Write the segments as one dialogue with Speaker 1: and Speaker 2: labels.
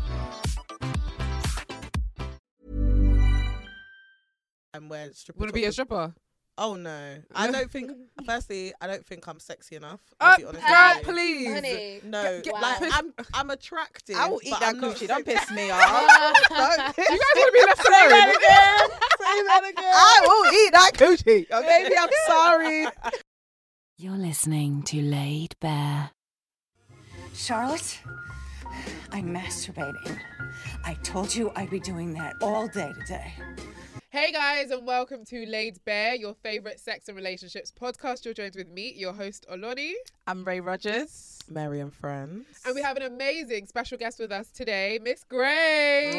Speaker 1: and where strippers
Speaker 2: Would it be
Speaker 1: are-
Speaker 2: a stripper?
Speaker 1: Oh no, I don't think. Firstly, I don't think I'm sexy enough.
Speaker 2: Uh,
Speaker 1: I'll be honest
Speaker 2: girl,
Speaker 1: with you.
Speaker 2: please.
Speaker 3: Honey.
Speaker 1: No,
Speaker 2: Get-
Speaker 1: like
Speaker 2: piss-
Speaker 1: I'm, I'm attractive.
Speaker 4: I will eat
Speaker 1: but
Speaker 4: that
Speaker 1: I'm not
Speaker 4: coochie. Don't
Speaker 1: sexy.
Speaker 4: piss me off. Don't piss-
Speaker 2: You guys want to be left alone?
Speaker 4: I will eat that coochie. Okay? Baby, I'm sorry.
Speaker 5: You're listening to Laid Bear.
Speaker 6: Charlotte, I'm masturbating. I told you I'd be doing that all day today.
Speaker 2: Hey guys, and welcome to Laid Bear, your favorite sex and relationships podcast. You're joined with me, your host Oloni,
Speaker 4: I'm Ray Rogers.
Speaker 1: Mary and friends.
Speaker 2: and we have an amazing special guest with us today, Miss Gray.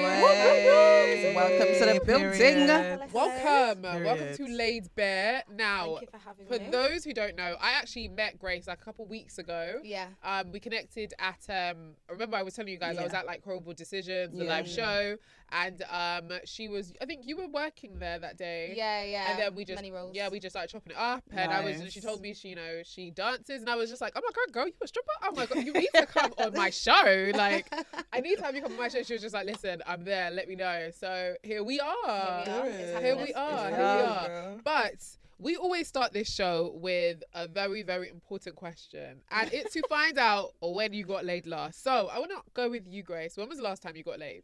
Speaker 1: Way.
Speaker 4: Welcome to the building.
Speaker 1: Period.
Speaker 2: Welcome, uh, welcome
Speaker 1: Period.
Speaker 2: to Laid Bear. Now,
Speaker 3: Thank you for having
Speaker 2: for
Speaker 3: me.
Speaker 2: those who don't know, I actually met Grace like a couple weeks ago.
Speaker 3: Yeah.
Speaker 2: Um, we connected at um. I Remember, I was telling you guys I was at like Horrible Decisions, the
Speaker 4: Yeah.
Speaker 2: live show, and um, she was. I think you were working there that day.
Speaker 3: Yeah, yeah.
Speaker 2: And then we just
Speaker 3: Many roles.
Speaker 2: yeah we just started chopping it up, and I was she
Speaker 4: Nice.
Speaker 2: told me she you know she dances, and I was just like, oh my god, girl, you a stripper? Oh my god, you need to come on my show. Like, I need to have you come on my show. She was just like, listen, I'm there. Let me know. So here we are.
Speaker 3: Here we are. It's
Speaker 2: Here
Speaker 3: happening.
Speaker 2: we
Speaker 3: It's
Speaker 2: are. Here we
Speaker 3: happening.
Speaker 2: are. But we always start this show with a very, very important question. And it's to find out when you got laid last. So I want to go with you, Grace. When was the last time you got laid?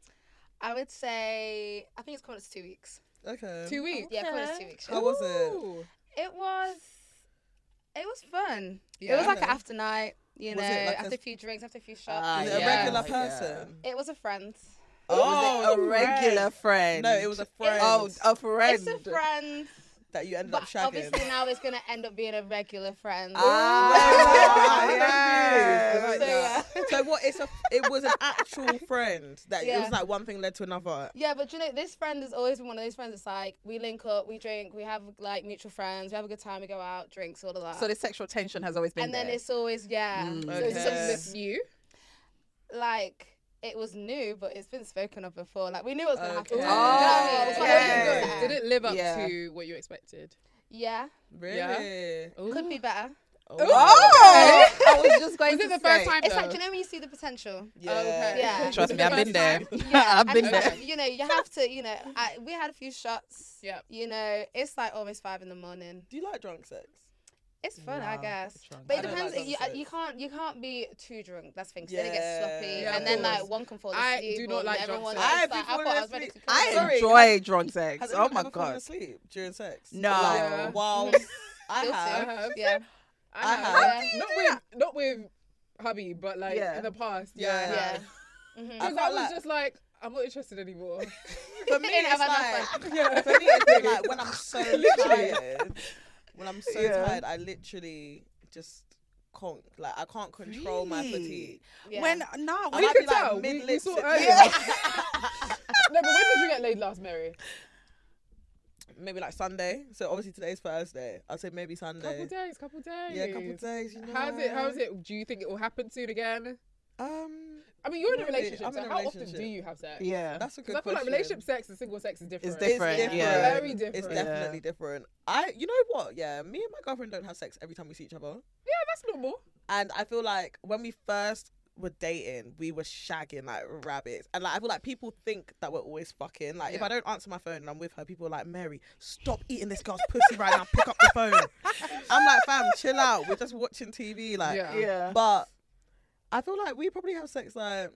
Speaker 3: I would say I think it's coming up to two weeks.
Speaker 1: Okay.
Speaker 4: Um,
Speaker 2: Two weeks.
Speaker 3: Yeah, coming up to two weeks.
Speaker 1: How was it?
Speaker 2: Ooh.
Speaker 3: It was it was fun.
Speaker 2: Yeah.
Speaker 3: It was like an
Speaker 1: Okay.
Speaker 3: after night, you know,
Speaker 1: Was it like a-
Speaker 3: after a few drinks, after a few
Speaker 4: Ah,
Speaker 3: shots.
Speaker 2: yeah.
Speaker 1: Is it a regular
Speaker 4: Yeah.
Speaker 1: person?
Speaker 3: It was a friend.
Speaker 4: Oh, a regular friend.
Speaker 1: No, it was a friend.
Speaker 4: Oh, a friend.
Speaker 3: It's a friend.
Speaker 1: that you ended
Speaker 3: But
Speaker 1: up shagging.
Speaker 3: obviously now it's gonna end up being a regular friend.
Speaker 4: Ah,
Speaker 1: Ooh.
Speaker 4: yeah.
Speaker 1: I like
Speaker 3: So,
Speaker 1: that. So what? It's a. It was an actual friend that it
Speaker 3: Yeah.
Speaker 1: was like one thing led to another.
Speaker 3: Yeah, but you know, this friend has always been one of those friends that's like, we link up, we drink, we have like mutual friends, we have a good time, we go out, drinks, all of that.
Speaker 4: So the sexual tension has always been
Speaker 3: and
Speaker 4: there. Mm,
Speaker 3: then it's always, yeah. so
Speaker 2: Is
Speaker 3: it's
Speaker 2: it
Speaker 1: Okay.
Speaker 2: something
Speaker 3: just-
Speaker 2: that's new?
Speaker 3: like it was new, but it's been spoken of before. Like we knew it was gonna happen. Do you
Speaker 1: Okay.
Speaker 3: know what I mean?
Speaker 4: Oh,
Speaker 3: It's
Speaker 2: So was
Speaker 3: like,
Speaker 4: yeah.
Speaker 2: it
Speaker 3: yeah.
Speaker 2: good? Did it live up
Speaker 4: Yeah.
Speaker 2: to what you expected?
Speaker 3: Yeah,
Speaker 1: Really?
Speaker 3: could be better.
Speaker 4: oh, I was just going
Speaker 2: Was it
Speaker 4: to
Speaker 2: the first
Speaker 4: say.
Speaker 2: time?
Speaker 3: It's like
Speaker 2: though?
Speaker 3: do you know when you see the potential.
Speaker 1: Yeah.
Speaker 2: okay.
Speaker 3: Yeah.
Speaker 4: Trust me,
Speaker 2: Was it
Speaker 4: I've
Speaker 2: the
Speaker 4: been there.
Speaker 2: first
Speaker 4: I've been
Speaker 3: and,
Speaker 4: there.
Speaker 3: You know, you have to. You know, I, we had a few shots.
Speaker 2: Yep.
Speaker 3: You know, it's like almost five in the morning.
Speaker 1: Do you like drunk sex?
Speaker 3: It's fun, I
Speaker 1: Nah,
Speaker 3: guess.
Speaker 1: it's wrong.
Speaker 3: But
Speaker 1: I
Speaker 3: it
Speaker 1: don't
Speaker 3: depends.
Speaker 1: like
Speaker 3: you, uh,
Speaker 1: those
Speaker 3: you
Speaker 1: days.
Speaker 3: can't you can't be too drunk. That's the thing. 'cause Then it gets
Speaker 1: Yeah.
Speaker 3: sloppy,
Speaker 2: Yeah,
Speaker 3: and
Speaker 2: of
Speaker 3: then
Speaker 2: course.
Speaker 3: like one can fall asleep.
Speaker 2: I do not
Speaker 3: and
Speaker 2: like drunk
Speaker 3: everyone's
Speaker 2: sex.
Speaker 3: just
Speaker 1: I
Speaker 3: like,
Speaker 1: prefer
Speaker 3: I thought I was
Speaker 1: sleep.
Speaker 3: ready to.
Speaker 1: I
Speaker 3: crash.
Speaker 1: am Sorry,
Speaker 4: Enjoy drunk sex.
Speaker 1: Has
Speaker 4: Oh
Speaker 1: anyone
Speaker 4: my
Speaker 1: ever fallen
Speaker 4: god.
Speaker 1: asleep during sex?
Speaker 4: No.
Speaker 1: Like,
Speaker 2: Yeah.
Speaker 1: While
Speaker 3: Mhm.
Speaker 1: I
Speaker 3: Guilty.
Speaker 1: have.
Speaker 2: have.
Speaker 3: Yeah.
Speaker 2: I
Speaker 1: I
Speaker 2: have.
Speaker 3: have.
Speaker 2: Not with, not with hubby, but like
Speaker 4: Yeah.
Speaker 2: in the past.
Speaker 1: Yeah.
Speaker 2: yeah.
Speaker 3: Yeah. Mhm.
Speaker 2: Because
Speaker 1: I
Speaker 2: I
Speaker 1: felt
Speaker 2: was
Speaker 1: like-
Speaker 2: just like, I'm not interested anymore.
Speaker 1: For me,
Speaker 3: In
Speaker 1: it's
Speaker 3: Havana,
Speaker 1: like, for me, it's been like when I'm so tired. When I'm so
Speaker 4: Yeah.
Speaker 1: tired, I literally just can't. Like I can't control my
Speaker 4: Really?
Speaker 1: fatigue.
Speaker 3: Yeah.
Speaker 4: When no,
Speaker 1: I
Speaker 4: when
Speaker 1: might
Speaker 2: could
Speaker 1: be like
Speaker 2: tell. We- we
Speaker 1: mid-lip
Speaker 2: saw
Speaker 1: sip-
Speaker 2: earlier.
Speaker 1: Yeah.
Speaker 2: no, but when did you get laid last, Mary?
Speaker 1: maybe like Sunday. So obviously today's Thursday. I'd say maybe
Speaker 2: Couple
Speaker 1: Sunday.
Speaker 2: days, couple days.
Speaker 1: Yeah, a couple days. You know.
Speaker 2: How's it? How's it? Do you think it will happen soon again?
Speaker 1: Um,
Speaker 2: I mean, you're in a
Speaker 1: Maybe.
Speaker 2: relationship.
Speaker 1: I'm
Speaker 2: so
Speaker 1: in a
Speaker 2: how often
Speaker 1: relationship.
Speaker 2: do you have sex?
Speaker 4: yeah.
Speaker 1: that's a good
Speaker 2: Because I feel
Speaker 1: question.
Speaker 2: like relationship sex and single sex is different.
Speaker 4: different. yeah.
Speaker 2: Very
Speaker 1: It's
Speaker 2: different.
Speaker 1: definitely different. I, you know what? Yeah, me and my girlfriend don't have sex every time we see each other.
Speaker 2: Yeah, that's normal.
Speaker 1: And I feel like when we first were dating, we were shagging like rabbits. And like I feel like people think that we're always fucking. Like if
Speaker 2: Yeah.
Speaker 1: I don't answer my phone and I'm with her, people are like, Mary, stop eating this girl's pussy right now. Pick up the phone. I'm like, fam, chill out. We're just watching TV. Like
Speaker 2: Yeah.
Speaker 4: Yeah.
Speaker 1: but I feel like we probably have sex like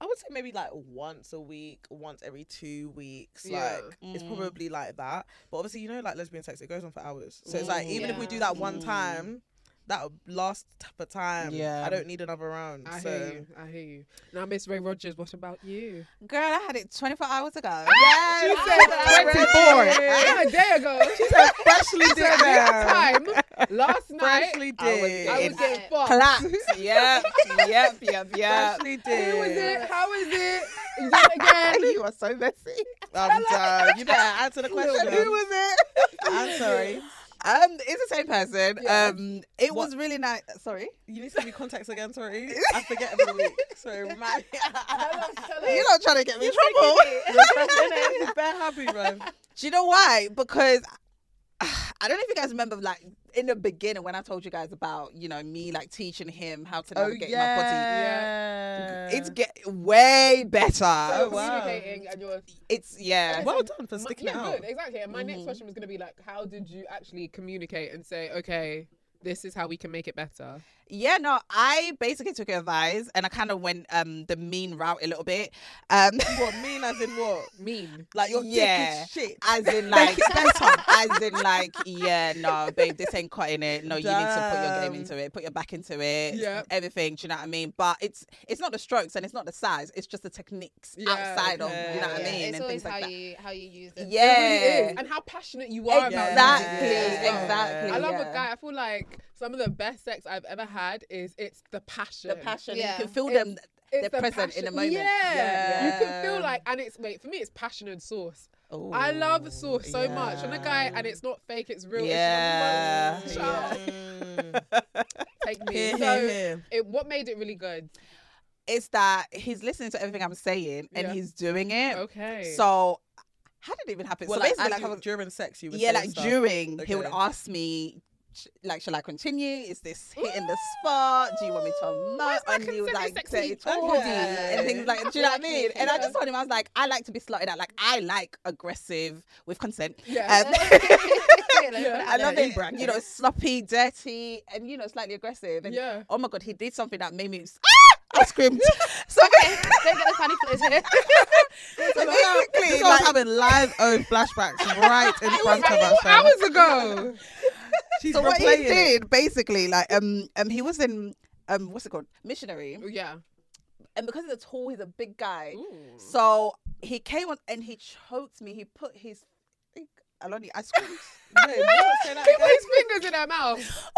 Speaker 1: I would say maybe like once a week, once every two weeks.
Speaker 2: Yeah.
Speaker 1: Like it's
Speaker 7: Mm.
Speaker 1: probably like that. But obviously, you know, like lesbian sex, it goes on for hours. So it's like
Speaker 4: Mm.
Speaker 1: even if we
Speaker 3: Yeah.
Speaker 1: do that one
Speaker 4: Mm.
Speaker 1: time, that last for time.
Speaker 4: Yeah.
Speaker 1: I don't need another round.
Speaker 2: I
Speaker 1: so
Speaker 2: hear you. I hear you. Now, Miss Ray Rogers, what about you?
Speaker 4: Girl, I had it 24 hours ago.
Speaker 1: yeah,
Speaker 2: She
Speaker 1: I
Speaker 2: said
Speaker 1: was like,
Speaker 2: Ah, 24. Yeah, a day ago. She said
Speaker 1: freshly did
Speaker 2: this
Speaker 1: there.
Speaker 2: time Last night,
Speaker 4: Freshly
Speaker 2: I
Speaker 4: did.
Speaker 2: was getting
Speaker 3: Right.
Speaker 2: fucked.
Speaker 7: Clapped. Yep. Yep. Yep. Yep.
Speaker 4: Freshly
Speaker 2: Who was
Speaker 4: did.
Speaker 2: it? How was it? Is that again?
Speaker 7: you are so messy.
Speaker 4: I'm done. You better answer the question.
Speaker 7: Who was it?
Speaker 4: I'm sorry.
Speaker 7: Um, it's the same person.
Speaker 2: Yeah.
Speaker 7: Um, it
Speaker 4: What-
Speaker 7: was really nice. Sorry.
Speaker 4: You need to give me contacts again, sorry. I forget every week. Sorry, remind me.
Speaker 7: You're not trying to get me in trouble.
Speaker 4: Be bare happy, bro.
Speaker 7: Do you know why? Because I don't know if you guys remember, like in the beginning when I told you guys about you know me like teaching him how to navigate my
Speaker 4: yeah.
Speaker 7: body. It's get way better.
Speaker 2: Oh,
Speaker 4: wow.
Speaker 1: uh,
Speaker 2: Communicating and you're
Speaker 7: It's yeah.
Speaker 4: well done for sticking it
Speaker 2: yeah,
Speaker 4: out.
Speaker 2: good, exactly. And my next
Speaker 7: Mhm.
Speaker 2: question was going to be like, how did you actually communicate and say, okay, this is how we can make it better?
Speaker 7: Yeah, no, I basically took advice and I kind of went um the mean route a little bit. Um
Speaker 4: What mean as in what?
Speaker 2: Mean.
Speaker 4: Like your dick
Speaker 7: Yeah.
Speaker 4: is shit.
Speaker 7: as in like better. as in like yeah, no, babe, this ain't cutting it. No, you need to put your
Speaker 4: Damn.
Speaker 7: game into it. Put your back into it.
Speaker 2: Yep.
Speaker 7: Everything, do you know what I mean? But it's it's not the strokes and it's not the size, it's just the techniques
Speaker 2: Yeah,
Speaker 7: outside of,
Speaker 4: okay.
Speaker 7: you know what I
Speaker 3: Yeah,
Speaker 7: mean?
Speaker 3: It's
Speaker 7: and
Speaker 3: always
Speaker 7: things
Speaker 3: how
Speaker 7: like that.
Speaker 3: you how you use it.
Speaker 7: Yeah.
Speaker 2: It really is. And how passionate you are
Speaker 7: Exactly,
Speaker 2: about it
Speaker 4: Exactly,
Speaker 2: as well.
Speaker 7: exactly.
Speaker 2: I love a
Speaker 7: yeah.
Speaker 2: guy. I feel like some of the best sex I've ever had is it's the passion.
Speaker 7: The passion.
Speaker 3: Yeah.
Speaker 7: You can feel
Speaker 2: It's-
Speaker 7: them
Speaker 2: It's
Speaker 7: They're present in the moment.
Speaker 2: Yeah. You can feel
Speaker 7: Yeah.
Speaker 2: like, and it's, wait, for me, it's passion and sauce. I love sauce so much. And a guy, and it's not fake, it's real.
Speaker 7: Yeah.
Speaker 2: It's your number one. Child, Take me.
Speaker 4: Here,
Speaker 2: so,
Speaker 4: here, here.
Speaker 2: It, what made it really good?
Speaker 7: It's that he's listening to everything I'm saying and
Speaker 2: Yeah.
Speaker 7: he's doing it.
Speaker 2: Okay.
Speaker 7: So how did it even happen?
Speaker 4: Well,
Speaker 7: so
Speaker 4: like,
Speaker 7: basically,
Speaker 4: as
Speaker 7: like, I
Speaker 4: you-
Speaker 7: was,
Speaker 4: during sex, you would
Speaker 7: yeah,
Speaker 4: say
Speaker 7: like
Speaker 4: stuff.
Speaker 7: during he would
Speaker 4: Okay.
Speaker 7: ask me, sh- like, shall I continue? Is this hitting the spot? Do you want me to
Speaker 2: Where's
Speaker 7: not?
Speaker 2: my
Speaker 7: And he would
Speaker 2: consent?
Speaker 7: like
Speaker 2: It's sexy.
Speaker 7: say
Speaker 2: Okay.
Speaker 7: "Tawdy," and things like, do you know what
Speaker 3: Like,
Speaker 7: I mean? And I
Speaker 3: yeah.
Speaker 7: just told him I was like, I like to be slotted out. Like I like aggressive with consent.
Speaker 2: Yeah.
Speaker 7: Um,
Speaker 3: Yeah.
Speaker 7: I love
Speaker 4: Yeah, in
Speaker 7: it. You know, sloppy, dirty, and you know, slightly aggressive. And
Speaker 2: yeah.
Speaker 7: oh my god, he did something that made me. s- Ah! I screamed. so,
Speaker 3: Don't get the funny footage here.
Speaker 7: so
Speaker 4: This
Speaker 7: basically,
Speaker 4: girl's
Speaker 7: like,
Speaker 4: having live own flashbacks right in front of us. fam.
Speaker 2: Hours ago.
Speaker 4: She's
Speaker 7: so what he
Speaker 4: replaying it.
Speaker 7: did basically, like, um, um, he was in, um, what's it called, missionary,
Speaker 2: Oh, yeah.
Speaker 7: and because he's a tall, he's a big guy.
Speaker 2: Ooh.
Speaker 7: So he came on and he choked me. He put his, Aloni, I screamed.
Speaker 4: Wait, what? Say that
Speaker 2: He put
Speaker 4: again.
Speaker 2: his fingers in her mouth.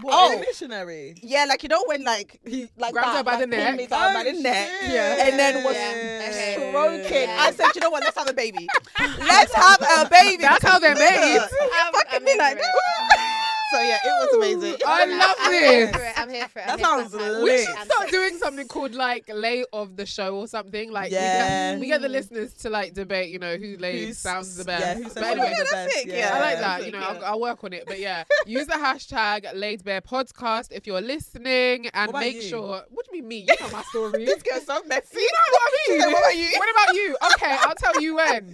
Speaker 4: What,
Speaker 7: Oh.
Speaker 4: a missionary.
Speaker 7: Yeah, like you know when like
Speaker 2: He
Speaker 7: like
Speaker 2: grabbed
Speaker 7: that,
Speaker 2: her by
Speaker 7: like,
Speaker 2: the
Speaker 7: pulled
Speaker 2: neck.
Speaker 7: me down by
Speaker 4: Oh,
Speaker 7: the neck.
Speaker 2: Yeah.
Speaker 7: and then was
Speaker 3: Yeah.
Speaker 7: stroking.
Speaker 3: Yeah.
Speaker 7: I said, you know what? Let's have a baby. Let's have a bababy.
Speaker 2: That's how they're made.
Speaker 7: i fucking me like that. So yeah, it was amazing.
Speaker 2: I love this.
Speaker 3: I'm here for it. I'm here for it.
Speaker 4: That
Speaker 3: I'm here for
Speaker 4: sounds
Speaker 3: it. I'm
Speaker 4: lit.
Speaker 2: We
Speaker 3: here
Speaker 2: should
Speaker 3: for it.
Speaker 2: start doing something called like lay of the show or something. Like
Speaker 4: Yeah.
Speaker 2: we, get, we get the listeners to like debate, you know, who lay sounds the best.
Speaker 4: Yeah, who
Speaker 2: but
Speaker 4: sounds
Speaker 2: anyway,
Speaker 4: the best?
Speaker 7: sick,
Speaker 4: Yeah.
Speaker 2: I like
Speaker 7: Yeah,
Speaker 2: that.
Speaker 7: that's
Speaker 2: You know,
Speaker 7: it,
Speaker 2: I'll,
Speaker 7: yeah.
Speaker 2: I'll work on it. But yeah, use the hashtag Laid Bear Podcast if you're listening and
Speaker 4: about
Speaker 2: make
Speaker 4: you?
Speaker 2: sure. What do you mean me? You know my story.
Speaker 7: This girl's so messy.
Speaker 2: You know what I
Speaker 7: She's
Speaker 2: mean?
Speaker 7: like, what about you?
Speaker 2: What about you? Okay, I'll tell you when.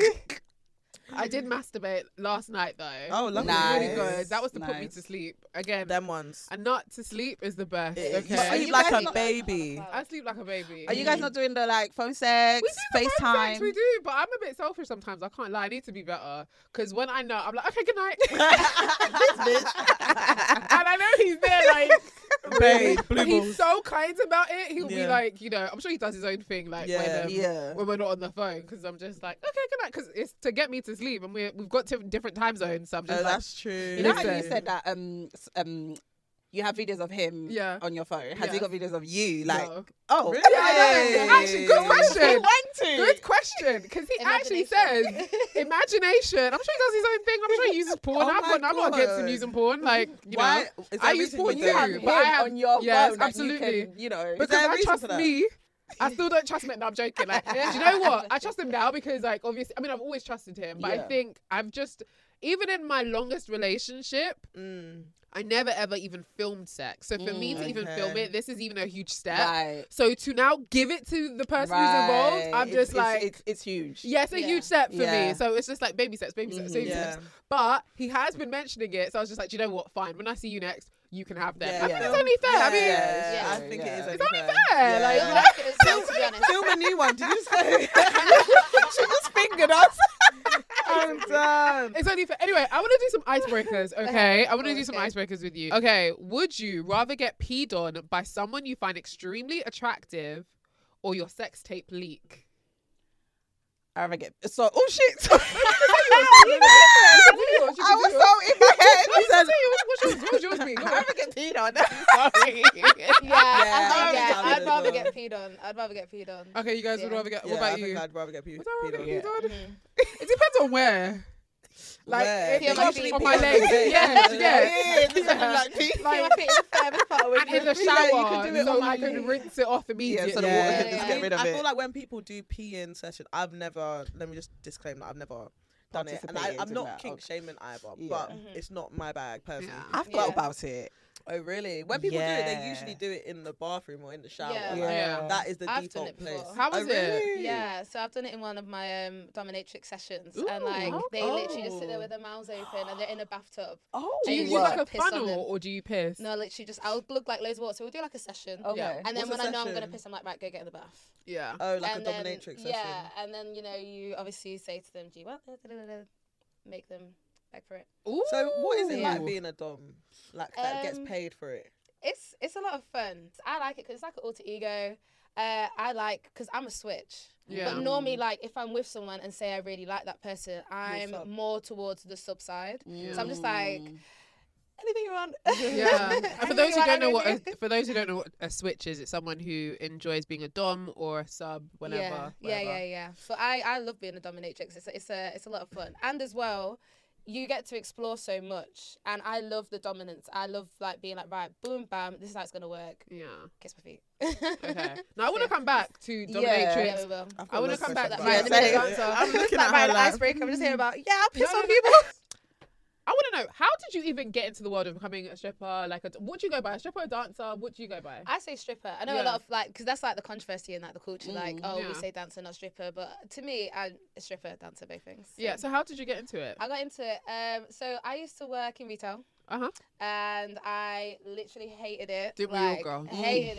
Speaker 2: I did masturbate last night though.
Speaker 4: Oh,
Speaker 2: It was
Speaker 4: lovely.
Speaker 2: Really
Speaker 7: Nice.
Speaker 2: good. That was to put me
Speaker 7: Nice.
Speaker 2: to sleep again.
Speaker 4: Them ones.
Speaker 2: and not to sleep is the best.
Speaker 4: It is. You
Speaker 7: But are
Speaker 2: Okay.
Speaker 4: sleep
Speaker 7: you
Speaker 4: like
Speaker 7: guys
Speaker 4: a
Speaker 7: not-
Speaker 4: baby.
Speaker 2: I sleep like a baby.
Speaker 7: Are you guys not doing the like phone sex,
Speaker 2: We do the phone sex,
Speaker 7: FaceTime?
Speaker 2: We do, but I'm a bit selfish sometimes. I can't lie. I need to be better because when I know, I'm like, okay, good night. and I know he's there, like,
Speaker 4: Babe, blue
Speaker 2: but
Speaker 4: balls.
Speaker 2: he's so kind about it. He'll be
Speaker 4: Yeah.
Speaker 2: like, you know, I'm sure he does his own thing, like
Speaker 4: Yeah.
Speaker 2: when um,
Speaker 7: Yeah.
Speaker 2: when we're not on the phone, because I'm just like, okay, good night, because it's to get me to sleep, and we we've got diff- different time zones, so I'm just
Speaker 4: Oh,
Speaker 2: like,
Speaker 4: that's true.
Speaker 7: You know how you
Speaker 2: Listen.
Speaker 7: said that um s- um you have videos of him
Speaker 2: Yeah.
Speaker 7: on your phone. Has
Speaker 2: Yeah.
Speaker 7: he got videos of you? Like
Speaker 2: no.
Speaker 7: oh
Speaker 4: Really?
Speaker 2: Yeah, no, actually, good question.
Speaker 7: to.
Speaker 2: Good question, because he actually says
Speaker 3: Imagination.
Speaker 2: imagination. I'm sure he does his own thing. I'm sure he uses porn.
Speaker 4: Oh
Speaker 2: I'm,
Speaker 4: my
Speaker 2: not, I'm not against him
Speaker 4: God.
Speaker 2: using porn. Like, you know,
Speaker 4: Why? Is
Speaker 2: I
Speaker 4: there
Speaker 2: use
Speaker 4: reason
Speaker 2: porn
Speaker 4: you
Speaker 7: You have
Speaker 2: too.
Speaker 4: don't?
Speaker 7: him
Speaker 2: but I have-
Speaker 7: on your
Speaker 2: yes,
Speaker 7: phone. that You, can,
Speaker 2: absolutely.
Speaker 7: you know.
Speaker 4: But- Is
Speaker 2: because
Speaker 4: there a
Speaker 2: I
Speaker 4: reason
Speaker 2: trust
Speaker 4: for that?
Speaker 2: me. I still don't trust him. No, I'm joking. Like, do you know what? I trust him now because, like, obviously, I mean, I've always trusted him, but I
Speaker 7: Yeah.
Speaker 2: think I've just, even in my longest relationship,
Speaker 4: Mm.
Speaker 2: I never ever even filmed sex. So for me to even film
Speaker 4: okay.
Speaker 2: it, this is even a huge step.
Speaker 7: Right.
Speaker 2: So to now give it to the person who's involved,
Speaker 7: right.
Speaker 2: I'm
Speaker 7: It's-
Speaker 2: just
Speaker 7: it's,
Speaker 2: like,
Speaker 7: it's, it's huge.
Speaker 2: yeah, it's a
Speaker 3: Yeah.
Speaker 2: huge step for me.
Speaker 7: Yeah. Mm-hmm.
Speaker 2: So it's just like baby steps, baby steps, baby
Speaker 4: Yeah.
Speaker 2: steps. But he has been mentioning it, so I was just like, do you know what? Fine. When I see you next, you can have them.
Speaker 7: Yeah,
Speaker 2: I think
Speaker 7: yeah.
Speaker 2: it's only fair. I mean,
Speaker 7: Yeah,
Speaker 3: yeah,
Speaker 4: I think it
Speaker 7: yeah.
Speaker 4: is only
Speaker 7: It's
Speaker 4: fair.
Speaker 2: fair. Like, you
Speaker 3: Feel
Speaker 2: know?
Speaker 3: like it as well, to be honest.
Speaker 4: Film a new one. Did you say?
Speaker 7: she just fingered us.
Speaker 4: I'm done.
Speaker 2: It's only fair. Anyway, I want to do some icebreakers, okay? I want to do some
Speaker 3: Okay.
Speaker 2: icebreakers with you. Okay, would you rather get peed on by someone you find extremely attractive or your sex tape leak?
Speaker 7: arrogant. So, oh shit. I
Speaker 2: I was
Speaker 7: was so in my head.
Speaker 2: You said what's yours? What's yours? What's yours?
Speaker 7: I'm gonna get peed on.
Speaker 2: Sorry.
Speaker 3: Yeah, I
Speaker 7: Yeah,
Speaker 3: think, yeah, I'd
Speaker 7: I'm
Speaker 3: rather
Speaker 7: done.
Speaker 3: get peed on. I'd rather get peed on.
Speaker 2: Okay, you guys would
Speaker 3: Yeah.
Speaker 2: rather get.
Speaker 4: Yeah,
Speaker 2: what about
Speaker 4: I
Speaker 2: you?
Speaker 4: Think I'd rather get pe-
Speaker 2: Would I
Speaker 4: peed
Speaker 2: rather
Speaker 4: on.
Speaker 2: get
Speaker 7: Yeah.
Speaker 2: peed on? It depends on where. Like
Speaker 4: Where?
Speaker 2: if
Speaker 3: Feel
Speaker 2: it's
Speaker 3: my
Speaker 2: on
Speaker 3: feet.
Speaker 2: my legs.
Speaker 4: Yeah.
Speaker 2: Yeah, yeah.
Speaker 7: Yeah, this is like pee.
Speaker 3: Like, my feet in the furthest part away
Speaker 2: And
Speaker 3: from
Speaker 2: in the
Speaker 3: the-
Speaker 2: shower,
Speaker 7: you can do it
Speaker 2: so
Speaker 7: on
Speaker 2: I
Speaker 7: my
Speaker 2: can
Speaker 7: feet.
Speaker 2: rinse it off immediately.
Speaker 7: so the water
Speaker 4: Yeah.
Speaker 7: can
Speaker 3: Yeah.
Speaker 7: just get rid of
Speaker 4: I
Speaker 7: it.
Speaker 4: feel like when people do pee in session, I've never. Let me just disclaim that I've never done it, and I,
Speaker 7: Participated
Speaker 4: I'm
Speaker 7: in
Speaker 4: not
Speaker 7: that,
Speaker 1: Oh,
Speaker 4: kink
Speaker 7: okay.
Speaker 4: shaming either,
Speaker 7: Yeah.
Speaker 4: but
Speaker 3: Mhm.
Speaker 4: it's not my bag personally.
Speaker 2: Yeah.
Speaker 7: I thought
Speaker 3: Yeah.
Speaker 7: about it.
Speaker 4: Oh really? When people do it, they
Speaker 7: Yeah.
Speaker 4: usually do it in the bathroom or in the shower.
Speaker 3: Yeah.
Speaker 4: Like,
Speaker 2: Yeah.
Speaker 4: That is the
Speaker 3: I've done
Speaker 4: default
Speaker 3: it
Speaker 4: place.
Speaker 3: before.
Speaker 2: How
Speaker 4: Oh,
Speaker 2: was it?
Speaker 4: really?
Speaker 3: Yeah, so I've done it in one of my um, dominatrix sessions, and
Speaker 2: Ooh,
Speaker 3: like
Speaker 2: okay.
Speaker 3: they literally just sit there with their mouths open and they're in a bathtub.
Speaker 7: Oh,
Speaker 2: Do you
Speaker 3: you
Speaker 2: use
Speaker 3: just
Speaker 2: like a
Speaker 3: gotta piss on
Speaker 2: funnel
Speaker 3: them.
Speaker 2: or do you piss?
Speaker 3: No, literally just I'll look like loads of water. So we'll do like a session,
Speaker 7: Okay.
Speaker 3: and then
Speaker 4: What's a
Speaker 3: when I know I'm gonna
Speaker 4: session?
Speaker 3: piss, I'm like, right, go get in the bath.
Speaker 2: Yeah.
Speaker 4: Oh, like
Speaker 3: and
Speaker 4: a
Speaker 3: then,
Speaker 4: dominatrix session.
Speaker 3: Yeah, and then you know you obviously say to them, "Do you want?" da- da- da- da- da," Make them beg for it.
Speaker 4: So what is it like
Speaker 2: Ooh.
Speaker 4: being a dom? Like that gets
Speaker 3: Um,
Speaker 4: paid for it.
Speaker 3: It's it's a lot of fun. I like it because it's like an alter ego. Uh, I like because I'm a switch.
Speaker 2: Yeah.
Speaker 3: But normally, like if I'm with someone and say I really like that person, I'm
Speaker 4: sub.
Speaker 3: more towards the sub side. So I'm just like anything you want.
Speaker 2: Mm. Yeah. and for
Speaker 3: Anything
Speaker 2: those
Speaker 3: you
Speaker 2: who
Speaker 3: want,
Speaker 2: don't know what
Speaker 3: anything.
Speaker 2: a, for those who don't know what a switch is, it's someone who enjoys being a dom or a sub whenever.
Speaker 3: Yeah, yeah,
Speaker 2: whatever.
Speaker 3: yeah, yeah. But I, I love being a dominatrix. It's, a- it's a, it's a lot of fun, and as well, you get to explore so much. And I love the dominance. I love like being like, right, boom, bam, this is how it's gonna work.
Speaker 2: Yeah.
Speaker 3: Kiss my feet.
Speaker 2: Okay. Now I want to come back to dominatrix.
Speaker 3: Yeah, we will.
Speaker 4: I've
Speaker 2: I want to
Speaker 4: loads of
Speaker 2: come back to
Speaker 4: questions about
Speaker 2: that. Yeah, the
Speaker 7: that.
Speaker 2: minute
Speaker 7: Same.
Speaker 2: answer.
Speaker 4: I'm looking
Speaker 3: Like
Speaker 4: at
Speaker 3: by
Speaker 4: her
Speaker 3: the
Speaker 4: like,
Speaker 3: icebreaker, I'm just hearing about yeah, I'll piss
Speaker 2: No, no,
Speaker 3: on
Speaker 2: no.
Speaker 3: people.
Speaker 2: I want to know how did you even get into the world of becoming a stripper? Like, a, what do you go by? A stripper, a dancer? What do you go by?
Speaker 3: I say stripper. I know
Speaker 2: Yeah. Mm,
Speaker 3: a lot of like because that's like the controversy in like the culture. Like oh,
Speaker 2: Yeah.
Speaker 3: we say dancer, not stripper. But to me, I'm a stripper, dancer, both things.
Speaker 2: yeah. So how did you get into it?
Speaker 3: I got into it. Um, so I used to work in retail.
Speaker 2: Uh huh.
Speaker 3: and I literally hated it.
Speaker 2: Did we all, Mm.
Speaker 3: like,
Speaker 2: girl?
Speaker 3: Hated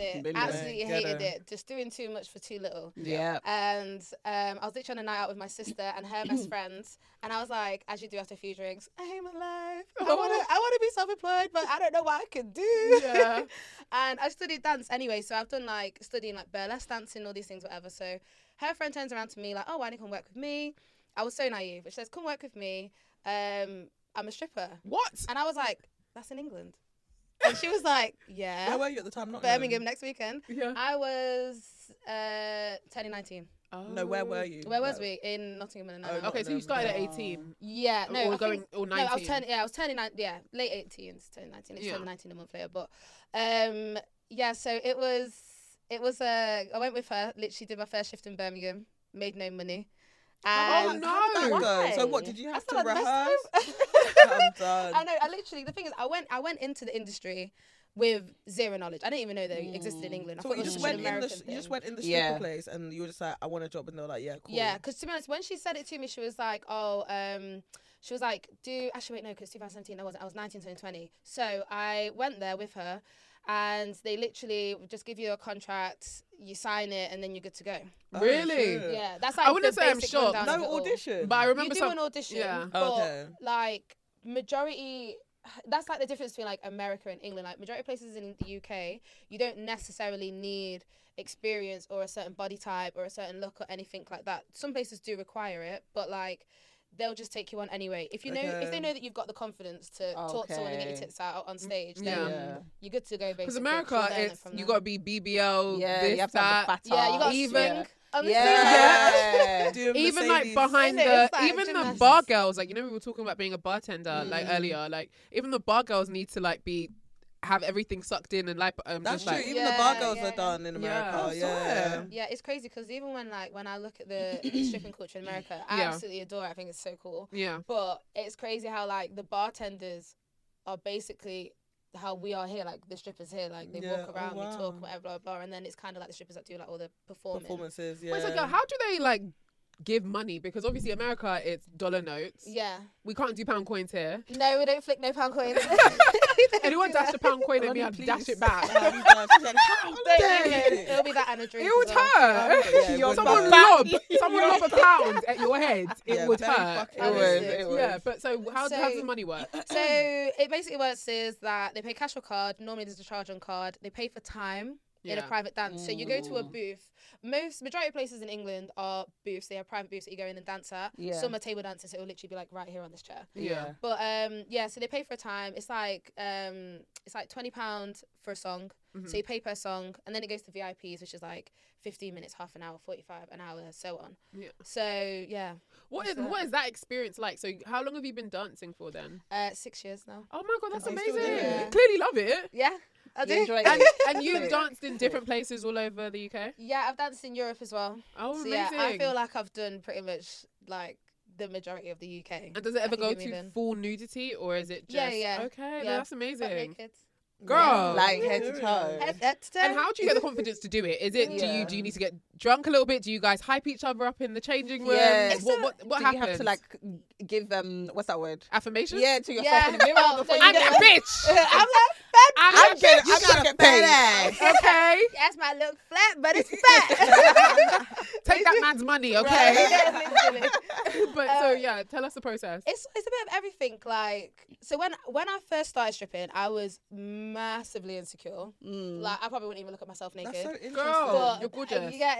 Speaker 3: it.
Speaker 7: Been there.
Speaker 3: Absolutely
Speaker 4: Get
Speaker 3: hated
Speaker 4: her.
Speaker 3: it. Just doing too much for too little.
Speaker 7: Yeah.
Speaker 3: And um, I was literally on a night out with my sister and her best friends, and I was like, as you do after a few drinks, I hate my life. I
Speaker 4: Oh.
Speaker 3: want to, I want to be self-employed, but I don't know what I can do.
Speaker 2: Yeah.
Speaker 3: and I studied dance anyway, so I've done like studying like burlesque dancing, all these things, whatever. So her friend turns around to me like, "Oh, why don't you come work with me?" I was so naive. She says, "Come work with me. Um, I'm a stripper."
Speaker 2: What?
Speaker 3: And I was like, that's in England. And she was like, yeah,
Speaker 4: Where were you at the time? Not
Speaker 3: Birmingham next weekend.
Speaker 2: Yeah.
Speaker 3: I was uh, turning 19.
Speaker 4: No, where were you?
Speaker 3: Where was
Speaker 4: Like,
Speaker 3: we? In Nottingham and
Speaker 4: Oh,
Speaker 3: Nottingham.
Speaker 2: Okay, so you started at 18.
Speaker 3: Yeah, no,
Speaker 2: or
Speaker 3: I
Speaker 2: going
Speaker 3: think-
Speaker 2: or
Speaker 3: no,
Speaker 2: 19.
Speaker 3: I was turning, yeah, I was turning, nine, yeah, late 18s, turning 19. It's
Speaker 2: Yeah.
Speaker 3: turned 19 a month later, but um, yeah, so it was, it was, uh, I went with her, literally did my first shift in Birmingham, made no money.
Speaker 4: How
Speaker 3: And
Speaker 4: did- how did
Speaker 2: no.
Speaker 4: that go? Oh, So
Speaker 3: Why?
Speaker 4: what did you
Speaker 3: I
Speaker 4: have to
Speaker 3: felt like the best time.
Speaker 4: rehearse? Um, I'm done.
Speaker 3: I know. I literally the thing is, I went I went into the industry with zero knowledge. I didn't even know they existed in England. I
Speaker 4: Mm. So what,
Speaker 3: thought
Speaker 4: you
Speaker 3: it was
Speaker 4: just
Speaker 3: an
Speaker 4: went in the
Speaker 3: American
Speaker 4: you just
Speaker 3: thing.
Speaker 4: went in the
Speaker 7: Yeah.
Speaker 4: stripper place and you were just like, I want a job, and they were like, Yeah, cool.
Speaker 3: Yeah, because to be honest, when she said it to me, she was like, "Oh, um, she was like, do actually wait, no, because 2017, I wasn't. I was 19, 20, 20. So I went there with her, and they literally just give you a contract, you sign it, and then you're good to go.
Speaker 4: Oh,
Speaker 2: Really?
Speaker 4: shit.
Speaker 3: Yeah, that's like
Speaker 2: wouldn't
Speaker 3: the
Speaker 2: say I'm
Speaker 3: basic
Speaker 2: shocked.
Speaker 3: rundown of it
Speaker 4: No
Speaker 3: all.
Speaker 4: audition.
Speaker 2: But I remember
Speaker 3: you do
Speaker 2: some.
Speaker 3: an audition,
Speaker 2: Yeah.
Speaker 3: but
Speaker 4: Okay.
Speaker 3: like majority. That's like the difference between like America and England. Like majority of places in the UK, you don't necessarily need experience or a certain body type or a certain look or anything like that. Some places do require it, but like they'll just take you on anyway. If you know, if
Speaker 4: Okay.
Speaker 3: they know that you've got the confidence to talk to someone and get your
Speaker 7: Okay.
Speaker 3: tits out on stage, then
Speaker 2: Mm, Yeah.
Speaker 7: Yeah.
Speaker 3: you're good to go. Basically,
Speaker 2: Because
Speaker 3: 'cause
Speaker 2: America,
Speaker 3: you'll learn it
Speaker 2: it's
Speaker 3: from
Speaker 2: you
Speaker 3: there.
Speaker 2: gotta be BBL,
Speaker 7: Yeah,
Speaker 2: this,
Speaker 7: you have to
Speaker 2: that.
Speaker 7: have the fat
Speaker 3: yeah, you got
Speaker 7: ass.
Speaker 2: even-
Speaker 7: Yeah.
Speaker 3: on the
Speaker 7: Yeah.
Speaker 3: stage.
Speaker 7: Yeah.
Speaker 4: Doing
Speaker 2: even like
Speaker 4: Mercedes.
Speaker 2: behind
Speaker 3: Isn't it?
Speaker 2: the
Speaker 3: It's like
Speaker 2: even the
Speaker 3: gymnastics.
Speaker 2: bar girls like you know we were talking about being a bartender like
Speaker 4: Mm.
Speaker 2: earlier like even the bar girls need to like be have everything sucked in and like um
Speaker 4: That's
Speaker 2: just
Speaker 4: true.
Speaker 2: like
Speaker 4: Even the bar
Speaker 3: Yeah,
Speaker 4: girls
Speaker 3: yeah,
Speaker 4: are done in America.
Speaker 2: Yeah. I
Speaker 4: Yeah.
Speaker 2: swear.
Speaker 3: Yeah, it's crazy because even when like when I look at the stripping culture in America, I
Speaker 2: Yeah.
Speaker 3: absolutely adore. it. I think it's so cool.
Speaker 2: yeah
Speaker 3: But it's crazy how like the bartenders are basically how we are here. Like the strippers here, like they
Speaker 4: Yeah, oh,
Speaker 3: walk around, we
Speaker 4: wow.
Speaker 3: talk, whatever, blah, blah, and then it's kind of like the strippers that do like all the performing.
Speaker 4: Performances. Yeah.
Speaker 2: Wait, so, girl, how do they like give money because obviously America it's dollar notes
Speaker 3: Yeah.
Speaker 2: we can't do pound coins here
Speaker 3: No, we don't flick no pound coins.
Speaker 2: anyone dash a pound coin at me
Speaker 4: Bloody
Speaker 2: I'd dash
Speaker 4: please.
Speaker 2: it back
Speaker 4: How do you guys- she's like, how
Speaker 3: Don't do
Speaker 4: dare
Speaker 3: it.
Speaker 4: you?
Speaker 3: There'll be that and a drink.
Speaker 2: it would
Speaker 3: as well.
Speaker 2: hurt
Speaker 4: Yeah, it would
Speaker 2: someone
Speaker 4: hurt.
Speaker 2: lob someone lob a pound at your head it
Speaker 4: Yeah,
Speaker 2: would
Speaker 4: very
Speaker 2: hurt
Speaker 4: fucking
Speaker 7: It
Speaker 3: would,
Speaker 7: was.
Speaker 3: it
Speaker 7: It was.
Speaker 2: yeah but so how, how does
Speaker 3: So-
Speaker 2: the money work
Speaker 3: So
Speaker 7: Oh.
Speaker 3: it basically works is that they pay cash or card. Normally there's a charge on card. They pay for time. in a
Speaker 2: Yeah.
Speaker 3: private dance. So you go to a
Speaker 7: Mm.
Speaker 3: booth. Most majority of places in England are booths. They have private booths that you go in and dance at.
Speaker 7: Yeah.
Speaker 3: Some are table dances. So it will literally be like right here on this chair.
Speaker 2: Yeah.
Speaker 3: But um, yeah, so they pay for a time. It's like um, it's like twenty pound for a song. So you pay per song, and then it goes to VIPs, which is like fifteen minutes, half an hour, forty five, an hour, so on.
Speaker 2: Yeah.
Speaker 3: So yeah,
Speaker 2: What is
Speaker 3: What's that?
Speaker 2: what is that experience like? So how long have you been dancing for then?
Speaker 3: uh, six years now.
Speaker 2: Oh my god, that's
Speaker 7: Oh, you still
Speaker 2: amazing!
Speaker 7: do
Speaker 3: it?
Speaker 2: You clearly love it.
Speaker 3: Yeah, I
Speaker 7: You
Speaker 3: do.
Speaker 7: enjoy
Speaker 2: And,
Speaker 7: it.
Speaker 2: and you've
Speaker 7: So-
Speaker 2: danced in different places all over the UK.
Speaker 3: Yeah, I've danced in Europe as well.
Speaker 2: Oh,
Speaker 3: so
Speaker 2: amazing!
Speaker 3: yeah, I feel like I've done pretty much like the majority of the UK.
Speaker 2: and does it ever
Speaker 3: think
Speaker 2: go
Speaker 3: I'm
Speaker 2: to
Speaker 3: moving.
Speaker 2: full nudity or is it just
Speaker 3: Yeah, yeah,
Speaker 2: okay? no,
Speaker 3: yeah.
Speaker 2: that's
Speaker 3: Butt
Speaker 2: amazing,
Speaker 3: naked.
Speaker 2: girl.
Speaker 7: Like head to
Speaker 4: Yeah.
Speaker 7: toe.
Speaker 3: Head- head to toe.
Speaker 2: And how do you get the confidence to do it? Is it do
Speaker 7: Yeah.
Speaker 2: you do you need to get drunk a little bit? Do you guys hype each other up in the changing room?
Speaker 7: Yeah. It's
Speaker 2: What what what
Speaker 7: Do
Speaker 2: happens?
Speaker 7: you have to like g- give um what's that word?
Speaker 2: affirmations?
Speaker 7: Yeah, to yourself
Speaker 3: Yeah.
Speaker 7: in the mirror
Speaker 3: Oh,
Speaker 7: before
Speaker 3: no,
Speaker 7: you
Speaker 2: I'm
Speaker 7: get
Speaker 2: that bitch.
Speaker 7: I'm like,
Speaker 2: I'm
Speaker 7: I'm
Speaker 2: that
Speaker 7: getting,
Speaker 2: bitch.
Speaker 7: I'm gonna get paid.
Speaker 2: Okay,
Speaker 3: Yes, my look flat, but it's fat.
Speaker 2: take that man's money. Okay,
Speaker 3: Right, yeah, literally.
Speaker 2: but so yeah, tell us the process.
Speaker 3: It's it's a bit of everything. Like so when when I first started stripping, I was massively insecure. Like I probably wouldn't even look at myself naked.
Speaker 4: That's so interesting.
Speaker 2: Girl. Mm. Oh, You're gorgeous.
Speaker 3: Yeah,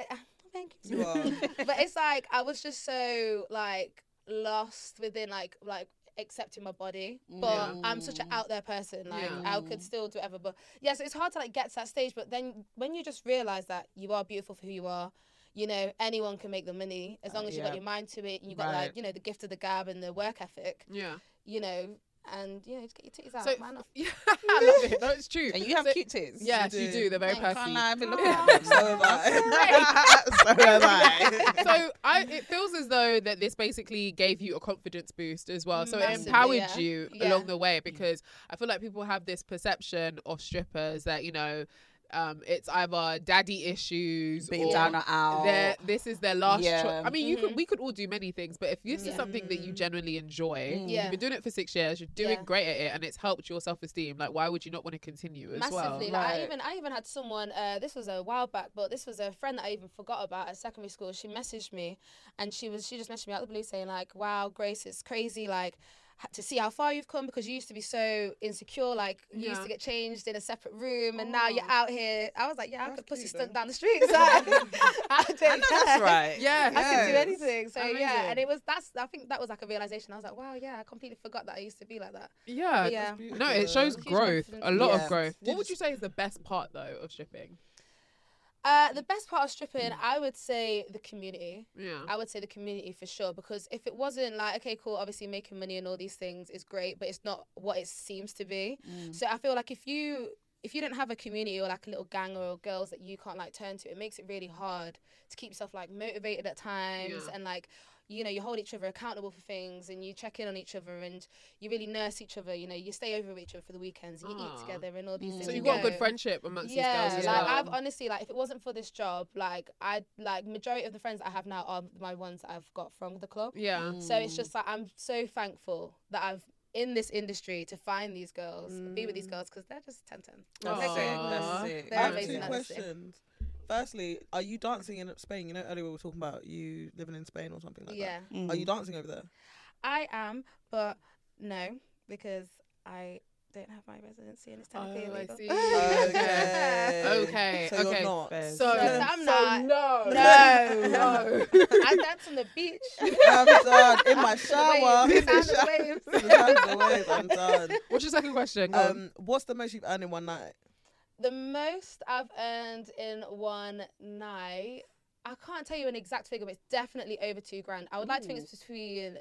Speaker 3: thank you.
Speaker 4: You are.
Speaker 3: but it's like I was just so like lost within like like accepting my body but
Speaker 2: Yeah.
Speaker 3: i'm such an out there person like
Speaker 2: Yeah.
Speaker 3: i could still do whatever but yeah so it's hard to like get to that stage but then when you just realize that you are beautiful for who you are you know anyone can make the money as long as you've
Speaker 7: yeah.
Speaker 3: got your mind to it and you've got
Speaker 7: Right.
Speaker 3: like you know the gift of the gab and the work ethic
Speaker 2: Yeah.
Speaker 3: you know and you know just get your titties out
Speaker 2: So
Speaker 3: why not
Speaker 2: yeah, I love it. No, it's true.
Speaker 7: And you have
Speaker 2: So-
Speaker 7: cute tits.
Speaker 2: Yes, you
Speaker 4: You
Speaker 2: do.
Speaker 4: do.
Speaker 2: They're very
Speaker 3: Thanks.
Speaker 2: perky.
Speaker 7: Can't lie, I've been looking
Speaker 3: Aw.
Speaker 7: at them. So
Speaker 4: Oh
Speaker 7: am I. so am I.
Speaker 2: so I, it feels as though that this basically gave you a confidence boost as well. So it
Speaker 3: Massively,
Speaker 2: empowered
Speaker 3: yeah.
Speaker 2: you
Speaker 3: Yeah.
Speaker 2: along the way because I feel like people have this perception of strippers that you know, um, it's either daddy issues
Speaker 7: Being
Speaker 2: or
Speaker 7: down or out.
Speaker 2: their this is their last choice.
Speaker 7: Yeah.
Speaker 2: I mean, you
Speaker 3: Mm-hmm.
Speaker 2: could we could all do many things, but if this is something that you genuinely enjoy,
Speaker 3: Mm.
Speaker 7: Mm.
Speaker 3: Yeah.
Speaker 2: you've been doing it for six years, you're doing
Speaker 3: Yeah.
Speaker 2: great at it, and it's helped your self esteem. Like, why would you not want to continue as
Speaker 3: massively.
Speaker 2: well?
Speaker 3: Like, I even I even had someone. Uh, this was a while back, but this was a friend that I even forgot about at secondary school. She messaged me, and she was she just messaged me out of the blue saying like, "Wow, Grace, it's crazy like ha- to see how far you've come because you used to be so insecure. Like you used
Speaker 2: Yeah.
Speaker 3: to get changed in a separate room, and now you're out here." I was like, "Yeah, I
Speaker 4: That's
Speaker 3: could pussy
Speaker 4: cute,
Speaker 3: stunt
Speaker 4: though.
Speaker 3: down the street. So I don't care.
Speaker 7: That's right.
Speaker 2: yeah,
Speaker 3: I could do
Speaker 7: Yes.
Speaker 3: anything. So yeah, and
Speaker 2: Amazing.
Speaker 3: it was that's I think that was like a realization. I was like, wow, yeah, I completely forgot that I used to be like that.
Speaker 2: Yeah.
Speaker 3: But yeah.
Speaker 2: No, it shows
Speaker 3: Huge
Speaker 2: growth, a
Speaker 3: confidence.
Speaker 2: lot of
Speaker 7: Yeah.
Speaker 2: growth. What
Speaker 4: Did-
Speaker 2: would you say is the best part though of stripping?
Speaker 3: Uh, the best part of stripping,
Speaker 2: Mm.
Speaker 3: I would say, the community.
Speaker 2: Yeah.
Speaker 3: I would say the community for sure because if it wasn't like okay, cool, obviously making money and all these things is great, but it's not what it seems to be.
Speaker 2: Mm.
Speaker 3: So I feel like if you if you don't have a community or like a little gang or girls that you can't like turn to, it makes it really hard to keep yourself like motivated at times
Speaker 2: Yeah.
Speaker 3: and like you know you hold each other accountable for things and you check in on each other and you really nurse each other. You know you stay over with each other for the weekends, and you
Speaker 2: Ah.
Speaker 3: eat together and all these things.
Speaker 2: So
Speaker 3: you
Speaker 2: you've got a good
Speaker 3: know
Speaker 2: friendship amongst these girls as
Speaker 3: like
Speaker 2: well.
Speaker 3: I've honestly like if it wasn't for this job, like I like majority of the friends that I have now are my ones that I've got from the club.
Speaker 2: yeah.
Speaker 3: So it's just like I'm so thankful that I've in this industry to find these girls, be with these girls because they're just ten ten.
Speaker 7: That's
Speaker 2: Aw.
Speaker 7: it. That's it.
Speaker 3: They're
Speaker 4: I have
Speaker 3: amazing
Speaker 4: two
Speaker 3: at this.
Speaker 4: questions. Firstly, are you dancing in Spain? You know, earlier we were talking about you living in Spain or something like
Speaker 3: yeah,
Speaker 4: that. Are you dancing over there?
Speaker 3: I am, but no, because I don't have my residency and it's
Speaker 2: Oh,
Speaker 3: technically
Speaker 2: I
Speaker 3: illegal.
Speaker 2: see.
Speaker 4: Okay.
Speaker 2: Okay,
Speaker 4: So
Speaker 2: Eh,
Speaker 4: you're
Speaker 2: okay.
Speaker 4: not.
Speaker 2: So,
Speaker 3: No, so I'm not.
Speaker 2: no.
Speaker 3: No.
Speaker 2: No.
Speaker 3: I dance on the beach.
Speaker 4: I'm done. In my
Speaker 3: The waves,
Speaker 4: shower.
Speaker 3: the
Speaker 4: In the
Speaker 3: sound of
Speaker 4: shower.
Speaker 3: waves.
Speaker 4: The sound of the waves, I'm done.
Speaker 2: What's your second question? Go on.
Speaker 4: Um, what's the most you've earned in one night?
Speaker 3: The most I've earned in one night, I can't tell you an exact figure, but it's definitely over two grand. I would like to think it's between,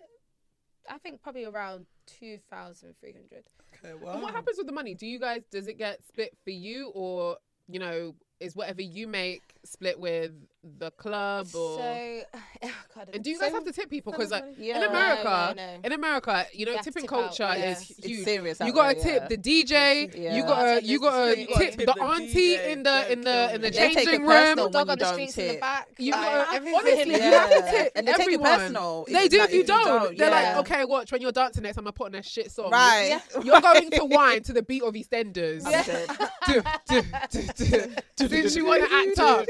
Speaker 3: I think probably around two thousand three hundred.
Speaker 4: Okay,
Speaker 2: And
Speaker 4: well.
Speaker 3: um,
Speaker 2: what happens with the money? Do you guys does it get split for you or you know is whatever you make split with the club or?
Speaker 3: So, oh God,
Speaker 2: and do you guys
Speaker 3: so
Speaker 2: have to tip people?
Speaker 3: so
Speaker 2: Because
Speaker 3: much
Speaker 2: like
Speaker 3: money.
Speaker 7: Yeah.
Speaker 2: in
Speaker 7: No,
Speaker 2: America,
Speaker 3: no, no.
Speaker 2: in America, you know,
Speaker 3: You have to
Speaker 2: tipping
Speaker 3: tip out,
Speaker 2: culture
Speaker 3: yeah.
Speaker 2: is
Speaker 3: It's
Speaker 2: huge.
Speaker 7: serious
Speaker 2: you
Speaker 7: out
Speaker 2: gotta
Speaker 7: there, yeah.
Speaker 2: tip the DJ.
Speaker 7: Yeah.
Speaker 2: You gotta
Speaker 3: Gotta
Speaker 2: you
Speaker 3: tip
Speaker 2: gotta
Speaker 3: the
Speaker 2: tip,
Speaker 3: street, gotta
Speaker 4: tip
Speaker 2: the,
Speaker 4: the
Speaker 2: auntie
Speaker 4: DJ,
Speaker 2: in the
Speaker 4: gotta
Speaker 2: in
Speaker 4: kill
Speaker 2: the in the
Speaker 4: them.
Speaker 7: They take it
Speaker 2: changing room.
Speaker 7: personal.
Speaker 3: the dog on
Speaker 7: when you
Speaker 3: the
Speaker 7: don't
Speaker 3: streets in the
Speaker 7: tip.
Speaker 3: back.
Speaker 2: You
Speaker 3: like,
Speaker 2: gotta-
Speaker 3: everything.
Speaker 2: honestly, you have to
Speaker 7: Yeah.
Speaker 2: tip
Speaker 7: And they take it
Speaker 2: everyone.
Speaker 7: personal if
Speaker 2: They
Speaker 7: you-
Speaker 2: do
Speaker 7: like,
Speaker 2: if you don't. They're
Speaker 3: yeah.
Speaker 2: like, okay, watch when you're dancing next time. I'm putting that shit song.
Speaker 7: Right.
Speaker 2: You're going to wine to the beat of EastEnders.
Speaker 7: I'm dead.
Speaker 2: do, do, do, do, do. Didn't you want to act up?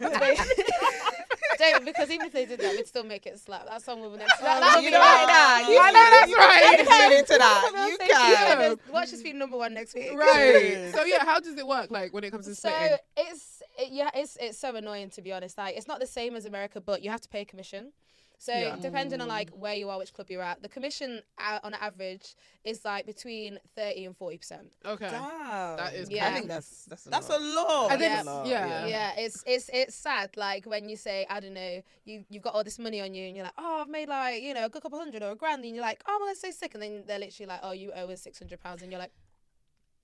Speaker 3: Literally. don't because even if they did that, we'd still make it slap. That song would never. That, that would
Speaker 7: you
Speaker 3: be
Speaker 7: know
Speaker 3: right
Speaker 7: what?
Speaker 3: now.
Speaker 7: Nah, you
Speaker 2: I know that's
Speaker 7: you
Speaker 2: right.
Speaker 7: can get into that. You can.
Speaker 3: Yeah, Watch this be number one next week.
Speaker 2: Right. so yeah, how does it work? Like when it comes to
Speaker 3: So
Speaker 2: splitting?
Speaker 3: it's it, yeah, it's it's so annoying to be honest. Like it's not the same as America, but you have to pay a commission. So
Speaker 2: Yeah.
Speaker 3: depending on like where you are, which club you're at, the commission uh, on average is like between thirty and forty percent.
Speaker 2: okay.
Speaker 7: Damn.
Speaker 2: That is
Speaker 3: Yeah.
Speaker 7: I think that's that's a
Speaker 4: That's a
Speaker 7: lot.
Speaker 4: lot.
Speaker 2: I think
Speaker 3: Yeah.
Speaker 2: it's- yeah.
Speaker 3: Yeah, it's it's it's sad. Like when you say, I don't know, you you've got all this money on you, and you're like, oh, I've made like you know a good couple hundred or a grand, and you're like, oh, well, that's so sick, and then they're literally like, oh, you owe us six hundred pounds, and you're like,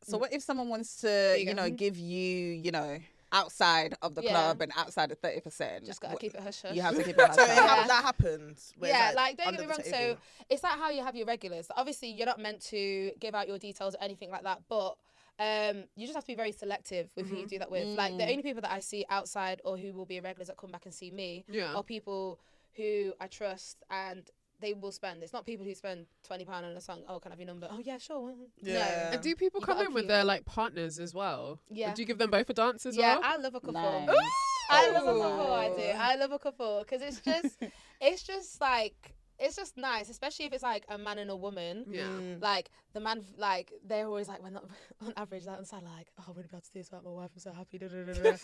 Speaker 7: So what if someone wants to,
Speaker 3: you
Speaker 7: you,
Speaker 3: go.
Speaker 7: know, give you, you know, outside of the
Speaker 3: Yeah.
Speaker 7: club and outside of thirty percent?
Speaker 3: just gotta keep it hush hush.
Speaker 7: You have to keep it.
Speaker 4: So it
Speaker 7: outside.
Speaker 4: hap- that happens. where it's
Speaker 3: yeah, like, don't
Speaker 4: under
Speaker 3: get
Speaker 4: the
Speaker 3: me wrong. So
Speaker 4: table.
Speaker 3: it's like how you have your regulars. Obviously, you're not meant to give out your details or anything like that, but um, you just have to be very selective with who you do that with. Like the only people that I see outside or who will be regulars that come back and see me
Speaker 2: Yeah.
Speaker 3: are people who I trust and they will spend. It's not people who spend twenty pound on a song. Oh, can I have your number? Oh yeah, sure.
Speaker 4: Yeah.
Speaker 3: No.
Speaker 2: And do people
Speaker 3: You
Speaker 2: come
Speaker 3: gotta
Speaker 2: in with
Speaker 3: keep-
Speaker 2: their like partners as well?
Speaker 3: Yeah.
Speaker 2: Do you give them both a dance as
Speaker 3: Yeah,
Speaker 2: well?
Speaker 3: I love a couple.
Speaker 7: Nice.
Speaker 4: Oh
Speaker 3: I love a couple.
Speaker 7: Ooh.
Speaker 3: I do. I love a couple because it's just, it's just like, it's just nice, especially if it's like a man and a woman.
Speaker 2: yeah.
Speaker 3: Like the man, like they're always like, when not on average, like on side, like, oh, I wouldn't be able to do this without my wife. I'm so happy. Da, da, da, da. da."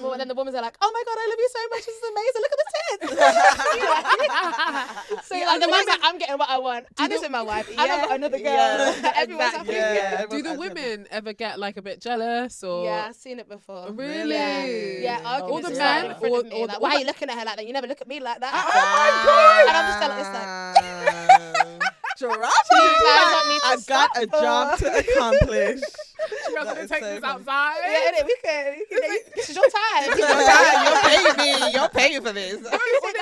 Speaker 3: but then the women's are like, oh my god, I love you so much. This is amazing. Look at the tits. so like, the man's like, I'm getting what I want, and it's with my wife, and I've got another girl.
Speaker 4: Yeah,
Speaker 3: Everyone's
Speaker 4: exactly.
Speaker 3: happy.
Speaker 4: Yeah,
Speaker 2: Do
Speaker 4: everyone's
Speaker 2: the
Speaker 4: happy.
Speaker 2: women ever get like a bit jealous or?
Speaker 3: Yeah, I've seen it before.
Speaker 2: Really?
Speaker 3: Yeah, yeah
Speaker 2: All
Speaker 3: arguments
Speaker 2: the
Speaker 3: will start in
Speaker 2: men,
Speaker 3: front
Speaker 2: or,
Speaker 3: of me,
Speaker 2: or
Speaker 3: like,
Speaker 2: the,
Speaker 3: Oh why are you looking at her like that? You never look at me like
Speaker 4: Oh
Speaker 3: that. And I'm just like, it's like,
Speaker 4: I got a job to accomplish.
Speaker 2: you
Speaker 4: That
Speaker 2: gonna
Speaker 4: is
Speaker 2: take
Speaker 4: so
Speaker 2: this
Speaker 4: funny.
Speaker 2: outside?
Speaker 3: yeah, innit, we can, we can, it's your time.
Speaker 7: you're paying me. You're paying for this.
Speaker 3: Sit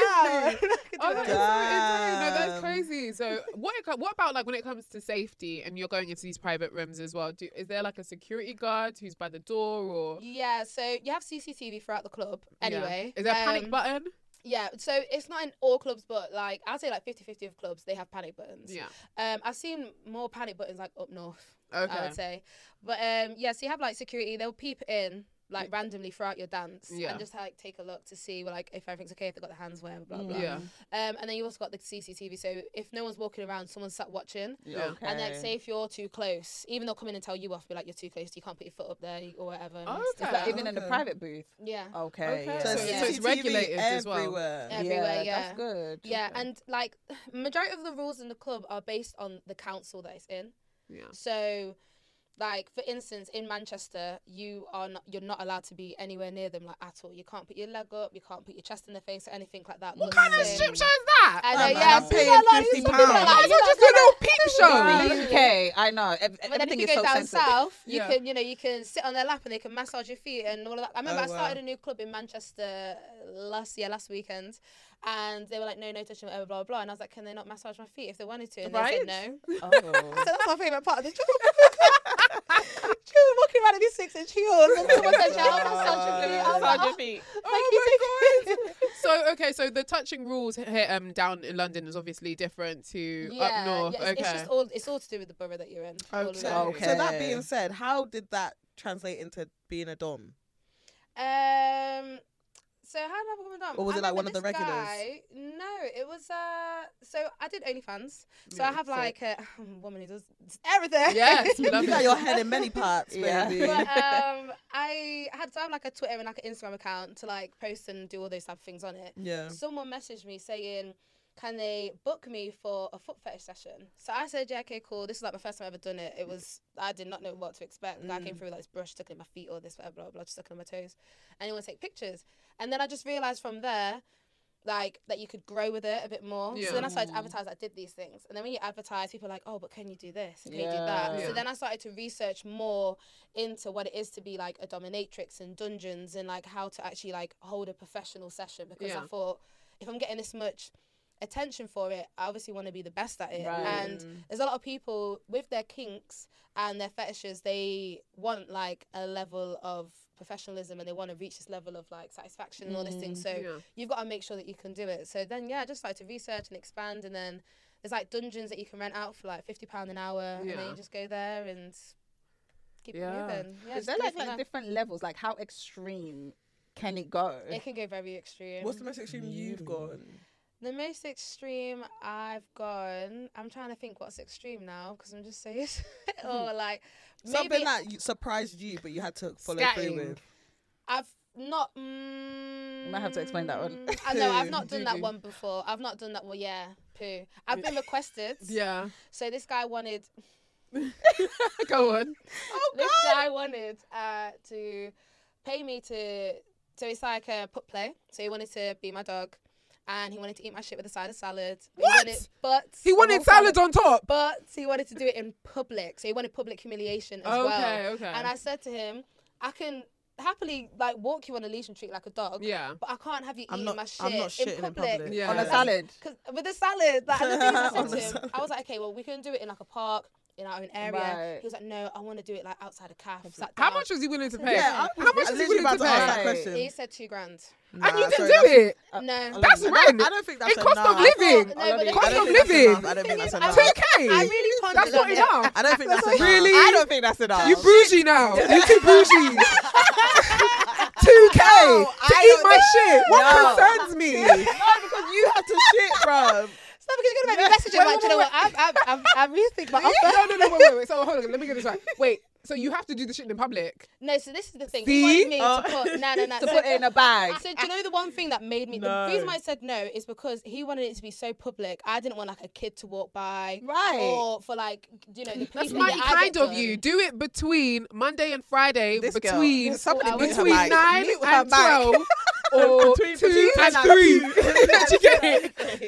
Speaker 3: down.
Speaker 2: Oh, that is so insane. No, that's
Speaker 4: Damn.
Speaker 2: crazy. So, what it co- what about like when it comes to safety and you're going into these private rooms as well? Do, is there like a security guard who's by the door or
Speaker 3: Yeah, so you have CCTV throughout the club
Speaker 2: Yeah.
Speaker 3: anyway.
Speaker 2: Is there a panic
Speaker 3: Um,
Speaker 2: button?
Speaker 3: Yeah, so it's not in all clubs, but like I'd say like 50 50 of clubs, they have panic buttons.
Speaker 2: Yeah.
Speaker 3: Um, I've seen more panic buttons like up north, I
Speaker 2: Okay.
Speaker 3: would say. But um, yeah, so you have like security, they'll peep in like randomly throughout your dance
Speaker 2: Yeah.
Speaker 3: and just like take a look to see like if everything's okay, if they've got their hands where, blah, blah, blah.
Speaker 2: Mm, Yeah.
Speaker 3: Um, and then you also got the CCTV. So if no one's walking around, someone's sat watching.
Speaker 2: Yeah.
Speaker 3: And like, say if you're too close, even they'll come in and tell you off, be like, you're too close, you can't put your foot up there or whatever. and
Speaker 2: Oh, Okay.
Speaker 3: stuff like
Speaker 7: Is that even in the
Speaker 4: Okay.
Speaker 7: private booth?
Speaker 3: that. Yeah.
Speaker 7: Oh, Okay.
Speaker 2: Okay.
Speaker 7: yeah.
Speaker 2: So
Speaker 3: it's- so it's
Speaker 4: CCTV
Speaker 2: regulated as well.
Speaker 4: everywhere.
Speaker 3: Yeah. everywhere, yeah.
Speaker 7: That's good.
Speaker 3: Yeah, and like majority of the rules in the club are based on the council that it's in.
Speaker 2: Yeah.
Speaker 3: So, like for instance, in Manchester, you are not you're not allowed to be anywhere near them like at all. You can't put your leg up, you can't put your chest in their face or anything like that. What
Speaker 2: kind of strip show is that?
Speaker 3: I
Speaker 4: Oh,
Speaker 3: know,
Speaker 4: man,
Speaker 3: yeah,
Speaker 4: I'm
Speaker 3: people
Speaker 4: paying
Speaker 3: are like,
Speaker 4: 50
Speaker 3: people are like,
Speaker 4: pounds.
Speaker 3: "You're not
Speaker 2: just a
Speaker 3: gonna-
Speaker 2: little peep show.
Speaker 7: In the UK, I know. ev-
Speaker 3: But then if
Speaker 7: Everything
Speaker 3: you
Speaker 7: is
Speaker 3: go
Speaker 7: so
Speaker 3: down
Speaker 7: sensitive.
Speaker 3: south, you
Speaker 2: Yeah.
Speaker 3: can you know you can sit on their lap and they can massage your feet and all of that. I remember
Speaker 4: Oh,
Speaker 3: I started
Speaker 4: wow.
Speaker 3: a new club in Manchester last year, last weekend, and they were like, no, no touching, whatever, blah blah, blah. And I was like, can they not massage my feet if they wanted to? And
Speaker 2: Right.
Speaker 3: they said no.
Speaker 7: Oh.
Speaker 3: So that's my favourite part of the job. she was walking around in these six inch heels and someone said, Yeah, I'll massage your feet. I was like, oh,
Speaker 2: Oh my god! so okay, so the touching rules here um down in London is obviously different to
Speaker 3: yeah,
Speaker 2: up north.
Speaker 3: yeah, it's,
Speaker 2: okay.
Speaker 3: it's just all it's all to do with the borough that you're in. all of
Speaker 4: So,
Speaker 3: it.
Speaker 7: Okay.
Speaker 4: so that being said, how did that translate into being a dom?
Speaker 3: Um, so how did I become a dom?
Speaker 4: Or was
Speaker 3: I
Speaker 4: it, like,
Speaker 3: remember
Speaker 4: one of the
Speaker 3: this
Speaker 4: regulars?
Speaker 3: guy- No, it was. Uh, so I did OnlyFans. So I have like a woman who does everything.
Speaker 2: Yes, we love
Speaker 4: You
Speaker 2: it.
Speaker 4: got your head in many parts,
Speaker 7: Yeah.
Speaker 4: baby.
Speaker 3: but um, I had to have like a Twitter and like an Instagram account to like post and do all those type of things on it.
Speaker 4: yeah.
Speaker 3: Someone messaged me saying, "Can they book me for a foot fetish session?" So I said, "Yeah, okay, cool." This is like my first time I've ever done it. It was I did not know what to expect. I came through with like this brush stuck in my feet or this whatever, blah blah, blah just stuck in my toes. And they want to take pictures, and then I just realized from there. Like that, you could grow with it a bit more. So then I started to advertise. I did these things, and then when you advertise, people are like, "Oh, but can you do this? And Can you do that?"
Speaker 7: Yeah.
Speaker 3: So then I started to research more into what it is to be like a dominatrix and dungeons and like how to actually like hold a professional session because I
Speaker 2: Yeah.
Speaker 3: thought if I'm getting this much attention for it, I obviously want to be the best at it.
Speaker 7: Right.
Speaker 3: And there's a lot of people with their kinks and their fetishes, they want like a level of professionalism and they want to reach this level of like satisfaction and all this thing. So
Speaker 2: Yeah.
Speaker 3: you've got to make sure that you can do it. So then yeah, I just started to research and expand and then there's like dungeons that you can rent out for like fifty pound an hour and then
Speaker 2: Yeah.
Speaker 3: you just go there and keep
Speaker 2: Yeah.
Speaker 3: it moving. Yeah, just
Speaker 7: Is there
Speaker 3: do it
Speaker 7: like
Speaker 3: from
Speaker 7: like
Speaker 3: there.
Speaker 7: different levels? Like how extreme can it go?
Speaker 3: It can go very extreme.
Speaker 4: What's the most extreme you've gone?
Speaker 3: The most extreme I've gone, I'm trying to think what's extreme now because I'm just saying, or like maybe
Speaker 4: Something that you- surprised you, but you had to follow through
Speaker 2: Scatting.
Speaker 4: with.
Speaker 3: I've not. Mm,
Speaker 7: might have to explain that one.
Speaker 3: I know I've not
Speaker 2: Poo.
Speaker 3: done that
Speaker 2: Doo-doo.
Speaker 3: one before. I've not done that one. Yeah, poo. I've been requested.
Speaker 2: Yeah.
Speaker 3: So this guy wanted.
Speaker 2: Go on.
Speaker 3: This guy wanted uh, to pay me to. So it's like a put play. So he wanted to be my dog, and he wanted to eat my shit with a side of salad. What? He wanted, but
Speaker 2: He
Speaker 3: a
Speaker 2: wanted
Speaker 3: whole salad.
Speaker 2: salad on top.
Speaker 3: but he wanted to do it in public. So he wanted public humiliation as well.
Speaker 2: Okay, okay.
Speaker 3: And I said to him, I can happily like walk you on a leash and treat you like a dog.
Speaker 2: Yeah.
Speaker 3: But I can't have you
Speaker 4: I'm
Speaker 3: eating
Speaker 4: not-
Speaker 3: my
Speaker 4: I'm
Speaker 3: shit
Speaker 4: not shitting
Speaker 3: in
Speaker 4: in
Speaker 3: public.
Speaker 4: public.
Speaker 2: Yeah.
Speaker 7: On a
Speaker 2: Like-
Speaker 7: salad.
Speaker 3: 'Cause- with the salad, like, and the thing is, I
Speaker 4: On
Speaker 3: said
Speaker 4: the
Speaker 3: to him,
Speaker 4: salad.
Speaker 3: I was like, okay, well, we can do it in like a park, in our own area.
Speaker 7: Right.
Speaker 3: He was like, no, I want to do it like outside of calf. Sat
Speaker 2: How
Speaker 3: down.
Speaker 2: much was he willing to pay?
Speaker 4: Yeah, I was-
Speaker 2: How much
Speaker 4: I
Speaker 2: was he
Speaker 4: literally
Speaker 2: willing
Speaker 4: about
Speaker 2: to
Speaker 4: to ask that
Speaker 2: pay?
Speaker 4: question.
Speaker 3: He said two grand.
Speaker 2: And you
Speaker 4: Nah,
Speaker 2: didn't
Speaker 4: sorry,
Speaker 2: do
Speaker 4: that's-
Speaker 2: it.
Speaker 3: no.
Speaker 2: That's
Speaker 4: I don't-
Speaker 2: rent.
Speaker 4: I don't think that's
Speaker 2: It cost
Speaker 4: enough.
Speaker 2: of living.
Speaker 3: No, but
Speaker 4: Uh, I don't
Speaker 2: Cost
Speaker 4: think
Speaker 2: of
Speaker 4: that's enough.
Speaker 2: living.
Speaker 4: I don't think that's enough.
Speaker 2: Two
Speaker 3: I
Speaker 2: K.
Speaker 3: really pondered
Speaker 2: That's not
Speaker 3: on it.
Speaker 2: enough.
Speaker 4: I don't think that's enough.
Speaker 2: Really?
Speaker 7: I don't think that's enough.
Speaker 2: You bougie now. You too bougie. Two K
Speaker 7: No,
Speaker 2: to
Speaker 7: I
Speaker 2: eat
Speaker 7: don't
Speaker 2: my shit.
Speaker 7: No.
Speaker 2: What concerns me?
Speaker 7: because you had to shit, bruv.
Speaker 3: It's not because you're going to make me messaging, like, do you know what? I've, I've, I've, I've rethink my
Speaker 2: no,
Speaker 3: offer.
Speaker 2: no, no, wait, wait, wait. So hold on, let me get this right. Wait, so you have to do the shit in public.
Speaker 3: No, so this is the thing.
Speaker 2: See? Oh.
Speaker 3: He wanted me to put no, no, no.
Speaker 7: To
Speaker 3: So-
Speaker 7: put it in a bag.
Speaker 3: So do you know the one thing that made me?
Speaker 4: No.
Speaker 3: The reason why I said no is because he wanted it to be so public. I didn't want like a kid to walk by,
Speaker 7: Right.
Speaker 3: Or for like you know the
Speaker 2: That's
Speaker 3: policing
Speaker 2: my
Speaker 3: that I
Speaker 2: kind
Speaker 3: get
Speaker 2: of
Speaker 3: done.
Speaker 2: you. Do it between Monday and Friday,
Speaker 7: This girl.
Speaker 2: between
Speaker 7: Somebody
Speaker 3: mute her
Speaker 2: between
Speaker 7: mic.
Speaker 2: nine
Speaker 7: Mute her
Speaker 2: and
Speaker 7: mic.
Speaker 2: twelve, or
Speaker 4: Between-
Speaker 2: two
Speaker 4: between
Speaker 2: and
Speaker 4: ten
Speaker 2: three.
Speaker 4: and-
Speaker 2: Do you get it?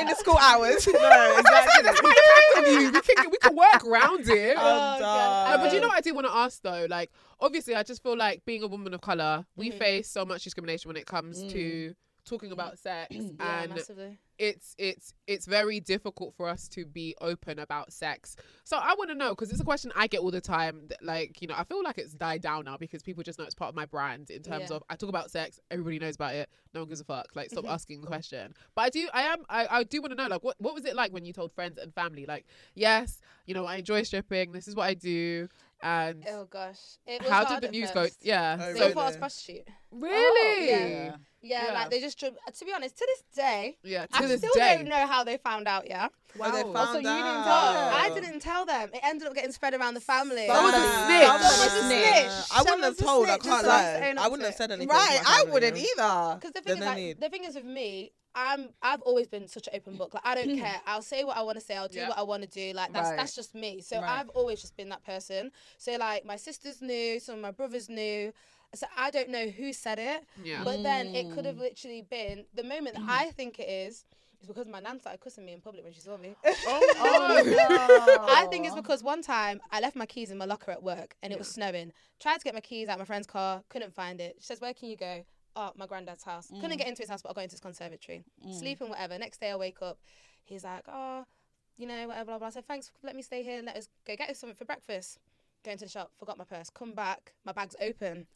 Speaker 7: in the school hours.
Speaker 4: No,
Speaker 2: That's
Speaker 4: exactly.
Speaker 2: my kind of you. We can we can work round it.
Speaker 4: Oh,
Speaker 3: God.
Speaker 4: darn.
Speaker 2: No, Uh, but you know what I do want to ask though? Like, obviously, I just feel like being a woman of color, we
Speaker 3: Mm-hmm.
Speaker 2: face so much discrimination when it comes to talking about sex,
Speaker 3: Mm. Yeah,
Speaker 2: and
Speaker 3: massively.
Speaker 2: it's it's it's very difficult for us to be open about sex. So I want to know because it's a question I get all the time. That, like, you know, I feel like it's died down now because people just know it's part of my brand in terms
Speaker 3: Yeah.
Speaker 2: of I talk about sex, everybody knows about it, no one gives a fuck. Like, stop asking the question. But I do, I am, I, I do want to know, like, what what was it like when you told friends and family, like, yes, you know, I enjoy stripping, this is what I do, and
Speaker 3: Oh gosh. It was
Speaker 2: how did
Speaker 3: hard
Speaker 2: the
Speaker 3: at
Speaker 2: news
Speaker 3: first.
Speaker 2: go? Yeah.
Speaker 4: Oh,
Speaker 3: They
Speaker 2: so,
Speaker 4: really?
Speaker 3: thought I was a prostitute.
Speaker 2: really?
Speaker 3: Yeah.
Speaker 2: yeah.
Speaker 3: Yeah,
Speaker 2: Yeah.
Speaker 3: like they just. Drew, to be honest, to this day,
Speaker 2: to
Speaker 3: I
Speaker 2: this
Speaker 3: still
Speaker 2: day.
Speaker 3: don't know how they found out. Yeah.
Speaker 4: Well, they
Speaker 2: Wow.
Speaker 4: found
Speaker 3: so you didn't tell.
Speaker 4: out.
Speaker 3: them. I didn't tell them. It ended up getting spread around the family.
Speaker 7: Someone-
Speaker 2: Oh. was a
Speaker 4: Nah.
Speaker 2: snitch.
Speaker 3: Someone's a snitch.
Speaker 4: I wouldn't
Speaker 3: Someone's
Speaker 4: have
Speaker 3: a
Speaker 4: told. I can't
Speaker 3: snitch, that's what I'm
Speaker 4: lie.
Speaker 3: saying,
Speaker 4: I wouldn't have
Speaker 3: that's
Speaker 4: said anything.
Speaker 7: Right,
Speaker 4: to my
Speaker 7: I
Speaker 4: family.
Speaker 7: wouldn't either.
Speaker 3: Because the
Speaker 4: There's
Speaker 3: thing is,
Speaker 4: no
Speaker 3: like,
Speaker 4: need.
Speaker 3: the thing is with me, I'm I've always been such an open book. Like I
Speaker 4: Mm.
Speaker 3: don't care. I'll say what I want to say. I'll do
Speaker 2: Yeah.
Speaker 3: what I want to do. Like that's
Speaker 7: Right.
Speaker 3: that's just me. So
Speaker 7: Right.
Speaker 3: I've always just been that person. So like my sisters knew, some of my brothers knew. So I don't know who said it,
Speaker 2: Yeah.
Speaker 3: but then it could
Speaker 4: Mm.
Speaker 3: have literally been the moment that I think it is. Is because my nan started cussing me in public when she saw me.
Speaker 2: Oh,
Speaker 3: I think it's because one time I left my keys in my locker at work and it was snowing. Tried to get my keys out of my friend's car, couldn't find it. She says, Where can you go? Oh, my granddad's house.
Speaker 4: Mm.
Speaker 3: Couldn't get into his house, but I got into his conservatory. Sleeping, whatever. Next day I wake up. He's like, Oh, you know, whatever, blah, blah. I said, Thanks, let me stay here. Let us go get us something for breakfast. Go into the shop, forgot my purse, come back, my bag's open.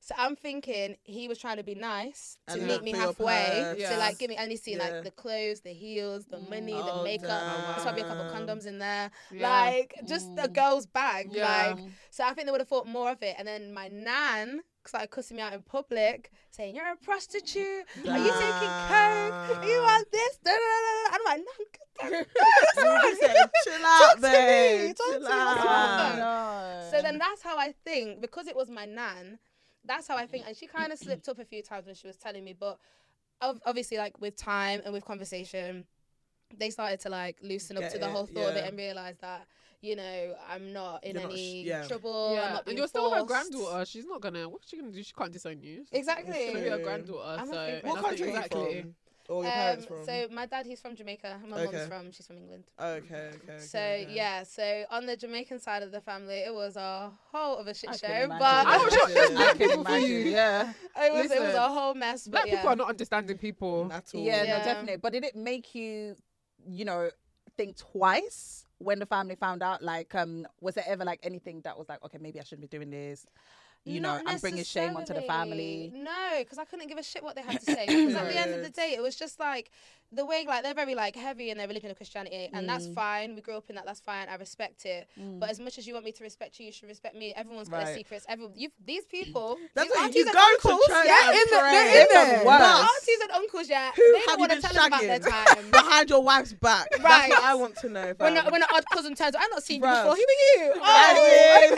Speaker 3: So I'm thinking he was trying to be nice to
Speaker 4: And
Speaker 3: meet
Speaker 4: look
Speaker 3: me
Speaker 4: for your
Speaker 3: halfway.
Speaker 4: purse.
Speaker 3: So
Speaker 2: Yeah.
Speaker 3: like give me and he's seen
Speaker 4: Yeah.
Speaker 3: like the clothes, the heels, the money,
Speaker 4: Oh,
Speaker 3: the makeup. There's probably a couple of
Speaker 4: damn. Mm.
Speaker 3: condoms in there.
Speaker 2: Yeah.
Speaker 3: Like just a girl's bag.
Speaker 2: Yeah.
Speaker 3: Like so I think they would have thought more of it. And then my nan started cussing me out in public, saying, You're a prostitute. Are you taking coke? Are you on this? Da, da, da, da. And I'm like, Nan, get the that's all
Speaker 4: I
Speaker 3: right.
Speaker 4: said, Chill out,
Speaker 3: to
Speaker 4: babe.
Speaker 3: me, talk to
Speaker 4: Chill
Speaker 3: me, what's
Speaker 4: out.
Speaker 3: wrong? So then that's how I think because it was my nan. That's how I think, and she kind of slipped up a few times when she was telling me, but ob- obviously, like with time and with conversation, they started to like loosen up
Speaker 4: Get
Speaker 3: to the
Speaker 4: it,
Speaker 3: whole thought of it
Speaker 4: yeah.
Speaker 3: and realize that you know I'm not in
Speaker 4: You're not sh-
Speaker 3: any
Speaker 4: yeah.
Speaker 3: trouble. I'm not
Speaker 2: and
Speaker 3: being
Speaker 2: you're still her
Speaker 3: forced.
Speaker 2: granddaughter. She's not gonna. What's she gonna do? She can't disown you. She's
Speaker 3: Exactly.
Speaker 2: gonna be her granddaughter.
Speaker 3: I'm
Speaker 2: so
Speaker 3: a favourite.
Speaker 4: What
Speaker 2: that's
Speaker 4: country are you
Speaker 2: exactly.
Speaker 4: from? Or your
Speaker 3: Um,
Speaker 4: parents from?
Speaker 3: so my dad, he's from Jamaica. and My
Speaker 4: Okay.
Speaker 3: mom's from. She's from England.
Speaker 4: Okay, okay. okay,
Speaker 3: So
Speaker 4: okay.
Speaker 3: yeah, so on the Jamaican side of the family, it was a whole of a shit
Speaker 7: I
Speaker 3: show.
Speaker 7: can imagine.
Speaker 3: But
Speaker 2: I was shocked. There's
Speaker 7: I
Speaker 2: black
Speaker 7: can
Speaker 2: people for
Speaker 7: imagine,
Speaker 2: you.
Speaker 7: Yeah.
Speaker 3: it was it was
Speaker 2: Listen,
Speaker 3: a whole mess. But
Speaker 2: Black
Speaker 3: yeah.
Speaker 2: people are not understanding people.
Speaker 4: At all.
Speaker 7: yeah,
Speaker 3: Yeah.
Speaker 7: no, definitely. But did it make you, you know, think twice when the family found out? Like, um, was there ever like anything that was like, okay, maybe I shouldn't be doing this? you
Speaker 3: Not
Speaker 7: know, and bringing shame onto the
Speaker 3: necessarily.
Speaker 7: family.
Speaker 3: No, because I couldn't give a shit what they had to say. Because at the end of the day, it was just like the way like they're very like heavy in their religion of Christianity, and
Speaker 4: Mm.
Speaker 3: that's fine. We grew up in that. That's fine. I respect it. But as much as you want me to respect you, you should respect me. Everyone's got their
Speaker 4: Right.
Speaker 3: secrets. Every you these people.
Speaker 4: That's
Speaker 3: these
Speaker 4: why you
Speaker 3: aunties and
Speaker 4: go to
Speaker 3: uncles,
Speaker 4: church
Speaker 3: yeah,
Speaker 4: and
Speaker 3: in the-
Speaker 4: pray.
Speaker 3: they're in
Speaker 4: They're the
Speaker 3: there.
Speaker 4: worst.
Speaker 3: The aunties and uncles, yeah,
Speaker 4: Who
Speaker 3: they
Speaker 4: have
Speaker 3: don't
Speaker 4: you
Speaker 3: want
Speaker 4: been
Speaker 3: to tell us about their
Speaker 4: shagging
Speaker 3: time.
Speaker 4: behind your wife's back? That's
Speaker 3: Right.
Speaker 4: what I want to know.
Speaker 3: when
Speaker 4: fam.
Speaker 3: a, when an odd cousin turns, I've not seen you
Speaker 4: Bruv.
Speaker 3: before. Who are you?
Speaker 4: That
Speaker 3: Oh,
Speaker 4: is-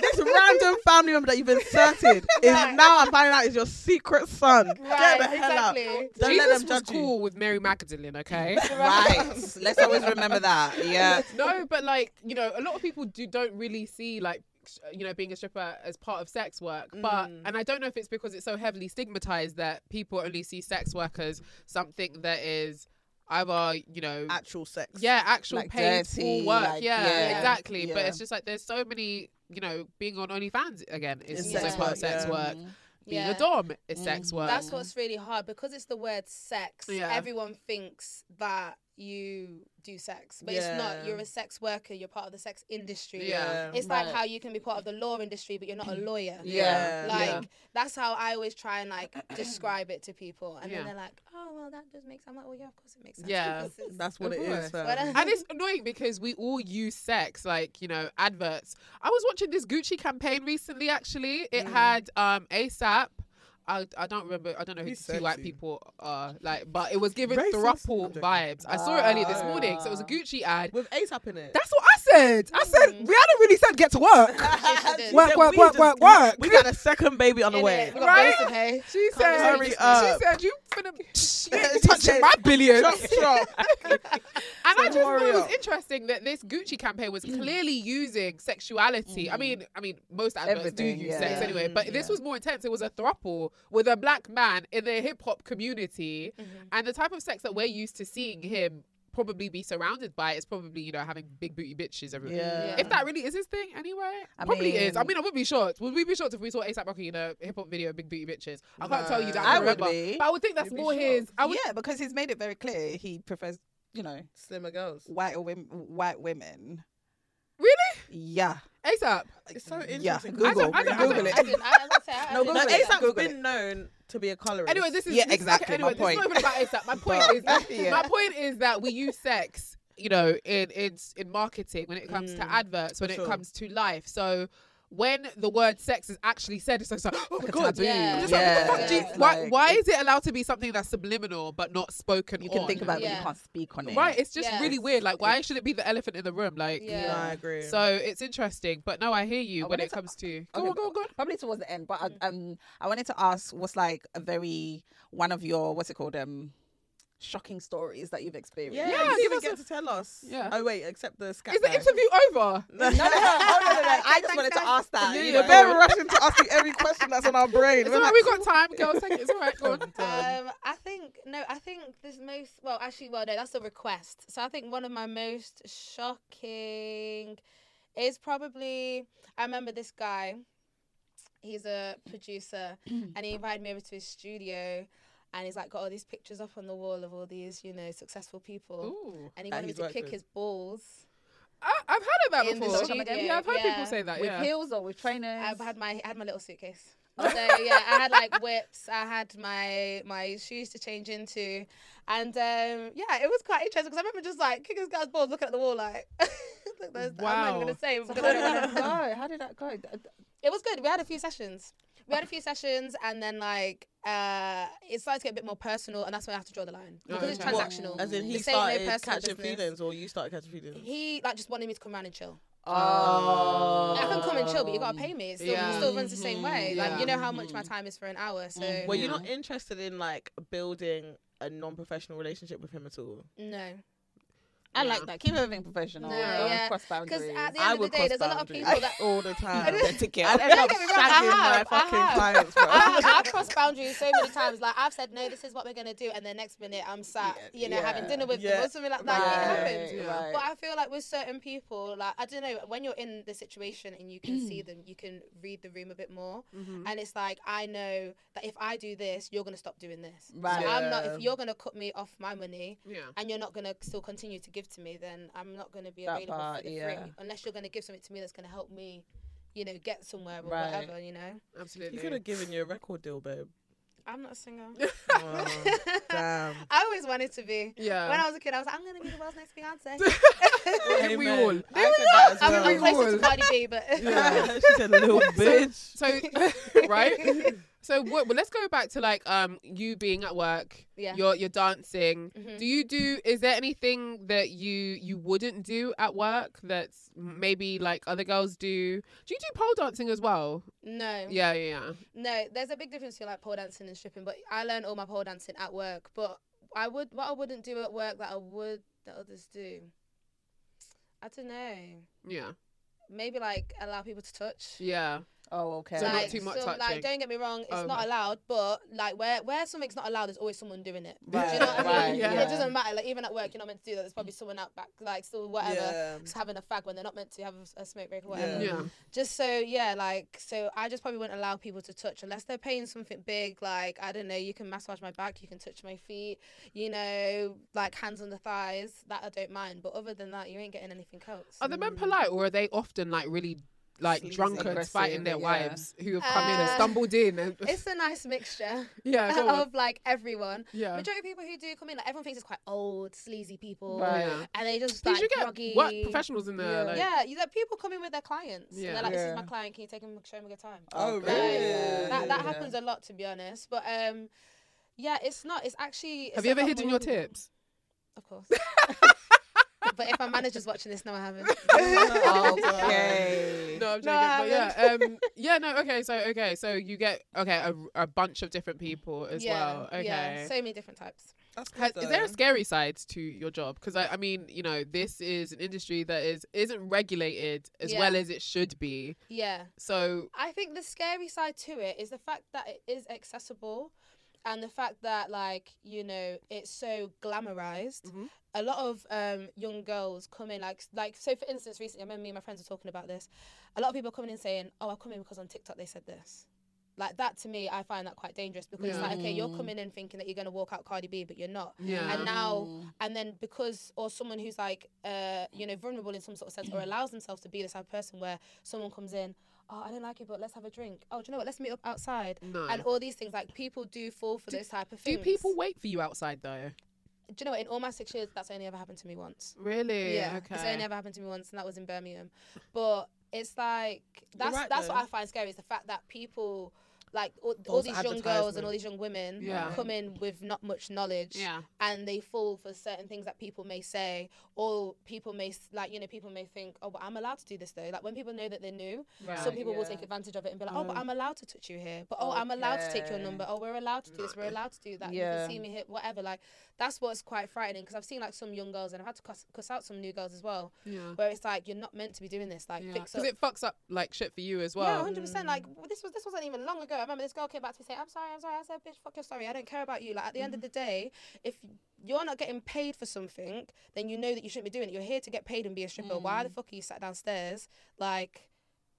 Speaker 4: this, this random family member that you've inserted is
Speaker 3: Right.
Speaker 4: now I'm finding out is your secret son. Get
Speaker 3: Right,
Speaker 4: the hell out.
Speaker 3: exactly.
Speaker 4: Don't let
Speaker 2: Jesus
Speaker 4: them
Speaker 2: was
Speaker 4: judge you.
Speaker 2: cool with Mary Magdalene, okay?
Speaker 7: Right. Let's always remember that. Yeah.
Speaker 2: no, but like you know, a lot of people do don't really see like sh- you know being a stripper as part of sex work. But and I don't know if it's because it's so heavily stigmatized that people only see sex work as something that is either you know
Speaker 4: Actual sex.
Speaker 2: yeah actual
Speaker 7: like
Speaker 2: paid full
Speaker 7: dirty,
Speaker 2: work.
Speaker 7: like,
Speaker 2: yeah,
Speaker 7: yeah,
Speaker 2: exactly. But
Speaker 7: yeah.
Speaker 2: it's just like there's so many you know being on OnlyFans again is
Speaker 4: It's
Speaker 2: also
Speaker 3: sex
Speaker 2: part
Speaker 4: work,
Speaker 2: of sex
Speaker 4: yeah.
Speaker 2: work. Being
Speaker 3: Yeah.
Speaker 2: a dom is sex work.
Speaker 3: That's what's really hard because it's the word sex.
Speaker 2: Um, Yeah.
Speaker 3: Everyone thinks that you do sex, but it's
Speaker 4: Yeah.
Speaker 3: not. You're a sex worker. You're part of the sex industry.
Speaker 2: Yeah.
Speaker 3: It's like how you can be part of the law industry, but you're not a lawyer.
Speaker 7: Yeah.
Speaker 3: Like
Speaker 2: Yeah.
Speaker 3: that's how I always try and like describe it to people, and
Speaker 2: Yeah.
Speaker 3: then they're like, "Oh, well, that does make sense." I'm like, "Well, yeah, of course it makes sense."
Speaker 2: Yeah.
Speaker 3: because it's-
Speaker 4: That's what
Speaker 2: Of
Speaker 4: it
Speaker 2: course.
Speaker 4: is. fam.
Speaker 3: But, uh,
Speaker 2: and it's annoying because we all use sex like you know adverts i was watching this gucci campaign recently actually it had um asap I, I don't remember. I don't know who
Speaker 4: He's
Speaker 2: the two white
Speaker 4: sexy.
Speaker 2: people are like, but it was giving
Speaker 4: Racist?
Speaker 2: thruple
Speaker 4: I'm joking.
Speaker 2: vibes. I saw it earlier this morning, so it was a Gucci ad.
Speaker 4: With ASAP in it.
Speaker 2: That's what I said. I said Rihanna really said get to work.
Speaker 3: did.
Speaker 4: Yeah,
Speaker 2: work, work,
Speaker 4: we
Speaker 2: work,
Speaker 4: just-
Speaker 2: work, work.
Speaker 4: We got a second baby on the
Speaker 3: Innit?
Speaker 4: way.
Speaker 3: We got
Speaker 2: Right?
Speaker 3: both of her.
Speaker 2: She
Speaker 3: Can't
Speaker 2: said,
Speaker 4: hurry
Speaker 2: she
Speaker 4: up.
Speaker 2: said you finna you ain't
Speaker 4: She
Speaker 2: touching
Speaker 4: said,
Speaker 2: my billions.
Speaker 4: Chop, chop.
Speaker 2: And I
Speaker 4: So
Speaker 2: just thought
Speaker 4: hurry
Speaker 2: it was
Speaker 4: up.
Speaker 2: interesting that this Gucci campaign was
Speaker 7: Mm.
Speaker 2: clearly using sexuality. I mean, I mean, most adverts
Speaker 7: Mm-hmm. Everything,
Speaker 2: do use
Speaker 7: yeah. Mm-hmm.
Speaker 2: sex
Speaker 7: Yeah.
Speaker 2: anyway, but this was more intense. It was a throuple with a black man in the hip hop community,
Speaker 7: Mm-hmm.
Speaker 2: and the type of sex that we're used to seeing him probably be surrounded by is probably you know having big booty bitches everywhere.
Speaker 4: Yeah.
Speaker 2: If that really is his thing, anyway,
Speaker 7: I
Speaker 2: probably is. I
Speaker 7: mean-
Speaker 2: mean, I would be shocked. Would we be shocked if we saw ASAP Rocky in a hip hop video, big booty bitches? I can't tell you that.
Speaker 7: I
Speaker 2: I,
Speaker 7: would
Speaker 2: remember,
Speaker 7: be.
Speaker 2: but I would think that's
Speaker 4: You'd be
Speaker 2: more his. I would
Speaker 7: yeah, because he's made it very clear he prefers, you know,
Speaker 4: Slimmer girls.
Speaker 7: white or women, white women.
Speaker 2: really
Speaker 7: Yeah.
Speaker 2: ASAP.
Speaker 4: It's so interesting.
Speaker 7: Yeah.
Speaker 2: I
Speaker 7: Google,
Speaker 2: don't- I don't- I don't-
Speaker 7: Google it.
Speaker 3: I didn't. I, I was gonna say, I
Speaker 7: No,
Speaker 3: didn't
Speaker 4: No,
Speaker 7: Google
Speaker 3: know
Speaker 7: it.
Speaker 3: that.
Speaker 4: ASAP's
Speaker 7: Google
Speaker 4: been known to be a colorist.
Speaker 2: Anyway, this is
Speaker 7: Yeah,
Speaker 2: this- okay,
Speaker 7: exactly, my
Speaker 2: anyway, this is not
Speaker 7: point.
Speaker 2: even about ASAP. My point is
Speaker 7: But- yeah.
Speaker 2: my point is that we use sex, you know, in in in marketing when it comes to adverts, when it
Speaker 4: sure.
Speaker 2: comes to life. So when the word sex is actually said, it's just like, oh my god,
Speaker 7: taboo.
Speaker 3: Yeah.
Speaker 2: I'm just
Speaker 7: Yeah.
Speaker 2: like, what the fuck,
Speaker 3: Yeah.
Speaker 2: Jesus? why,
Speaker 7: Like,
Speaker 2: why is it allowed to be something that's subliminal but not spoken?
Speaker 7: You can
Speaker 2: on?
Speaker 7: think about it, but
Speaker 3: Oh, Yeah.
Speaker 7: you can't speak on it.
Speaker 2: right. It's just
Speaker 3: Yeah.
Speaker 2: really weird. Like, why should it be the elephant in the room? Like,
Speaker 3: Yeah.
Speaker 4: No, I agree.
Speaker 2: so it's interesting. But no, I hear you when
Speaker 7: wanted
Speaker 2: it
Speaker 7: to-
Speaker 2: comes to go
Speaker 7: Okay,
Speaker 2: on, go on, go on.
Speaker 7: Probably towards the end, but
Speaker 3: Mm.
Speaker 7: I, um, I wanted to ask what's like a very one of your what's it called um, shocking stories that you've experienced.
Speaker 4: yeah,
Speaker 2: Yeah,
Speaker 4: you
Speaker 2: give
Speaker 4: didn't even
Speaker 2: us
Speaker 4: get
Speaker 2: a-
Speaker 4: to tell us.
Speaker 2: Yeah.
Speaker 4: Oh wait, except the scat.
Speaker 2: Is the
Speaker 4: guy.
Speaker 2: interview over?
Speaker 4: No, no, no,
Speaker 7: No, no, no, oh, no, no, no. I just wanted to ask that.
Speaker 4: Yeah,
Speaker 7: you
Speaker 4: you're
Speaker 7: know.
Speaker 4: very rushing to ask you every question that's on our brain.
Speaker 2: It's
Speaker 4: We're
Speaker 2: all right,
Speaker 4: like,
Speaker 2: we got time, girls. Take it. It's all right. Go on.
Speaker 3: Um, I think no. I think this most well, actually, well, no, that's a request. So I think one of my most shocking is probably I remember this guy. He's a producer,
Speaker 4: Mm.
Speaker 3: and he invited me over to his studio, and he's like got all these pictures up on the wall of all these, you know, successful people,
Speaker 2: Ooh.
Speaker 3: and he
Speaker 4: That
Speaker 3: wanted me
Speaker 4: he's
Speaker 3: to
Speaker 4: worked
Speaker 3: kick
Speaker 4: with.
Speaker 3: his balls
Speaker 2: I, I've heard of that
Speaker 3: in the
Speaker 2: before.
Speaker 3: studio.
Speaker 2: yeah, I've heard people say that.
Speaker 7: with
Speaker 2: yeah.
Speaker 7: heels or with trainers.
Speaker 3: I had my I had my little suitcase. So yeah, I had like whips. I had my my shoes to change into, and um, yeah, it was quite interesting because I remember just like kicking this guy's balls, looking at the wall like. like, there's- I'm not
Speaker 2: Wow.
Speaker 3: even gonna say. because
Speaker 7: How
Speaker 3: I
Speaker 7: did
Speaker 3: don't
Speaker 7: that
Speaker 3: wanna-
Speaker 7: go? How did that go? D- d-
Speaker 3: it was good. We had a few sessions. We had a few sessions, and then like uh, it started to get a bit more personal, and that's when I have to draw the line because it's
Speaker 2: okay. What,
Speaker 3: transactional.
Speaker 4: Oh, As in, he
Speaker 3: This ain't no
Speaker 4: started
Speaker 3: personal
Speaker 4: catching
Speaker 3: business.
Speaker 4: feelings, or you started catching feelings.
Speaker 3: He like just wanted me to come around and chill.
Speaker 7: Oh.
Speaker 3: I can come and chill, but you gotta pay me. It still,
Speaker 2: Yeah.
Speaker 3: it still runs the same way.
Speaker 2: Yeah.
Speaker 3: Like you know how much my time is for an hour, so
Speaker 4: Were Mm-hmm. you
Speaker 7: Yeah.
Speaker 4: not interested in like building a non-professional relationship with him at all?
Speaker 3: no.
Speaker 7: I like that. Keep everything professional.
Speaker 3: No,
Speaker 7: Don't
Speaker 3: yeah.
Speaker 7: cross boundaries.
Speaker 3: at the end of the day, there's a lot of people that.
Speaker 4: all the time.
Speaker 7: Etiquette.
Speaker 4: I end up
Speaker 3: get me wrong, I
Speaker 4: shagging my
Speaker 3: have, I
Speaker 4: fucking
Speaker 3: have.
Speaker 4: clients, bro.
Speaker 3: I have, I've crossed boundaries so many times. Like I've said, no, this is what we're gonna do, and the next minute I'm sat, you know, having dinner with
Speaker 4: Yeah.
Speaker 3: them or something like that. It happens.
Speaker 7: Right,
Speaker 2: Yeah.
Speaker 7: right.
Speaker 3: But I feel like with certain people, like I don't know, when you're in the situation and you can see them, you can read the room a bit more. And it's like I know that if I do this, you're gonna stop doing this.
Speaker 7: Right.
Speaker 3: So I'm not.
Speaker 4: Yeah.
Speaker 3: If you're gonna cut me off my money,
Speaker 2: Yeah.
Speaker 3: and you're not gonna still continue to give to me, then I'm not gonna be
Speaker 7: That
Speaker 3: available
Speaker 7: part,
Speaker 3: for the
Speaker 7: yeah.
Speaker 3: free unless you're gonna give something to me that's gonna help me. you know, get somewhere or
Speaker 7: Right.
Speaker 3: whatever, you know.
Speaker 2: Absolutely.
Speaker 4: He could have given you a record deal, babe.
Speaker 3: I'm not a singer.
Speaker 4: Oh, damn.
Speaker 3: I always wanted to be.
Speaker 2: Yeah.
Speaker 3: When I was a kid, I was like, I'm gonna be the world's next Beyonce.
Speaker 2: we
Speaker 4: Amen.
Speaker 2: all?
Speaker 4: I said that as
Speaker 3: I'm
Speaker 4: well.
Speaker 3: gonna be closer
Speaker 2: Well.
Speaker 3: to Cardi B, but
Speaker 4: Yeah, she said, little bitch.
Speaker 2: so right. So what? Well, let's go back to like um you being at work.
Speaker 3: Yeah.
Speaker 2: You're you're dancing.
Speaker 3: Mhm.
Speaker 2: Do you do? Is there anything that you you wouldn't do at work that's maybe like other girls do? Do you do pole dancing as well?
Speaker 3: Mm-hmm. no.
Speaker 2: Yeah, yeah, yeah.
Speaker 3: No, there's a big difference between like pole dancing and stripping, but I learned all my pole dancing at work. But I would what I wouldn't do at work that I would that others do. I don't know.
Speaker 2: Yeah,
Speaker 3: Maybe like allow people to touch.
Speaker 2: yeah.
Speaker 7: Oh, okay.
Speaker 2: So not
Speaker 3: like,
Speaker 2: too much touching.
Speaker 3: like don't get me wrong, it's
Speaker 2: Oh,
Speaker 3: not
Speaker 2: okay.
Speaker 3: allowed, but like where where something's not allowed, there's always someone doing it. Do you
Speaker 7: Right,
Speaker 3: know what I
Speaker 7: right,
Speaker 3: mean?
Speaker 2: yeah.
Speaker 3: It doesn't matter. Like even at work, you're not meant to do that. There's probably someone out back, like still whatever,
Speaker 4: Yeah.
Speaker 3: just having a fag when they're not meant to have a, a smoke break or whatever.
Speaker 2: Yeah.
Speaker 3: Just so yeah, like so I just probably wouldn't allow people to touch unless they're paying something big. Like I don't know, you can massage my back, you can touch my feet, you know, like hands on the thighs. That I don't mind, but other than that, you ain't getting anything else.
Speaker 2: Are the men polite or are they often like really like
Speaker 7: Sleazy,
Speaker 2: drunkards fighting
Speaker 7: aggressive,
Speaker 2: their
Speaker 7: yeah.
Speaker 2: wives who have come in and
Speaker 3: Uh,
Speaker 2: stumbled in? And,
Speaker 3: it's a nice mixture
Speaker 2: yeah, go on.
Speaker 3: of like everyone.
Speaker 2: yeah.
Speaker 3: Majority of people who do come in, like everyone thinks it's quite old, sleazy people,
Speaker 7: Right.
Speaker 2: yeah.
Speaker 3: and they just
Speaker 2: They
Speaker 3: like
Speaker 2: should get
Speaker 3: groggy.
Speaker 2: work professionals in there. Like,
Speaker 3: yeah, you like people come in with their clients.
Speaker 2: Yeah.
Speaker 3: And they're like, "This
Speaker 7: Yeah.
Speaker 3: is my client. Can you take him and show him a good time?"
Speaker 4: Oh,
Speaker 7: Okay.
Speaker 4: really?
Speaker 7: Yeah,
Speaker 3: that that
Speaker 7: yeah.
Speaker 3: happens a lot, to be honest. But um, yeah, it's not. It's actually. it's
Speaker 2: Have you
Speaker 3: a
Speaker 2: ever
Speaker 3: lot
Speaker 2: hidden
Speaker 3: more-
Speaker 2: your tips?
Speaker 3: Of course. but if my manager's watching this, no, I haven't.
Speaker 7: Oh,
Speaker 2: Oh,
Speaker 4: Oh,
Speaker 7: okay.
Speaker 2: No, I'm joking.
Speaker 3: No, I
Speaker 2: but yeah, um, yeah, no, okay, so okay, so you get okay a, a bunch of different people as well. Okay.
Speaker 3: Yeah, so many different types.
Speaker 4: That's good,
Speaker 2: Has, is there
Speaker 4: though.
Speaker 2: a scary side to your job? Because I, I mean, you know, this is an industry that is isn't regulated as
Speaker 3: Yeah.
Speaker 2: well as it should be.
Speaker 3: Yeah.
Speaker 2: So
Speaker 3: I think the scary side to it is the fact that it is accessible and the fact that like you know it's so glamorized
Speaker 2: Mhm.
Speaker 3: a lot of um, young girls come in like like so for instance recently i remember me and my friends were talking about this a lot of people coming in saying oh i come in because on tiktok they said this like that to me i find that quite dangerous because it's
Speaker 2: Yeah.
Speaker 3: like okay you're coming in thinking that you're going to walk out cardi b but you're not
Speaker 2: yeah,
Speaker 3: and now
Speaker 7: Mm.
Speaker 3: uh, and then because or someone who's like uh you know vulnerable in some sort of sense or allows themselves to be this type of person where someone comes in oh i don't like you but let's have a drink oh do you know what let's meet up outside
Speaker 2: no.
Speaker 3: and all these things like people do fall for those type of
Speaker 2: Do
Speaker 3: things
Speaker 2: people wait for you outside though?
Speaker 3: do you know what in all my six years that's only ever happened to me once
Speaker 2: Really? Okay.
Speaker 3: it's only ever happened to me once and that was in birmingham but it's like that's
Speaker 4: right,
Speaker 3: that's
Speaker 4: though.
Speaker 3: what i find scary is the fact that people like all, all
Speaker 4: False
Speaker 3: these young girls and all
Speaker 4: advertisement.
Speaker 3: these young women
Speaker 2: Yeah.
Speaker 3: come in with not much knowledge
Speaker 2: yeah.
Speaker 3: and they fall for certain things that people may say or people may s- like you know people may think oh but i'm allowed to do this though like when people know that they're new
Speaker 2: Right.
Speaker 3: some people will
Speaker 7: yeah.
Speaker 3: take advantage of it and be like oh but i'm allowed to touch you here but oh i'm allowed to take your
Speaker 7: Okay.
Speaker 3: number oh we're allowed to do this we're allowed to do that you
Speaker 7: Yeah.
Speaker 3: can see me here whatever like that's what's quite frightening because i've seen like some young girls and i've had to cuss, cuss out some new girls as well
Speaker 2: yeah.
Speaker 3: where it's like you're not meant to be doing this like fix
Speaker 2: Because
Speaker 3: up
Speaker 2: it fucks up like shit for you as
Speaker 3: yeah,
Speaker 2: well.
Speaker 3: hundred percent. Like w- this was this wasn't even long ago. I remember this girl came back to me saying, "I'm sorry, I'm sorry." I said, "Bitch, fuck your sorry. I don't care about you." Like at the end of
Speaker 2: Mm-hmm.
Speaker 3: the day, if you're not getting paid for something, then you know that you shouldn't be doing it. You're here to get paid and be a stripper. Why
Speaker 2: Mm.
Speaker 3: the fuck are you sat downstairs like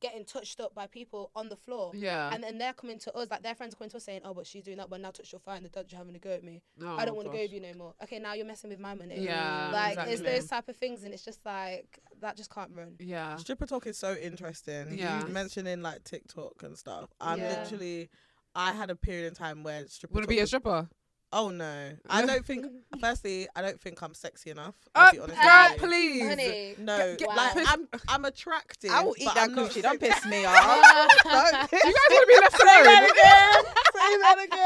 Speaker 3: getting touched up by people on the floor?
Speaker 2: yeah.
Speaker 3: And then they're coming to us, like their friends are coming to us saying, "Oh, but she's doing that, but now touch your thigh and the judge having a go at me.
Speaker 2: No,
Speaker 3: I don't want to go
Speaker 2: Oh, gosh.
Speaker 3: with you no more. Okay, now you're messing with my money.
Speaker 2: Yeah,
Speaker 3: like it's
Speaker 2: exactly.
Speaker 3: those type of things, and it's just like that just can't run.
Speaker 2: Yeah.
Speaker 4: Stripper talk is so interesting.
Speaker 2: Yeah.
Speaker 4: You mentioning like TikTok and stuff. I'm
Speaker 3: Yeah.
Speaker 4: literally, I had a period in time where stripper.
Speaker 2: Want to
Speaker 4: talk
Speaker 2: be a
Speaker 4: was-
Speaker 2: stripper?
Speaker 4: Oh no, I don't think. Firstly, I don't think I'm sexy enough. I'll
Speaker 2: Uh,
Speaker 4: be honest.
Speaker 2: God,
Speaker 4: with you.
Speaker 2: please.
Speaker 3: Honey,
Speaker 4: No,
Speaker 3: get-
Speaker 4: like
Speaker 3: wow.
Speaker 4: I'm, I'm attractive.
Speaker 7: I will eat
Speaker 4: but
Speaker 7: that
Speaker 4: I'm not
Speaker 7: coochie. Don't
Speaker 4: sexy.
Speaker 7: piss me off. Don't piss
Speaker 2: You guys want to be left alone?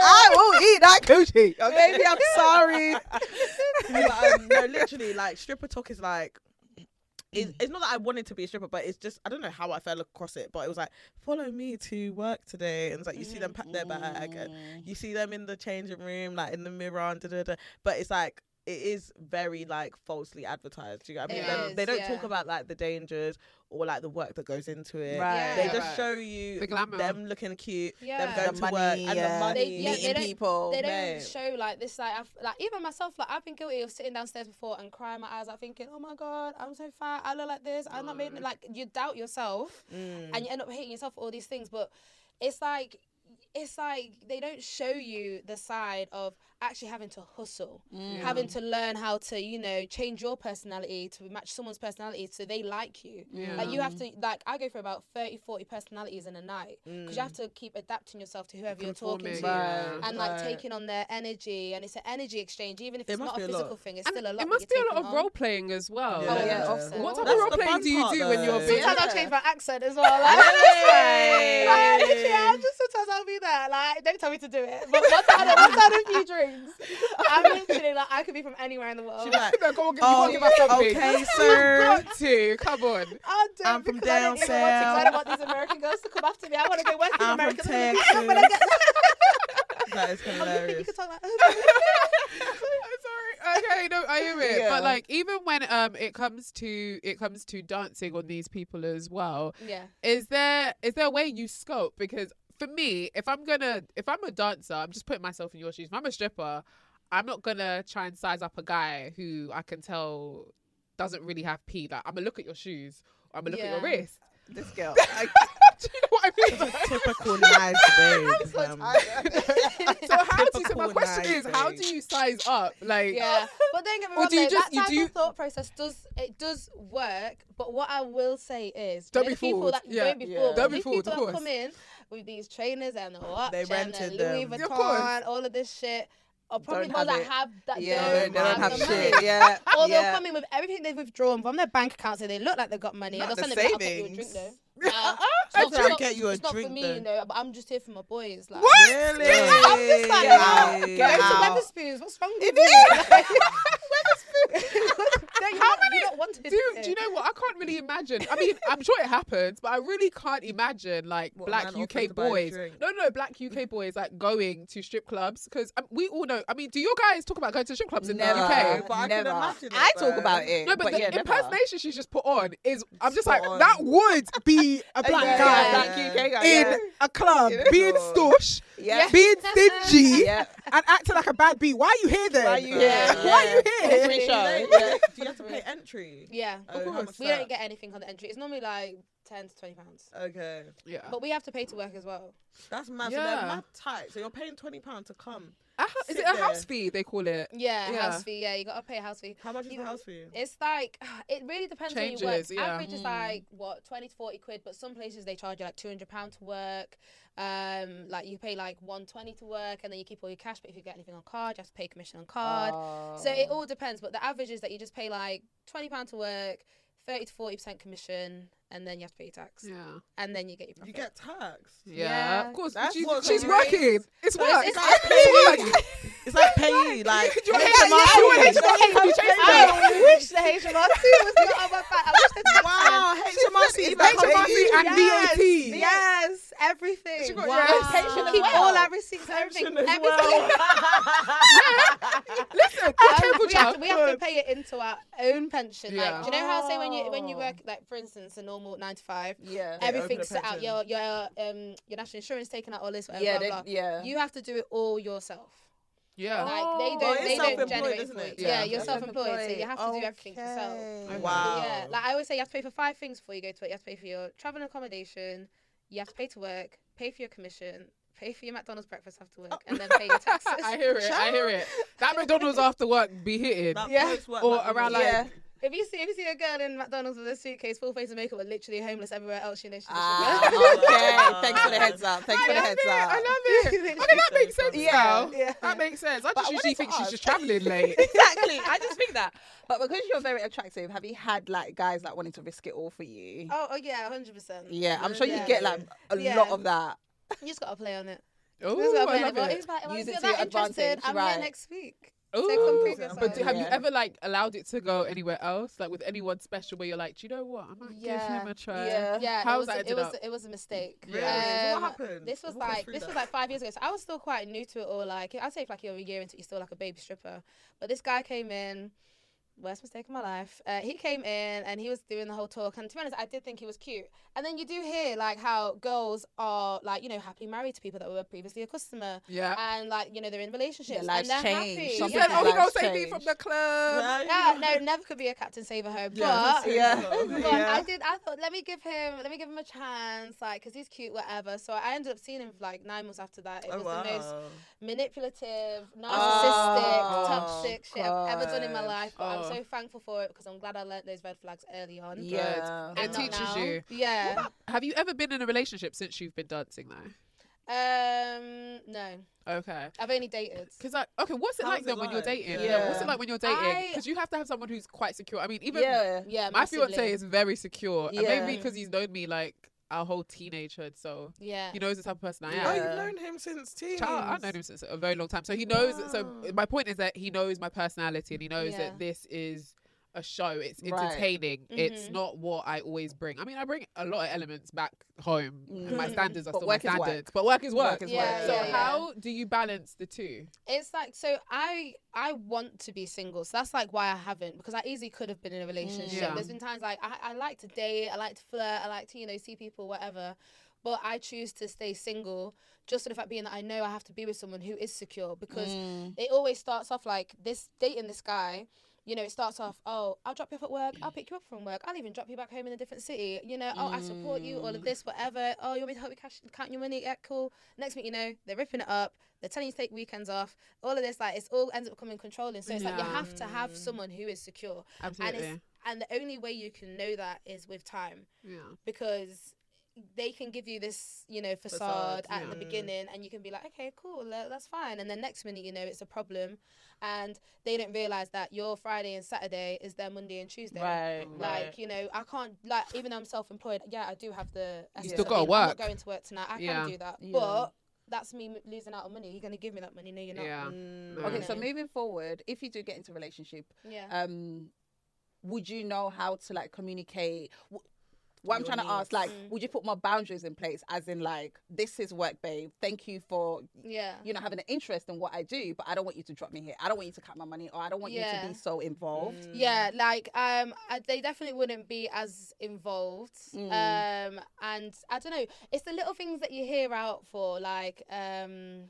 Speaker 7: I will eat that coochie. Oh, baby, I'm sorry.
Speaker 4: But, um, no, literally, like stripper talk is like.
Speaker 3: Mm.
Speaker 4: It's, it's not that I wanted to be a stripper, but it's just I don't know how I fell across it. But it was like, follow me to work today, and it's like you see them pack their bag, and
Speaker 3: Mm.
Speaker 4: you see them in the changing room, like in the mirror, and da da da. But it's like it is very like falsely advertised. Do you know what I mean?
Speaker 3: It
Speaker 4: They-
Speaker 3: is,
Speaker 4: they don't
Speaker 3: yeah.
Speaker 4: talk about like the dangers or like the work that goes into it.
Speaker 7: Right.
Speaker 4: They
Speaker 3: Yeah.
Speaker 4: just
Speaker 2: Right.
Speaker 4: show you
Speaker 2: The glamour.
Speaker 4: them looking cute,
Speaker 3: Yeah.
Speaker 4: them going
Speaker 7: The
Speaker 4: to
Speaker 7: money,
Speaker 4: work, and
Speaker 7: yeah.
Speaker 4: the money.
Speaker 3: They- yeah,
Speaker 7: Meeting
Speaker 3: they don't-
Speaker 7: people.
Speaker 3: they don't
Speaker 4: Mate.
Speaker 3: show like this like I've, like even myself like I've been guilty of sitting downstairs before and crying my eyes out thinking oh my god I'm so fat I look like this I'm not made like you doubt yourself
Speaker 4: Mm.
Speaker 3: and you end up hating yourself for all these things but it's like it's like they don't show you the side of actually having to hustle,
Speaker 2: Mm.
Speaker 3: having to learn how to, you know, change your personality to match someone's personality so they like you. Like you have to, like I go for about 30, 40 personalities in a night because you have to keep adapting yourself to whoever you're talking
Speaker 2: Mm. Conforming,
Speaker 3: to
Speaker 2: yeah.
Speaker 3: and like taking on their energy. And it's an energy exchange, even if
Speaker 4: It
Speaker 3: it's
Speaker 4: must
Speaker 3: not
Speaker 4: be a
Speaker 3: a
Speaker 4: lot.
Speaker 3: physical thing, it's
Speaker 2: And
Speaker 3: still a lot.
Speaker 2: it
Speaker 3: that
Speaker 2: must be
Speaker 3: you're
Speaker 2: a lot
Speaker 3: taking
Speaker 2: of
Speaker 3: on.
Speaker 2: role playing as well.
Speaker 4: Yeah. Oh, yeah,
Speaker 3: offset.
Speaker 2: What type
Speaker 4: That's
Speaker 2: of role
Speaker 4: the
Speaker 2: playing
Speaker 4: fun
Speaker 2: do you
Speaker 4: part,
Speaker 2: do when you're
Speaker 4: though.
Speaker 2: busy?
Speaker 3: Sometimes I'll change my accent as well. Like, like, literally, I'll just sometimes I'll be there. Like, don't tell me to do it. But once I had, once I had a few drinks, I'm literally like, I could be from anywhere in the world.
Speaker 4: She'd be like,
Speaker 2: No, go on, give,
Speaker 4: Oh,
Speaker 2: you can't give us something.
Speaker 4: okay, sir.
Speaker 2: You've got to. Come on.
Speaker 3: I'll do
Speaker 4: I'm
Speaker 3: it
Speaker 4: from
Speaker 3: because I
Speaker 4: down
Speaker 3: don't even want to. 'cause I
Speaker 4: south.
Speaker 3: don't want these American girls to come after me. I want to go West
Speaker 4: I'm from
Speaker 3: American.
Speaker 4: Texas.
Speaker 3: I'm gonna get-
Speaker 4: that is
Speaker 3: I'm looking at you
Speaker 4: hilarious.
Speaker 3: can talk like.
Speaker 2: Sorry. Okay, no, I hear it.
Speaker 7: Yeah.
Speaker 2: But like, even when um, it comes to it comes to dancing on these people as well,
Speaker 3: yeah.
Speaker 2: is there is there a way you scope? Because for me, if I'm gonna if I'm a dancer, I'm just putting myself in your shoes. If I'm a stripper, I'm not gonna try and size up a guy who I can tell doesn't really have pee. Like, I'm gonna look at your shoes. I'm gonna look at your
Speaker 3: Yeah.
Speaker 2: wrist.
Speaker 7: This girl. I,
Speaker 2: Do you know what I mean? Like,
Speaker 4: Typical nice babe. Um,
Speaker 2: so how do you, so
Speaker 4: Typical
Speaker 2: my question
Speaker 4: nice
Speaker 2: is, how
Speaker 4: babe.
Speaker 2: do you size up? Like,
Speaker 3: Yeah, but don't get me
Speaker 2: Or
Speaker 3: wrong.
Speaker 2: do you
Speaker 3: though,
Speaker 2: just-
Speaker 3: that
Speaker 2: you
Speaker 3: type
Speaker 2: do-
Speaker 3: of thought process does it does work. But what I will say is,
Speaker 2: Don't
Speaker 3: you know
Speaker 2: be
Speaker 3: the people
Speaker 2: fooled.
Speaker 3: that
Speaker 2: Yeah.
Speaker 3: don't be
Speaker 7: Yeah.
Speaker 3: fooled.
Speaker 2: Don't be
Speaker 3: These
Speaker 2: fooled,
Speaker 3: People
Speaker 2: of
Speaker 3: that come
Speaker 2: course.
Speaker 3: in with these trainers and the watch
Speaker 4: They rented
Speaker 3: and the Louis
Speaker 4: them.
Speaker 2: Of
Speaker 3: Vuitton, all of this shit. Are probably
Speaker 7: Don't
Speaker 3: ones
Speaker 7: have
Speaker 3: that
Speaker 7: it.
Speaker 3: have that
Speaker 7: yeah, they
Speaker 3: don't,
Speaker 7: don't have
Speaker 3: the
Speaker 7: shit.
Speaker 3: money.
Speaker 7: Yeah.
Speaker 3: Or
Speaker 7: yeah.
Speaker 3: they'll come in with everything they've withdrawn from their bank account, so they look like they've got money.
Speaker 7: Not
Speaker 3: and they'll
Speaker 7: the
Speaker 3: send them like, I'll get you a drink
Speaker 7: savings.
Speaker 3: though. Nah, it's
Speaker 4: I'll
Speaker 3: not-
Speaker 4: try and
Speaker 3: it's
Speaker 4: get you a
Speaker 3: not- It's not for
Speaker 4: drink,
Speaker 3: me,
Speaker 4: though.
Speaker 3: you know. But I'm just here for my boys. Like,
Speaker 4: Really?
Speaker 3: I'm just like,
Speaker 7: Get
Speaker 3: nah,
Speaker 7: out,
Speaker 2: "Oh,
Speaker 3: go
Speaker 7: get out.
Speaker 3: to Weatherspoons. What's wrong with you? Don't you
Speaker 2: How
Speaker 3: not- you
Speaker 2: many-
Speaker 3: not wanted
Speaker 2: do,
Speaker 3: it.
Speaker 2: do you know what? I can't really imagine. I mean, I'm sure it happens, but I really can't imagine like
Speaker 4: What,
Speaker 2: black
Speaker 4: man offering
Speaker 2: UK
Speaker 4: to buy you a
Speaker 2: boys.
Speaker 4: drink?
Speaker 2: No, no, black UK boys like going to strip clubs because um, we all know. I mean, do your guys talk about going to strip clubs in
Speaker 7: Never.
Speaker 2: the UK?
Speaker 4: But I can
Speaker 7: Never.
Speaker 4: imagine it,
Speaker 7: I talk
Speaker 4: though.
Speaker 7: about it.
Speaker 2: No, but, the
Speaker 7: yeah, never.
Speaker 2: impersonation she's just put on is I'm just
Speaker 7: Spot
Speaker 2: like
Speaker 7: on.
Speaker 2: that would be a black
Speaker 7: yeah,
Speaker 2: guy
Speaker 7: Yeah, black UK guy.
Speaker 2: in
Speaker 7: yeah.
Speaker 2: a club
Speaker 7: Yeah.
Speaker 2: being stoosh,
Speaker 7: Yeah.
Speaker 2: being stingy,
Speaker 7: Yeah.
Speaker 2: and acting like a bad bee. Why are you here then?
Speaker 7: Why you
Speaker 2: Yeah.
Speaker 7: here?
Speaker 2: Why are you
Speaker 7: Yeah.
Speaker 2: here?
Speaker 7: Free
Speaker 4: Do you
Speaker 7: show.
Speaker 4: know- Do you have to pay entry?
Speaker 3: Yeah,
Speaker 4: Oh, how much
Speaker 3: we
Speaker 4: that?
Speaker 3: don't get anything on the entry. It's normally like ten to twenty pounds,
Speaker 4: Okay,
Speaker 2: Yeah.
Speaker 3: but we have to pay to work as well.
Speaker 4: that's mad. So
Speaker 2: Yeah.
Speaker 4: they're mad tight. So you're paying twenty pound to come.
Speaker 2: A hou- Is
Speaker 4: sit
Speaker 2: it a house
Speaker 4: there.
Speaker 2: fee? They call it.
Speaker 3: Yeah,
Speaker 2: Yeah.
Speaker 3: house fee. Yeah, you gotta pay house fee.
Speaker 4: How much is
Speaker 3: You
Speaker 4: the
Speaker 3: know,
Speaker 4: house for you?
Speaker 3: It's like it really depends on your work.
Speaker 2: Changes, yeah.
Speaker 3: Average is like what twenty to forty quid, but some places they charge you like two hundred pound to work. Um, like you pay like one twenty to work, and then you keep all your cash. But if you get anything on card, you have to pay commission on card. So it all depends. But the average is that you just pay like twenty pound to work, thirty to forty percent commission, and then you have to pay your tax,
Speaker 2: Yeah.
Speaker 3: and then you get your profit.
Speaker 4: You get taxed.
Speaker 2: Yeah,
Speaker 3: Yeah.
Speaker 2: of course.
Speaker 4: That's
Speaker 2: She's-
Speaker 4: what's
Speaker 2: she's
Speaker 4: great.
Speaker 2: working. It's
Speaker 3: it's-
Speaker 2: work.
Speaker 3: it's
Speaker 4: like payee. It's like payee. Like
Speaker 2: You want HMRC? You want HMRC? You change that.
Speaker 3: I wish the HMRC was not on my back. I wish the tax
Speaker 4: wow, HMRC.
Speaker 7: It's
Speaker 4: back
Speaker 7: like
Speaker 4: on
Speaker 2: HMRC
Speaker 4: you.
Speaker 2: and
Speaker 3: Yes,
Speaker 2: VAT.
Speaker 3: Yes, everything.
Speaker 2: got-
Speaker 3: Wow.
Speaker 2: yes.
Speaker 7: Pension as
Speaker 3: Keep
Speaker 7: well.
Speaker 3: all our receipts, everything.
Speaker 4: Pension as
Speaker 3: everything.
Speaker 4: well.
Speaker 2: Listen, be
Speaker 3: Um,
Speaker 2: careful,
Speaker 3: we, have to,
Speaker 2: child.
Speaker 3: we have to pay it into our own pension.
Speaker 2: Yeah.
Speaker 3: Like, do you know how say when you when you work like for instance a normal nine to five,
Speaker 7: Yeah.
Speaker 4: Oh. open
Speaker 3: everything's
Speaker 4: a
Speaker 3: set out.
Speaker 4: pension.
Speaker 3: Your your um your national insurance taken out, all this whatever.
Speaker 7: Yeah,
Speaker 3: blah,
Speaker 7: they-
Speaker 3: blah.
Speaker 7: yeah.
Speaker 3: You have to do it all yourself.
Speaker 2: Yeah.
Speaker 3: Like they
Speaker 4: Oh,
Speaker 3: don't
Speaker 4: it's
Speaker 3: they don't
Speaker 4: self-employed,
Speaker 3: generate
Speaker 4: isn't
Speaker 3: for you.
Speaker 4: it?
Speaker 3: Yeah,
Speaker 2: Yeah.
Speaker 3: you're
Speaker 2: Okay.
Speaker 3: self-employed, so you have to do everything yourself.
Speaker 7: Okay.
Speaker 2: Okay.
Speaker 4: Wow.
Speaker 3: Yeah, like I always say, you have to pay for five things before you go to it. You have to pay for your travel and accommodation, you have to pay to work, pay for your commission, pay for your McDonald's breakfast after work, and then pay your taxes.
Speaker 2: I hear it. I hear it. That McDonald's after work be hitting.
Speaker 4: That
Speaker 3: Yeah.
Speaker 4: place work,
Speaker 2: Or
Speaker 4: that
Speaker 2: around,
Speaker 4: place.
Speaker 7: Yeah.
Speaker 3: If you see if you see a girl in McDonald's with a suitcase full face of makeup, but literally homeless everywhere else, you know she's
Speaker 7: Ah,
Speaker 3: just
Speaker 7: okay. Thanks for the heads up. Thanks for the heads up.
Speaker 2: I love it. Okay, that makes sense.
Speaker 7: Yeah.
Speaker 2: Yeah.
Speaker 7: Yeah.
Speaker 2: That makes sense. I
Speaker 7: But
Speaker 2: just
Speaker 7: I
Speaker 2: usually
Speaker 7: wanted to
Speaker 2: think she's
Speaker 7: ask-
Speaker 2: just traveling late.
Speaker 7: exactly. I just think that. But because you're very attractive, have you had like guys like wanting to risk it all for you?
Speaker 3: oh, oh yeah, hundred percent. You
Speaker 7: Yeah, I'm sure you
Speaker 3: Yeah.
Speaker 7: get like a
Speaker 3: Yeah.
Speaker 7: lot of that.
Speaker 3: just gotta play on it. You just
Speaker 2: Oh,
Speaker 3: gotta play
Speaker 2: I
Speaker 3: on it.
Speaker 2: love
Speaker 3: But
Speaker 2: it.
Speaker 3: it's like, well,
Speaker 7: Use
Speaker 3: if you're
Speaker 7: it to your
Speaker 3: that interested,
Speaker 7: advantage,
Speaker 3: I'm
Speaker 7: right.
Speaker 3: here next week.
Speaker 2: Ooh.
Speaker 3: complete yourself.
Speaker 2: But do, have you
Speaker 7: Yeah.
Speaker 2: ever like allowed it to go anywhere else, like with anyone special, where you're like, do you know what, I might give him a try.
Speaker 7: Yeah.
Speaker 3: Yeah,
Speaker 2: How
Speaker 3: it
Speaker 2: was
Speaker 3: was,
Speaker 2: that
Speaker 3: a-
Speaker 2: ended
Speaker 3: it was
Speaker 2: up?
Speaker 3: it was a mistake.
Speaker 4: Really? So what happened?
Speaker 3: This was
Speaker 4: Walk us
Speaker 3: like
Speaker 4: through
Speaker 3: this was
Speaker 4: that.
Speaker 3: like five years ago. So I was still quite new to it all. Like I'd say if like you're a year into it, you're still like a baby stripper. But this guy came in worst mistake of my life. Uh, he came in and he was doing the whole talk, and to be honest, I did think he was cute. And then you do hear like how girls are like you know happily married to people that were previously a customer,
Speaker 2: Yeah.
Speaker 3: and like you know they're in relationships
Speaker 7: Their lives
Speaker 3: and they're
Speaker 7: change.
Speaker 3: happy.
Speaker 7: Some
Speaker 2: She
Speaker 3: yeah.
Speaker 2: said, "Oh, he
Speaker 7: Lives
Speaker 2: goes take me
Speaker 7: change.
Speaker 2: from the club."
Speaker 3: No, no, never could be a captain save at home. But
Speaker 7: Yeah.
Speaker 3: But I did. I thought, let me give him, let me give him a chance, like, cause he's cute, whatever. So I ended up seeing him for like nine months after that. It
Speaker 4: Oh,
Speaker 3: was
Speaker 4: wow.
Speaker 3: the most manipulative, narcissistic,
Speaker 7: Oh,
Speaker 3: toxic shit I've ever done in my
Speaker 7: gosh.
Speaker 3: life. But
Speaker 2: Oh.
Speaker 3: I'm so thankful for it because I'm glad I learnt those red flags early on.
Speaker 7: Yeah.
Speaker 2: It
Speaker 3: And not
Speaker 2: teaches
Speaker 3: now.
Speaker 2: you.
Speaker 3: Yeah.
Speaker 2: Have you ever been in a relationship since you've been dancing though?
Speaker 3: Um. No,
Speaker 2: Okay.
Speaker 3: I've only dated.
Speaker 2: Cause I okay, what's it
Speaker 4: How's
Speaker 2: like
Speaker 4: it
Speaker 2: then when you're
Speaker 4: like?
Speaker 2: dating? Yeah.
Speaker 7: Yeah.
Speaker 2: What's it like when you're dating?
Speaker 3: I-
Speaker 2: Because you have to have someone who's quite secure. I mean, even
Speaker 7: Yeah.
Speaker 3: Yeah.
Speaker 2: my
Speaker 3: Massively.
Speaker 2: fiance is very secure. And
Speaker 7: Yeah.
Speaker 2: maybe because he's known me like our whole teenagehood, so
Speaker 3: Yeah.
Speaker 2: he knows the type of person I am.
Speaker 4: Oh, you've known him since teens.
Speaker 2: Child, I've known him since a very long time. So he knows. So
Speaker 4: Wow.
Speaker 2: my point is that he knows my personality and he knows
Speaker 3: Yeah.
Speaker 2: that this is a show. It's
Speaker 7: Right.
Speaker 2: entertaining. It's
Speaker 3: Mhm.
Speaker 2: not what I always bring. I mean, I bring a lot of elements back home. And my
Speaker 7: Mm.
Speaker 2: standards are
Speaker 7: But
Speaker 2: still
Speaker 7: work is
Speaker 2: my
Speaker 7: work.
Speaker 2: standards. But work is work.
Speaker 7: Work is
Speaker 3: Yeah,
Speaker 7: work.
Speaker 2: So
Speaker 3: yeah, yeah.
Speaker 2: how do you balance the two?
Speaker 3: It's like so I I want to be single, so that's like why I haven't because I easily could have been in a relationship.
Speaker 2: Yeah.
Speaker 3: There's been times like I, I like to date, I like to flirt, I like to you know see people, whatever. But I choose to stay single just for the fact being that I know I have to be with someone who is secure because it always starts off like this dating this guy. You know, it starts off, oh, I'll drop you off at work, I'll pick you up from work, I'll even drop you back home in a different city. You know, oh, I support you, all of this, whatever. Oh, you want me to help you cash, count your money? Yeah, cool. Next thing you know, they're ripping it up. They're telling you to take weekends off. All of this, like, it's all ends up becoming controlling. So it's like you
Speaker 2: Yeah.
Speaker 3: have to have someone who is secure,
Speaker 2: Absolutely.
Speaker 3: and it's and the only way you can know that is with time
Speaker 2: yeah.
Speaker 3: because they can give you this, you know, facade
Speaker 4: Facade,
Speaker 3: at the
Speaker 4: yeah.
Speaker 3: beginning, and you can be like, okay, cool, tha- that's fine. And then next minute, you know, it's a problem, and they don't realize that your Friday and Saturday is their Monday and Tuesday.
Speaker 7: Right.
Speaker 3: Like you know, I can't like even though I'm self-employed. Yeah, I do have the.
Speaker 7: You
Speaker 3: essence
Speaker 7: still
Speaker 3: of
Speaker 2: gotta
Speaker 3: being, I'm
Speaker 2: work.
Speaker 3: not going to work tonight. I
Speaker 2: Yeah.
Speaker 3: can do that,
Speaker 7: Yeah.
Speaker 3: but that's me m- losing out on money. You're gonna give me that money? No, you're not.
Speaker 2: Yeah.
Speaker 4: Mm.
Speaker 7: Okay,
Speaker 3: Yeah.
Speaker 7: so moving forward, if you do get into a relationship,
Speaker 3: Yeah.
Speaker 7: um, would you know how to like communicate? Wh- What I'm
Speaker 4: Your
Speaker 7: trying to ask, like,
Speaker 3: Mm.
Speaker 7: would you put more boundaries in place? As in, like, this is work, babe. Thank you for
Speaker 3: yeah.
Speaker 7: you know having an interest in what I do, but I don't want you to drop me here. I don't want you to cut my money, or I don't want you
Speaker 3: Yeah.
Speaker 7: to be so
Speaker 4: Mm.
Speaker 7: involved.
Speaker 3: Yeah, like um, I, they definitely wouldn't be as involved. Um, and I don't know, it's the little things that you hear out for, like um,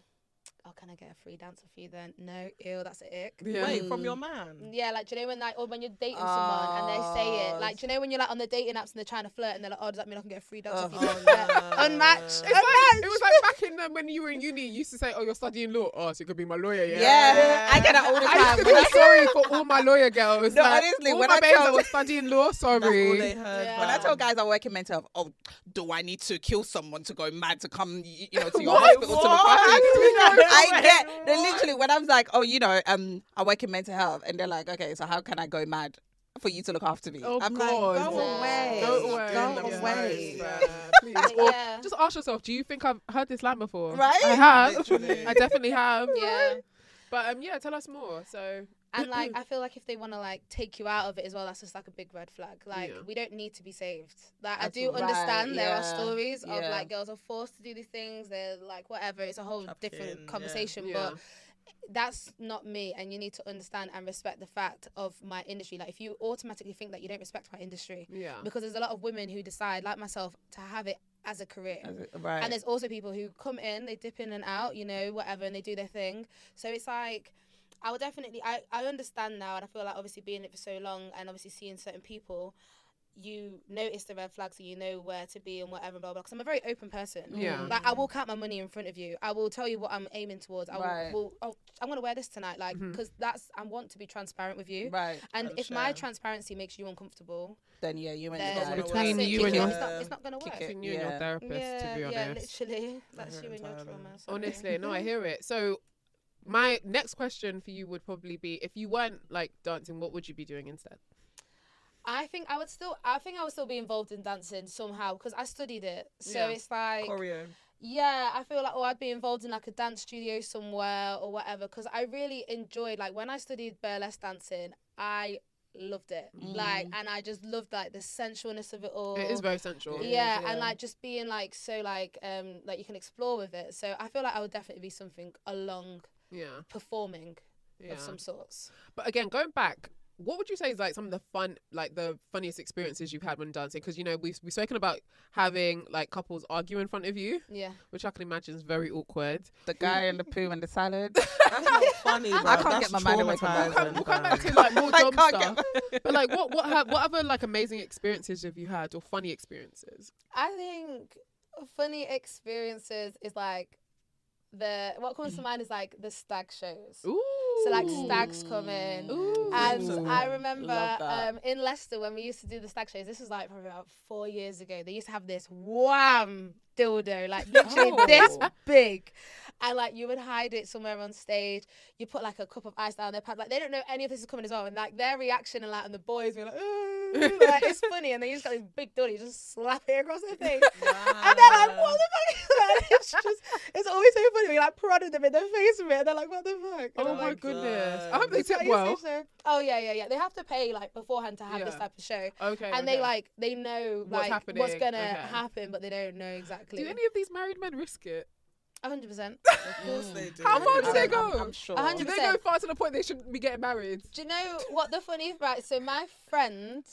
Speaker 3: oh, can I get a free dancer for you then? No, ew, that's a ick.
Speaker 2: Yeah.
Speaker 4: Wait, from your man.
Speaker 3: Yeah, like do you know when like or when you're dating someone and they say it, like do you know when you're like on the dating apps and they're trying to flirt and they're like, oh, does that mean I can get a free dancer for you?
Speaker 4: no.
Speaker 3: Unmatched,
Speaker 4: It's
Speaker 2: It's like,
Speaker 3: unmatched.
Speaker 2: it was like back in the, when you were in uni, you used to say, "Oh, you're studying law. Oh, so you could be my lawyer." Yeah.
Speaker 7: Yeah, I get that all the
Speaker 2: I used
Speaker 7: time.
Speaker 2: to
Speaker 7: When
Speaker 2: feel
Speaker 7: I-
Speaker 2: sorry for all my lawyer girls.
Speaker 7: No,
Speaker 2: like,
Speaker 7: honestly,
Speaker 2: all
Speaker 7: when
Speaker 2: my
Speaker 7: I
Speaker 2: babes that
Speaker 7: tell-
Speaker 2: were studying law,
Speaker 4: That's all they
Speaker 2: sorry.
Speaker 4: heard.
Speaker 3: Yeah.
Speaker 7: When I
Speaker 3: Um,
Speaker 7: tell guys I work in mental health, oh, do I need to kill someone to go mad to come, y- you know, to your
Speaker 2: What?
Speaker 7: hospital to the
Speaker 2: What?
Speaker 7: party?
Speaker 2: No
Speaker 7: I
Speaker 4: way.
Speaker 7: get. They literally when I'm like, oh, you know, um, I work in mental health, and they're like, okay, so how can I go mad for you to look after me?
Speaker 2: Oh,
Speaker 7: I'm
Speaker 2: God.
Speaker 7: like, go
Speaker 3: Yeah.
Speaker 7: away,
Speaker 2: Go away.
Speaker 7: go
Speaker 2: Yeah.
Speaker 7: away.
Speaker 2: Please.
Speaker 3: But
Speaker 2: Or
Speaker 3: yeah.
Speaker 2: just ask yourself, do you think I've heard this line before?
Speaker 7: Right?
Speaker 2: I have.
Speaker 4: Literally.
Speaker 2: I definitely have.
Speaker 3: yeah.
Speaker 2: But um, yeah, tell us more. So
Speaker 3: And like I feel like if they want to like take you out of it as well, that's just like a big red flag. Like
Speaker 2: Yeah.
Speaker 3: we don't need to be saved. Like I
Speaker 7: That's
Speaker 3: do
Speaker 7: right,
Speaker 3: understand there are
Speaker 7: yeah,
Speaker 3: stories of
Speaker 7: yeah.
Speaker 3: like girls are forced to do these things. They're like whatever. It's a whole
Speaker 4: Trafficking,
Speaker 3: different
Speaker 4: yeah.
Speaker 3: conversation,
Speaker 2: Yeah.
Speaker 3: but. That's not me, and you need to understand and respect the fact of my industry. Like, if you automatically think that you don't respect my industry,
Speaker 2: yeah,
Speaker 3: because there's a lot of women who decide, like myself, to have it as a career.
Speaker 7: Right.
Speaker 3: And there's also people who come in, they dip in and out, you know, whatever, and they do their thing. So it's like, I would definitely, I, I understand now, and I feel like obviously being in it for so long and obviously seeing certain people, you notice the red flags and you know where to be and whatever, blah, blah. Because I'm a very open person.
Speaker 2: Yeah.
Speaker 3: Like, I will count my money in front of you. I will tell you what I'm aiming towards. I will,
Speaker 7: Right.
Speaker 3: will oh, I'm going to wear this tonight, like, because that's, I want to be transparent with you.
Speaker 7: Right.
Speaker 3: And
Speaker 4: I'm
Speaker 3: if my
Speaker 4: Oh, sure.
Speaker 3: transparency makes you uncomfortable,
Speaker 7: Then yeah, you ain't
Speaker 3: then
Speaker 7: the guy.
Speaker 4: Between
Speaker 3: that's it,
Speaker 2: you
Speaker 3: kick
Speaker 2: and
Speaker 3: it.
Speaker 2: your-
Speaker 3: it's not, it's not going to
Speaker 7: Kick
Speaker 3: work.
Speaker 7: it.
Speaker 2: between you and
Speaker 7: Yeah.
Speaker 2: your therapist, to be honest.
Speaker 3: Yeah, literally. That's
Speaker 4: hear it
Speaker 3: you and your
Speaker 4: entirely.
Speaker 3: trauma. sorry.
Speaker 2: Honestly, no, I hear it. So my next question for you would probably be if you weren't like dancing, what would you be doing instead?
Speaker 3: I think I would still. I think I would still be involved in dancing somehow because I studied it. So
Speaker 2: Yeah.
Speaker 3: it's like,
Speaker 4: Choreo.
Speaker 3: yeah, I feel like oh, I'd be involved in like a dance studio somewhere or whatever because I really enjoyed like when I studied burlesque dancing. I loved it. Like, and I just loved like the sensualness of it all.
Speaker 2: Mm. It is very central.
Speaker 3: yeah, and like just being like so like um like you can explore with it. So I feel like I would definitely be something along
Speaker 2: Yeah.
Speaker 3: performing
Speaker 2: yeah.
Speaker 3: of some sorts.
Speaker 2: But again, going back, what would you say is like some of the fun, like the funniest experiences you've had when dancing? Because you know we've we've spoken about having like couples argue in front of you,
Speaker 3: Yeah.
Speaker 2: which I can imagine is very awkward.
Speaker 7: The guy and the poo and the salad.
Speaker 4: That's not funny. Bro.
Speaker 7: I can't
Speaker 4: That's
Speaker 7: get my mind away from that.
Speaker 4: traumatizing,
Speaker 2: We'll come, we'll come back
Speaker 4: fam.
Speaker 2: to like more
Speaker 7: I
Speaker 2: job
Speaker 7: can't
Speaker 2: stuff.
Speaker 7: get
Speaker 2: But like, what what ha- what other like amazing experiences have you had or funny experiences?
Speaker 3: I think funny experiences is like the what comes to mind is like the stag shows.
Speaker 2: Ooh.
Speaker 3: So like stags come in.
Speaker 2: Ooh.
Speaker 3: And I
Speaker 7: Ooh.
Speaker 3: remember
Speaker 7: Love that.
Speaker 3: um, in Leicester when we used to do the stag shows, this was like probably about four years ago, they used to have this wham dildo, like literally this
Speaker 7: Oh.
Speaker 3: big. And like you would hide it somewhere on stage, you put like a cup of ice down their pad, like they don't know any of this is coming as well. And like their reaction and like and the boys were like, "Ooh," like it's funny, and they just got this big dildo, you just slap it across their face. And they're like, what the fuck is that? It's just, it's always so funny. We like prodded them in their face with it. And they're like, what the fuck?
Speaker 2: Oh,
Speaker 3: And I'm
Speaker 2: my
Speaker 3: like,
Speaker 2: goodness!
Speaker 4: God.
Speaker 2: I hope they
Speaker 3: "Is that
Speaker 2: tip
Speaker 3: your
Speaker 2: well.
Speaker 3: sister?" Oh yeah, yeah, yeah. They have to pay like beforehand to have this
Speaker 2: Yeah.
Speaker 3: type of show,
Speaker 2: Okay.
Speaker 3: and
Speaker 2: okay.
Speaker 3: they like they know
Speaker 2: What's
Speaker 3: like what's,
Speaker 2: happening,
Speaker 3: gonna
Speaker 2: okay.
Speaker 3: happen, but they don't know exactly.
Speaker 2: Do any of these married men risk it?
Speaker 3: hundred percent.
Speaker 4: Of course they do.
Speaker 2: How far
Speaker 7: I
Speaker 2: do
Speaker 7: don't-
Speaker 2: they
Speaker 7: I'm-
Speaker 2: go?
Speaker 7: I'm sure.
Speaker 3: hundred
Speaker 2: Do they go
Speaker 3: 100%.
Speaker 2: far to the point they shouldn't be getting married?
Speaker 3: Do you know what the funny right? So my friend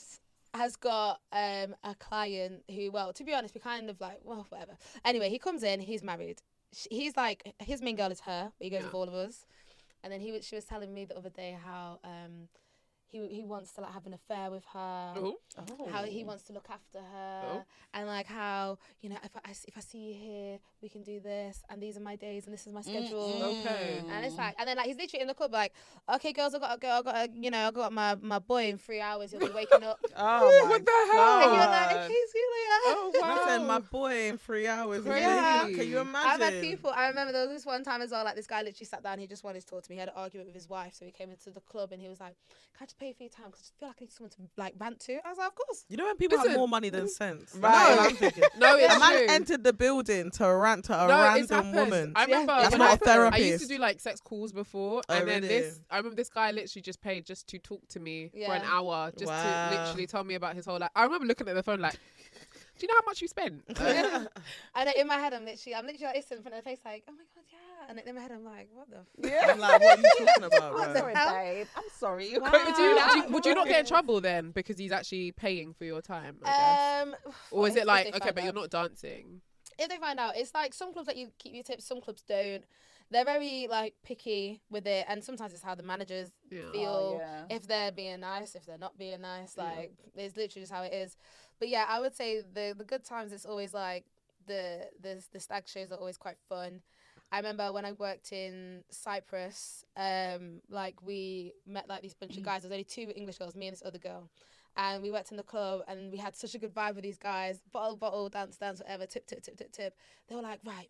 Speaker 3: has got um a client who, well, to be honest, we kind of like, well, whatever. Anyway, he comes in, he's married. Sh he's like, his main girl is her, but he goes
Speaker 2: Yeah.
Speaker 3: with all of us. And then he was, she was telling me the other day how um he he wants to like have an affair with her.
Speaker 2: Oh.
Speaker 3: How he wants to look after her, and like how you know if I, I s- if I see you here, we can do this, and these are my days, and this is my schedule.
Speaker 2: Mm, Okay.
Speaker 3: And it's like, and then like he's literally in the club, like, okay, girls, I got to go, I got to, you know, I got my my boy in three hours. He'll be waking up.
Speaker 4: Oh,
Speaker 2: what the
Speaker 4: my
Speaker 2: hell?
Speaker 4: God.
Speaker 3: and you're like, uh." okay, see you later.
Speaker 2: Oh
Speaker 4: Listen, my
Speaker 2: wow.
Speaker 4: boy in three hours.
Speaker 2: Crazy.
Speaker 4: Yeah. Can you imagine?
Speaker 3: I've had people. I remember there was this one time as well. Like this guy literally sat down. He just wanted to talk to me. He had an argument with his wife, so he came into the club and he was like, "Can I just pay for your time? Because I feel like I need someone to like rant to." I was like, "Of course."
Speaker 4: You know when people
Speaker 2: Listen.
Speaker 4: have more money than sense? That's
Speaker 7: Right.
Speaker 4: what I'm thinking.
Speaker 3: Mm.
Speaker 2: No, it's
Speaker 4: A man
Speaker 2: true.
Speaker 4: entered the building to rant to a
Speaker 2: no, it's
Speaker 4: random woman.
Speaker 2: I remember
Speaker 4: That's
Speaker 2: when
Speaker 4: not a
Speaker 2: I, I used to
Speaker 4: therapist.
Speaker 2: do like sex calls before,
Speaker 4: Oh,
Speaker 2: and then
Speaker 4: really?
Speaker 2: this. I remember this guy literally just paid just to talk to me for an
Speaker 3: Yeah.
Speaker 2: hour, just
Speaker 4: Wow.
Speaker 2: to literally tell me about his whole life. I remember looking at the phone like, "Do you know how much you spent?" Like,
Speaker 3: And in my head, I'm literally, I'm literally like this in front of the face, like, "Oh my god, yeah." And in my head, I'm like, "What the?" F-?
Speaker 4: I'm like, what are you talking about,
Speaker 7: I'm
Speaker 4: bro?
Speaker 7: sorry,
Speaker 3: hell?
Speaker 7: babe. I'm sorry. You
Speaker 3: Wow.
Speaker 7: couldn't
Speaker 2: would,
Speaker 7: do
Speaker 2: you,
Speaker 7: that.
Speaker 2: do you- would you not get in trouble then because he's actually paying for your time? I guess?
Speaker 3: Um,
Speaker 2: or is
Speaker 3: if-
Speaker 2: it
Speaker 3: if
Speaker 2: like
Speaker 3: they
Speaker 2: okay,
Speaker 3: found
Speaker 2: but you're
Speaker 3: out.
Speaker 2: not dancing?
Speaker 3: if they find out, it's like some clubs that you keep your tips, some clubs don't. They're very like picky with it, and sometimes it's how the managers
Speaker 2: Yeah.
Speaker 3: feel
Speaker 7: yeah.
Speaker 3: if they're being nice, if they're not being nice. Like it's literally just how it is. But yeah, I would say the the good times. It's always like the the the stag shows are always quite fun. I remember when I worked in Cyprus, um, like we met like these bunch of guys. There was only two English girls, me and this other girl. And we worked in the club and we had such a good vibe with these guys. Bottle, bottle, dance, dance, whatever, tip, tip, tip, tip, tip. They were like, right,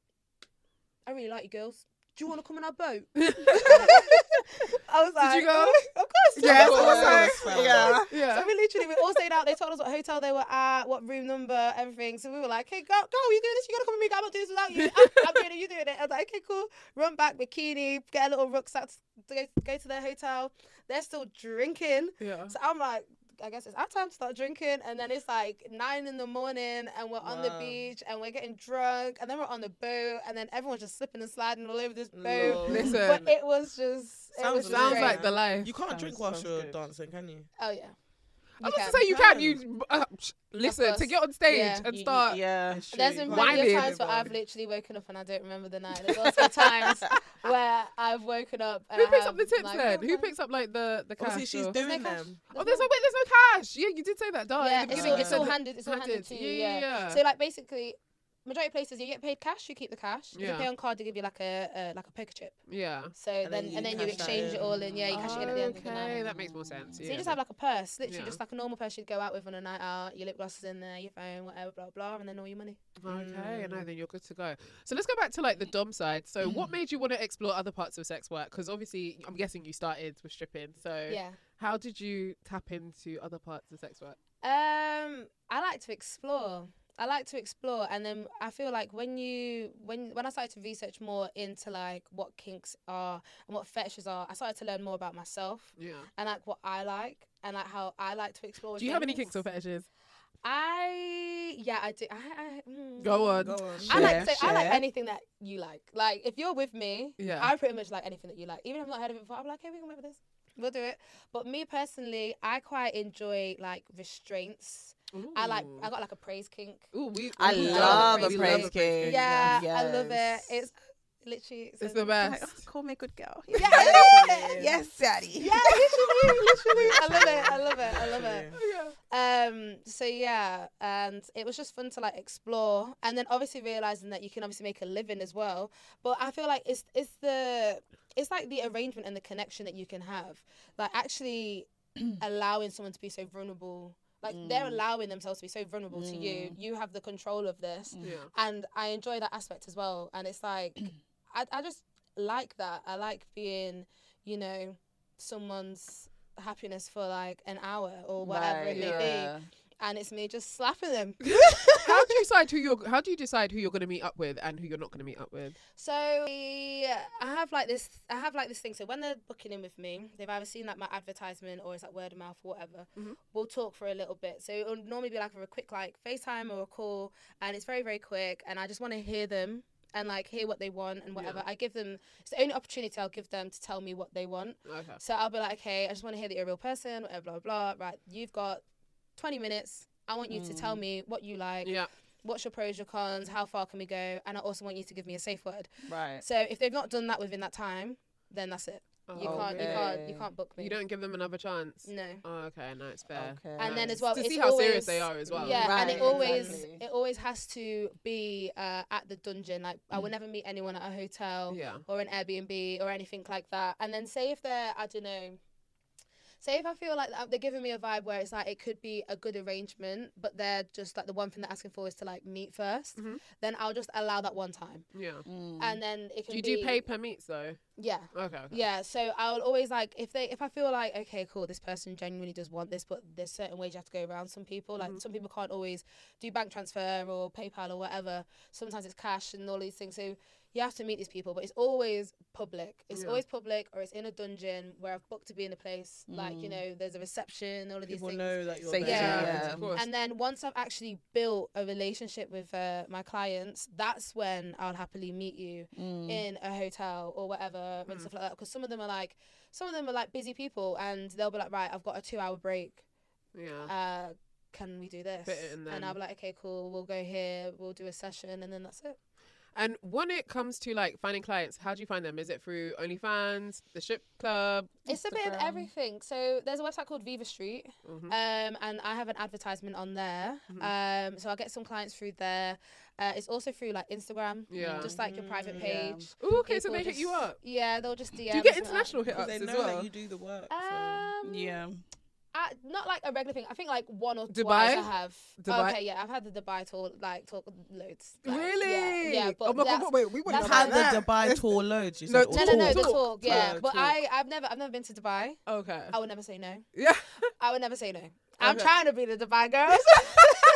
Speaker 3: I really like you girls. Do you want to come on our boat? I was like,
Speaker 2: Did you go?
Speaker 3: Of course.
Speaker 7: Yes,
Speaker 4: Oh,
Speaker 7: I
Speaker 4: yes,
Speaker 7: was
Speaker 4: fam.
Speaker 7: like, yeah.
Speaker 2: Yeah.
Speaker 3: So we literally we all stayed out. They told us what hotel they were at, what room number, everything. So we were like, "Hey, go, go! You doing this? You gotta come with me. Girl, I'm not doing this without you. I, I'm doing it. You doing it." I was like, "Okay, cool." Run back, bikini, get a little rucksack, to go, go to their hotel. They're still drinking,
Speaker 2: Yeah.
Speaker 3: so I'm like. I guess it's our time to start drinking, and then it's like nine in the morning, and we're on the
Speaker 4: Wow.
Speaker 3: beach, and we're getting drunk, and then we're on the boat, and then everyone's just slipping and sliding all over this boat.
Speaker 4: Lord.
Speaker 3: But
Speaker 2: Listen,
Speaker 3: it was just it
Speaker 4: Sounds-
Speaker 3: was
Speaker 2: sounds
Speaker 3: great.
Speaker 2: like the life.
Speaker 4: You can't
Speaker 7: Sounds-
Speaker 4: drink whilst
Speaker 7: sounds
Speaker 4: you're
Speaker 7: good.
Speaker 4: dancing, can you?
Speaker 3: oh yeah.
Speaker 2: I was
Speaker 3: You
Speaker 2: about
Speaker 3: can.
Speaker 2: to say you can. You uh, sh- listen to
Speaker 3: course.
Speaker 2: get on stage
Speaker 3: Yeah.
Speaker 2: and
Speaker 7: You-
Speaker 2: start.
Speaker 7: Yeah.
Speaker 4: It's true,
Speaker 3: There's
Speaker 4: you
Speaker 3: been
Speaker 4: can't
Speaker 3: plenty
Speaker 2: Whining.
Speaker 3: of
Speaker 4: drink
Speaker 3: times where
Speaker 4: whilst
Speaker 3: I've literally woken up and I don't remember the night. There's also times where I've woken up. And
Speaker 2: Who
Speaker 3: I
Speaker 2: picks up
Speaker 3: have,
Speaker 2: the tips
Speaker 3: like,
Speaker 2: then?
Speaker 3: oh,
Speaker 2: Who
Speaker 3: my-
Speaker 2: picks up like the the cash?
Speaker 4: Obviously, she's
Speaker 2: or-
Speaker 3: There's no
Speaker 4: doing
Speaker 3: cash.
Speaker 4: them.
Speaker 2: Oh, there's no wait. There's no cash. Yeah, you did say that, darling.
Speaker 3: Yeah,
Speaker 2: Oh, in the
Speaker 3: it's
Speaker 2: beginning,
Speaker 3: all,
Speaker 2: you
Speaker 3: it's
Speaker 2: said
Speaker 3: all
Speaker 2: that-
Speaker 3: handed. It's all handed to you. Yeah.
Speaker 2: yeah.
Speaker 3: So like basically, majority of places you get paid cash. You keep the cash. If
Speaker 2: Yeah.
Speaker 3: you pay on card, they give you like a uh, like a poker chip.
Speaker 2: yeah.
Speaker 3: So then,
Speaker 4: then you
Speaker 3: and then you
Speaker 4: cash that
Speaker 3: exchange it
Speaker 4: in.
Speaker 3: all and yeah, you cash it in at the end of the night.
Speaker 2: Oh, Okay, that makes more sense.
Speaker 3: So
Speaker 2: yeah.
Speaker 3: you just have like a purse, literally
Speaker 2: Yeah.
Speaker 3: just like a normal purse you'd go out with on a night out. Your lip glosses in there, your phone, whatever, blah blah, and then all your money.
Speaker 2: Okay,
Speaker 3: mm.
Speaker 2: no, then you're good to go. So let's go back to like the dom side. So what made you want to explore other parts of sex work? Because obviously, I'm guessing you started with stripping. So
Speaker 3: Yeah.
Speaker 2: how did you tap into other parts of sex work?
Speaker 3: Um, I like to explore. I like to explore, and then I feel like when you when when I started to research more into like what kinks are and what fetishes are, I started to learn more about myself
Speaker 2: Yeah.
Speaker 3: and like what I like and like how I like to explore.
Speaker 2: Do you have any
Speaker 3: things.
Speaker 2: kinks or fetishes?
Speaker 3: I yeah, I do. I, I, mm.
Speaker 2: Go on.
Speaker 4: Go on.
Speaker 3: I like
Speaker 7: Share,
Speaker 3: so I like
Speaker 7: share.
Speaker 3: anything that you like. Like if you're with me,
Speaker 2: Yeah.
Speaker 3: I pretty much like anything that you like. Even if I've not heard of it before, I'm like, hey, we can work with this. We'll do it. But me personally, I quite enjoy like restraints. I like I got like a praise kink.
Speaker 2: Ooh, we,
Speaker 7: I
Speaker 2: we
Speaker 7: love a
Speaker 2: we
Speaker 7: praise
Speaker 2: love
Speaker 7: king.
Speaker 3: Yeah, I love it.
Speaker 7: Yes.
Speaker 3: It's literally so
Speaker 2: It's the
Speaker 3: nice.
Speaker 7: Like,
Speaker 2: best.
Speaker 7: oh, call me a good girl.
Speaker 3: Yeah,
Speaker 7: yes, daddy.
Speaker 3: yeah, literally, literally. I love it. I love it. I love it. Um, so yeah, and it was just fun to like explore, and then obviously realizing that you can obviously make a living as well. But I feel like it's it's the it's like the arrangement and the connection that you can have, like actually allowing someone to be so vulnerable. Like they're
Speaker 7: Mm.
Speaker 3: allowing themselves to be so vulnerable to you. You have the control of this,
Speaker 2: Yeah.
Speaker 3: and I enjoy that aspect as well. And it's like I I just like that. I like being, you know, someone's happiness for like an hour or whatever it may be and it's me just slapping them.
Speaker 2: How do you decide who you're? How do you decide who you're going to meet up with and who you're not going to meet up with?
Speaker 3: so I have like this, I have like this thing. So when they're booking in with me, they've either seen like my advertisement or it's like word of mouth, or whatever.
Speaker 2: Mhm.
Speaker 3: We'll talk for a little bit. So it'll normally be like a quick like FaceTime or a call, and it's very very quick. And I just want to hear them and like hear what they want and whatever. I give them it's the only opportunity I'll give them to tell me what they want.
Speaker 2: Okay.
Speaker 3: So I'll be like, okay, I just want to hear that you're a real person, whatever, blah blah. blah. Right, you've got 20 minutes. I want you to tell me what you like.
Speaker 2: Yeah.
Speaker 3: what's your pros, your cons, how far can we go? And I also want you to give me a safe word.
Speaker 7: Right.
Speaker 3: So if they've not done that within that time, then that's it. You
Speaker 2: Oh,
Speaker 3: can't, you
Speaker 2: okay.
Speaker 3: can't, you can't book me.
Speaker 2: You don't give them another chance.
Speaker 3: No.
Speaker 2: Oh, okay, no, it's fair.
Speaker 7: Okay.
Speaker 3: And then
Speaker 2: Nice.
Speaker 3: as well,
Speaker 2: to
Speaker 3: it's
Speaker 2: see how serious
Speaker 3: always-
Speaker 2: they are as well.
Speaker 3: Yeah, and
Speaker 7: Right,
Speaker 3: it always
Speaker 7: exactly.
Speaker 3: it always has to be uh, at the dungeon. Like I will never meet anyone at a hotel
Speaker 2: Mm. Yeah.
Speaker 3: or an Airbnb or anything like that. And then say if they're I don't know, say if I feel like they're giving me a vibe where it's like it could be a good arrangement, but they're just like the one thing they're asking for is to like meet 1st
Speaker 2: Mhm.
Speaker 3: Then I'll just allow that one time,
Speaker 2: Yeah.
Speaker 7: Mm,
Speaker 3: and then it can
Speaker 2: Mm. Do you
Speaker 3: be
Speaker 2: do pay per meets though?
Speaker 3: Yeah.
Speaker 2: Okay. okay.
Speaker 3: Yeah, so I'll always like if they if I feel like okay, cool, this person genuinely does want this, but there's certain ways you have to go around some people. Like
Speaker 4: Mm-hmm.
Speaker 3: some people can't always do bank transfer or PayPal or whatever. Sometimes it's cash and all these things. So you have to meet these people, but it's always public. It's
Speaker 2: Yeah.
Speaker 3: always public, or it's in a dungeon where I've booked to be in a place. Like you know, there's a reception, all of
Speaker 4: Mm. People
Speaker 3: these things.
Speaker 4: know that you're
Speaker 7: Safety,
Speaker 4: there.
Speaker 3: Yeah.
Speaker 7: yeah.
Speaker 2: Of course.
Speaker 3: And then once I've actually built a relationship with uh, my clients, that's when I'll happily meet you
Speaker 2: Mm.
Speaker 7: mm.
Speaker 3: in a hotel or whatever and stuff like that. Because some of them are like, some of them are like busy people, and they'll be like, right, I've got a two-hour break.
Speaker 2: yeah.
Speaker 3: Uh, can we do this?
Speaker 2: Fit it in
Speaker 3: and
Speaker 2: then.
Speaker 3: I'll be like, okay, cool. We'll go here. We'll do a session, and then that's it.
Speaker 2: And when it comes to like finding clients, how do you find them? Is it through OnlyFans, the strip club?
Speaker 3: It's a bit of
Speaker 7: Instagram.
Speaker 3: everything. So there's a website called Viva Street,
Speaker 2: Mhm.
Speaker 3: um, and I have an advertisement on there.
Speaker 2: Mm-hmm.
Speaker 3: Um, so I get some clients through there. Uh, it's also through like Instagram,
Speaker 2: Yeah.
Speaker 3: just like your private
Speaker 7: Yeah.
Speaker 3: page.
Speaker 2: Ooh, okay, so
Speaker 3: Uh, People
Speaker 2: they hit you
Speaker 3: just-
Speaker 2: up.
Speaker 3: Yeah, they'll just DM.
Speaker 2: Do you get
Speaker 3: and stuff like that.
Speaker 2: international hit
Speaker 4: Because
Speaker 2: ups
Speaker 4: they
Speaker 2: as
Speaker 4: know
Speaker 2: well?
Speaker 4: that you do the work. so-
Speaker 3: Um,
Speaker 7: Yeah.
Speaker 3: I- not like a regular thing. I think like one or
Speaker 2: Dubai?
Speaker 3: twice I have.
Speaker 2: Dubai?
Speaker 3: Okay, yeah, I've had the Dubai tour like talk loads. like,
Speaker 2: really?
Speaker 3: Yeah, yeah but
Speaker 2: oh my god,
Speaker 3: that's-
Speaker 2: wait, wait, we
Speaker 3: that's
Speaker 2: wouldn't
Speaker 3: how
Speaker 2: have
Speaker 4: had
Speaker 2: that.
Speaker 4: the Dubai tour loads. You
Speaker 2: No,
Speaker 4: said, or
Speaker 3: No, no, no, the
Speaker 2: Talk,
Speaker 3: talk. Yeah,
Speaker 4: talk,
Speaker 3: but
Speaker 4: talk.
Speaker 3: I, I've never, I've never been to Dubai.
Speaker 2: Okay.
Speaker 3: I would never say no.
Speaker 2: Yeah.
Speaker 3: I would never say no. I'm
Speaker 2: Okay.
Speaker 3: trying to be the Dubai girls.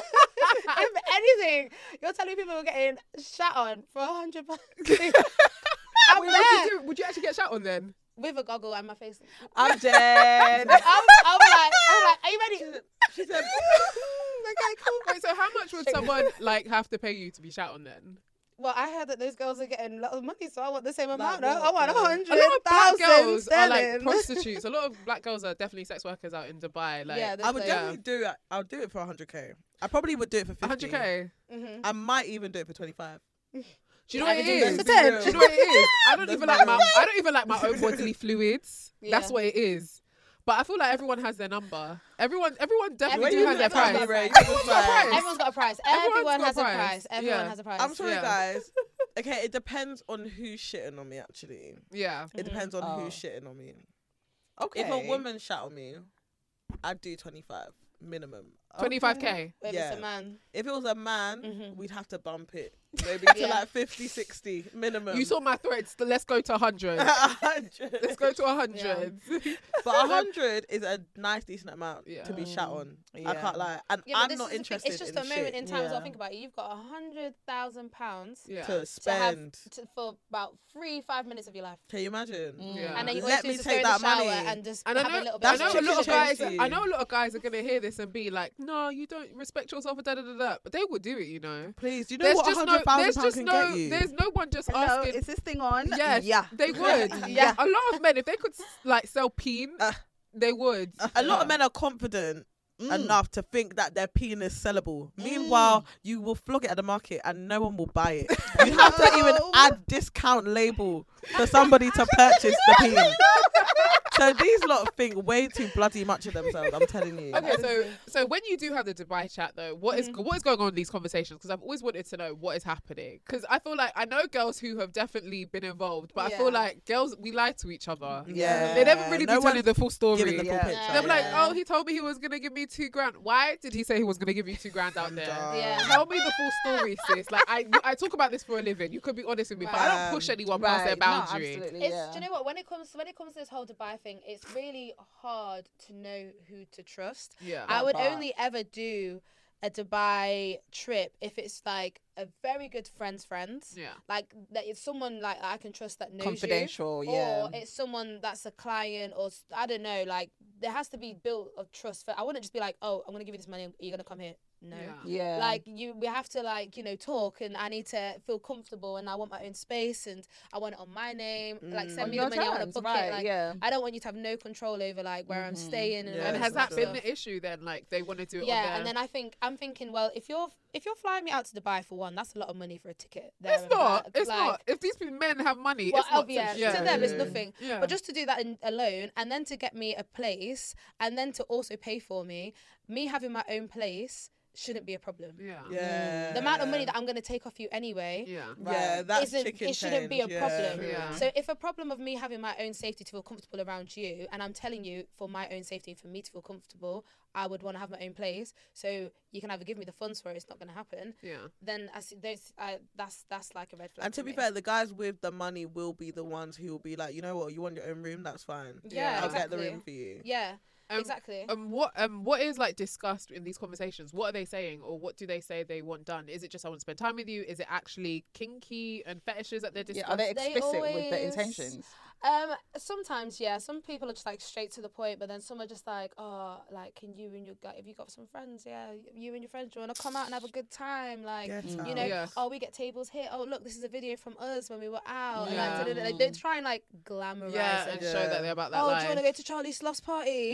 Speaker 3: if anything, you're telling me people are getting shot on for a hundred bucks. I'm
Speaker 2: Wait, would,
Speaker 3: there
Speaker 2: you do, would you actually get shot on then?
Speaker 3: with a goggle and my face.
Speaker 7: I'm dead.
Speaker 3: I'm, I'm like, I'm like, are you ready?
Speaker 4: She said,
Speaker 2: Hmm, okay, cool. Wait, so how much would someone like have to pay you to be shot on then?
Speaker 3: Well, I heard that those girls are getting a lot of money, so I want the same
Speaker 4: what?
Speaker 3: amount. No, I want a
Speaker 4: Yeah.
Speaker 3: hundred.
Speaker 2: A lot of black girls are like
Speaker 3: sterling.
Speaker 2: prostitutes. A lot of black girls are definitely sex workers out in Dubai. Like
Speaker 3: yeah,
Speaker 4: I would definitely do it. I'll do it for 100k. I probably would do it for 50.
Speaker 2: 100k.
Speaker 3: Mm-hmm.
Speaker 4: I might even do it for 25.
Speaker 2: Do you know what it is?
Speaker 4: Let's
Speaker 3: It's
Speaker 4: be
Speaker 3: a ten.
Speaker 4: real.
Speaker 2: Do you know what it is? I don't
Speaker 4: That's
Speaker 2: even
Speaker 4: my
Speaker 2: like my
Speaker 4: own.
Speaker 2: I don't even like my own bodily fluids.
Speaker 3: Yeah.
Speaker 2: That's what it is. But I feel like everyone has their number. Everyone everyone definitely
Speaker 4: When
Speaker 2: do
Speaker 4: you
Speaker 2: have their
Speaker 4: look at
Speaker 2: price.
Speaker 4: me, Ray,
Speaker 2: Everyone's
Speaker 4: you
Speaker 2: got a
Speaker 4: like-
Speaker 2: price.
Speaker 3: Everyone's got a price.
Speaker 2: Everyone's
Speaker 3: Everyone
Speaker 2: got
Speaker 3: has a
Speaker 2: a
Speaker 3: price.
Speaker 2: price.
Speaker 3: Everyone
Speaker 2: Yeah.
Speaker 3: has a price.
Speaker 4: I'm sorry,
Speaker 2: Yeah.
Speaker 4: guys. Okay, it depends on who's shitting on me, actually.
Speaker 2: Yeah.
Speaker 4: It depends on who's
Speaker 7: Oh.
Speaker 4: shitting on me.
Speaker 7: Okay.
Speaker 4: If a woman shot on me, I'd do 25 minimum.
Speaker 2: 25k.
Speaker 3: Wait,
Speaker 4: Yeah.
Speaker 3: Mr. Man.
Speaker 4: If it was a man,
Speaker 2: Mm-hmm.
Speaker 3: Mhm.
Speaker 4: we'd have to bump it maybe to
Speaker 3: Yeah.
Speaker 4: like 50, 60 minimum.
Speaker 2: You saw my threats. Let's go to 100.
Speaker 4: a hundred.
Speaker 2: Let's go to 100.
Speaker 4: But a hundred is a nice, decent amount
Speaker 2: Yeah.
Speaker 4: to be shot on. I
Speaker 7: Yeah.
Speaker 4: can't lie, and
Speaker 3: Yeah, but
Speaker 4: I'm
Speaker 3: this
Speaker 4: not
Speaker 3: is the thing.
Speaker 4: interested.
Speaker 3: It's just
Speaker 4: in
Speaker 3: a moment
Speaker 4: shit
Speaker 3: in time. as well.
Speaker 7: Yeah.
Speaker 3: think about it. You've got a hundred thousand pounds
Speaker 2: Yeah.
Speaker 4: to
Speaker 3: to have
Speaker 4: spend.
Speaker 3: to, for about three, five minutes of your life,
Speaker 4: Can you imagine?
Speaker 2: Yeah.
Speaker 3: and then you
Speaker 4: Let
Speaker 3: always do
Speaker 4: me
Speaker 3: is just go
Speaker 4: take
Speaker 3: in the
Speaker 4: that
Speaker 3: shower
Speaker 4: money.
Speaker 3: and just
Speaker 2: And I
Speaker 3: have
Speaker 2: know,
Speaker 3: a little bit.
Speaker 2: I
Speaker 4: That's
Speaker 3: of
Speaker 2: know a
Speaker 3: chicken
Speaker 2: lot of
Speaker 4: chicken
Speaker 3: shake.
Speaker 2: guys.
Speaker 4: change.
Speaker 2: I know a lot of guys are gonna hear this and be like, no, you don't respect yourself, da da da da. But they will do it, you know.
Speaker 4: Please, do you know
Speaker 2: There's
Speaker 4: what
Speaker 2: just
Speaker 4: hundred
Speaker 2: no,
Speaker 4: thousand
Speaker 2: there's
Speaker 4: pounds
Speaker 2: just
Speaker 4: can
Speaker 2: no,
Speaker 4: get you?
Speaker 2: there's no one just
Speaker 7: Hello,
Speaker 2: asking.
Speaker 7: is this thing on?
Speaker 2: Yes,
Speaker 7: Yeah.
Speaker 2: they would. yeah.
Speaker 7: Yeah.
Speaker 2: a lot of men, if they could like sell peen,
Speaker 4: Uh,
Speaker 2: they would.
Speaker 4: A lot of men are confident enough to think that their penis is sellable. Meanwhile, you will flog it at the market and no one will buy it. You have to even
Speaker 7: No.
Speaker 4: add discount label for somebody to purchase the penis. so these lot think way too bloody much of themselves. I'm telling you.
Speaker 2: Okay, so so when you do have the Dubai chat though, what is what is going on in these conversations? Because I've always wanted to know what is happening. Because I feel like I know girls who have definitely been involved, but I feel
Speaker 7: Yeah.
Speaker 2: like girls we lie to each other.
Speaker 4: Yeah.
Speaker 2: they never really
Speaker 4: No
Speaker 2: do tell you
Speaker 4: one's
Speaker 2: the full story.
Speaker 4: Giving the full
Speaker 7: Yeah.
Speaker 4: picture.
Speaker 3: They'll
Speaker 2: They're
Speaker 3: be
Speaker 2: like,
Speaker 7: Yeah.
Speaker 2: oh, he told me he was gonna give me two grand. Why did he say he was gonna give you two grand out there?
Speaker 4: done.
Speaker 3: Yeah.
Speaker 2: Tell me the full story, sis. Like I, I talk about this for a living. You could be honest with me, but I
Speaker 4: Right.
Speaker 2: don't push anyone
Speaker 7: Right.
Speaker 2: past their
Speaker 7: No,
Speaker 2: boundary.
Speaker 7: absolutely,
Speaker 3: It's,
Speaker 7: yeah.
Speaker 3: Do you know what? When it comes when it comes to this whole Dubai thing, it's really hard to know who to trust.
Speaker 2: yeah.
Speaker 3: I would
Speaker 7: Dubai.
Speaker 3: only ever do a Dubai trip if it's like a very good friend's friend,
Speaker 2: yeah.
Speaker 3: like that it's someone like I can trust that knows you.
Speaker 7: Confidential, yeah.
Speaker 3: Or it's someone that's a client, or s- I don't know. Like there has to be built of trust. For I wouldn't just be like, "Oh, I'm gonna give you this money. Are you gonna come here?" No.
Speaker 2: Yeah.
Speaker 7: yeah.
Speaker 3: Like you, we have to like you know talk, and I need to feel comfortable, and I want my own space, and I want it on my name. Like
Speaker 4: Mm.
Speaker 3: send
Speaker 7: On
Speaker 3: me
Speaker 7: your
Speaker 3: the money, I want to
Speaker 7: terms,
Speaker 3: book
Speaker 7: right,
Speaker 3: it. Like
Speaker 7: yeah.
Speaker 3: I don't want you to have no control over like where I'm
Speaker 7: Mhm.
Speaker 3: staying. And, all
Speaker 4: Yeah,
Speaker 2: And
Speaker 3: that
Speaker 2: has
Speaker 3: sort
Speaker 2: that
Speaker 3: of
Speaker 2: been
Speaker 3: stuff.
Speaker 2: the issue then? Like they wanted to do it on
Speaker 3: Yeah,
Speaker 2: their...
Speaker 3: and then I think I'm thinking, well, if you're if you're flying me out to Dubai for one, that's a lot of money for a ticket. there
Speaker 2: It's
Speaker 3: and
Speaker 2: not.
Speaker 3: back.
Speaker 2: It's
Speaker 3: Like,
Speaker 2: not. If these men have money,
Speaker 3: Well, oh,
Speaker 2: it's not.
Speaker 3: yeah,
Speaker 2: yeah.
Speaker 3: to them it's
Speaker 4: yeah.
Speaker 3: nothing.
Speaker 2: Yeah.
Speaker 3: But just to do that in, alone, and then to get me a place, and then to also pay for me, me having my own place shouldn't be a problem.
Speaker 2: yeah.
Speaker 4: yeah.
Speaker 3: The amount of money that I'm going to take off you anyway.
Speaker 2: Yeah.
Speaker 4: yeah, that's
Speaker 3: isn't,
Speaker 4: chicken
Speaker 3: it shouldn't be a
Speaker 4: change, yeah.
Speaker 3: problem.
Speaker 2: Yeah.
Speaker 3: So if a problem of me having my own safety to feel comfortable around you, and I'm telling you for my own safety and for me to feel comfortable, I would want to have my own place. So you can either give me the funds for it, it's not going to happen.
Speaker 2: Yeah.
Speaker 3: Then I see those. I, that's that's like a red flag.
Speaker 4: And to be
Speaker 3: me.
Speaker 4: fair, the guys with the money will be the ones who will be like, you know what, you want your own room? That's fine.
Speaker 3: yeah,
Speaker 4: I'll
Speaker 3: exactly.
Speaker 4: get the room for you.
Speaker 3: Yeah,
Speaker 2: Um,
Speaker 3: exactly.
Speaker 2: Um, what um, what is like discussed in these conversations? What are they saying, or what do they say they want done? Is it just I want to spend time with you? Is it actually kinky and fetishes that they're
Speaker 7: yeah,
Speaker 2: discussing?
Speaker 7: are they
Speaker 3: They
Speaker 7: explicit with the
Speaker 3: always-
Speaker 7: intentions?
Speaker 3: Um, sometimes yeah. Some people are just like straight to the point, but then some are just like, oh, like can you and your guy, if you got some friends, yeah, you and your friends, do you want to come out and have a good time, like.
Speaker 4: Get
Speaker 7: you
Speaker 4: out.
Speaker 3: You know,
Speaker 2: Yes.
Speaker 3: oh, we get tables here. Oh, look, this is a video from us when we were out. and,
Speaker 2: Yeah.
Speaker 3: Like, da-da-da. Like, they
Speaker 4: Mm.
Speaker 3: try and like glamorize
Speaker 2: yeah,
Speaker 3: it.
Speaker 2: and show that they're about that
Speaker 3: oh,
Speaker 2: life.
Speaker 3: do you want to go to Charlie Sloth's
Speaker 4: Mm.
Speaker 3: party?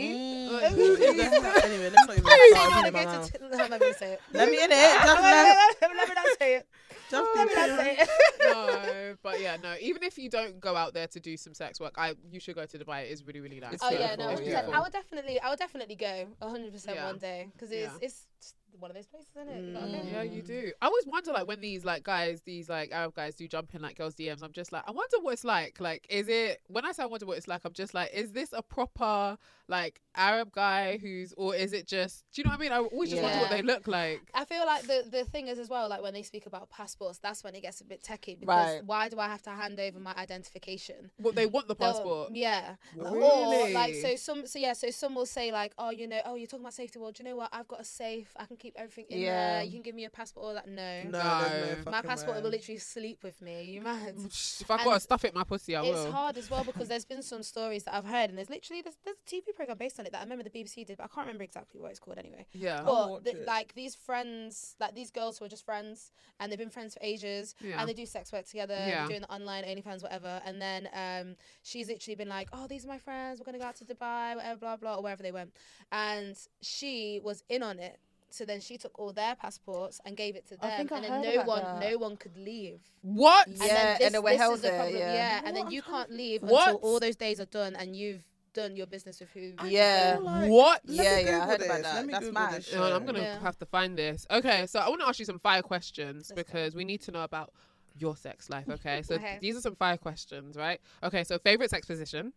Speaker 4: anyway, let's not even
Speaker 3: Do you
Speaker 4: start
Speaker 3: want to
Speaker 4: opening my
Speaker 3: go
Speaker 4: mouth.
Speaker 3: to? T- no, I'm not gonna say it.
Speaker 4: Let me in it. Just let,
Speaker 3: Let me not say it.
Speaker 4: just
Speaker 3: Let me not
Speaker 4: be
Speaker 3: say it.
Speaker 2: no, but yeah, no. Even if you don't go out there to do some sex work, I you should go to Dubai. It is really really nice.
Speaker 7: It's
Speaker 3: Oh yeah,
Speaker 7: beautiful,
Speaker 3: no,
Speaker 7: it's
Speaker 3: 100%.
Speaker 7: beautiful.
Speaker 3: I would definitely, I would definitely go 100 percent
Speaker 2: Yeah.
Speaker 3: one day because it's
Speaker 2: Yeah.
Speaker 3: it's just one of those places, isn't it? You gotta go.
Speaker 7: Mm.
Speaker 2: Yeah, you do. I always wonder, like, when these like guys, these like Arab guys, do jump in like girls' DMs. I'm just like, I wonder what it's like. Like, is it when I say I wonder what it's like? I'm just like, is this a proper like Arab guy who's, or is it just? Do you know what I mean? I always just wonder what
Speaker 3: Yeah.
Speaker 2: they look like.
Speaker 3: I feel like the the thing is as well, like when they speak about passports, that's when it gets a bit techie because
Speaker 7: Right.
Speaker 3: why do I have to hand over my identification?
Speaker 2: What they want the
Speaker 3: They'll-
Speaker 2: passport.
Speaker 3: yeah. Or
Speaker 2: Really?
Speaker 3: like so some so yeah, so some will say like, Oh, you know, oh you're talking about safety, well, do you know what? I've got a safe, I can keep everything in
Speaker 7: Yeah.
Speaker 3: there, you can give me a passport, all that no.
Speaker 4: in. No, there's
Speaker 2: No.
Speaker 4: no
Speaker 3: My
Speaker 4: fucking
Speaker 3: passport
Speaker 4: way.
Speaker 3: will literally sleep with me. You mad?
Speaker 2: If I gotta
Speaker 3: And
Speaker 2: stuff it, in my pussy, I
Speaker 3: it's
Speaker 2: will.
Speaker 3: hard as well because there's been some stories that I've heard, and there's literally there's, there's a TV program based on it that I remember the BBC did, but I can't remember exactly what it's called anyway.
Speaker 2: Yeah.
Speaker 4: Oh. I'll
Speaker 3: But
Speaker 4: watch
Speaker 3: th-
Speaker 4: it.
Speaker 3: like these friends, like these girls who are just friends, and they've been friends for ages,
Speaker 2: Yeah.
Speaker 3: and they do sex work together, and
Speaker 2: Yeah.
Speaker 3: they're doing the online OnlyFans, whatever. And then um, she's literally been like, "Oh, these are my friends. We're gonna go out to Dubai, whatever, blah blah, or wherever they went." And she was in on it. So then she took all their passports and gave it to them,
Speaker 7: I think I
Speaker 3: and then
Speaker 7: heard
Speaker 3: no
Speaker 7: about
Speaker 3: one,
Speaker 7: that.
Speaker 3: no one could leave.
Speaker 2: What?
Speaker 3: And
Speaker 7: Yeah,
Speaker 3: then
Speaker 7: and
Speaker 3: this,
Speaker 7: they were
Speaker 3: this
Speaker 7: held
Speaker 3: is the
Speaker 7: there,
Speaker 3: problem.
Speaker 7: yeah.
Speaker 3: and then you can't leave
Speaker 2: What?
Speaker 3: until all those days are done and you've done your business with who.
Speaker 7: Yeah.
Speaker 2: what?
Speaker 4: Let me
Speaker 7: Yeah, yeah, I
Speaker 4: Google
Speaker 7: heard about
Speaker 4: this.
Speaker 7: that.
Speaker 4: Let me
Speaker 7: That's
Speaker 4: Google
Speaker 7: mad.
Speaker 4: this
Speaker 2: Hang on, I'm
Speaker 4: shit.
Speaker 2: gonna
Speaker 3: Yeah.
Speaker 2: have to find this. Okay, so I want to ask you some fire questions
Speaker 3: Let's go.
Speaker 2: because we need to know about your sex life. Okay, so
Speaker 3: Okay.
Speaker 2: these are some fire questions, right? Okay, so favorite sex position,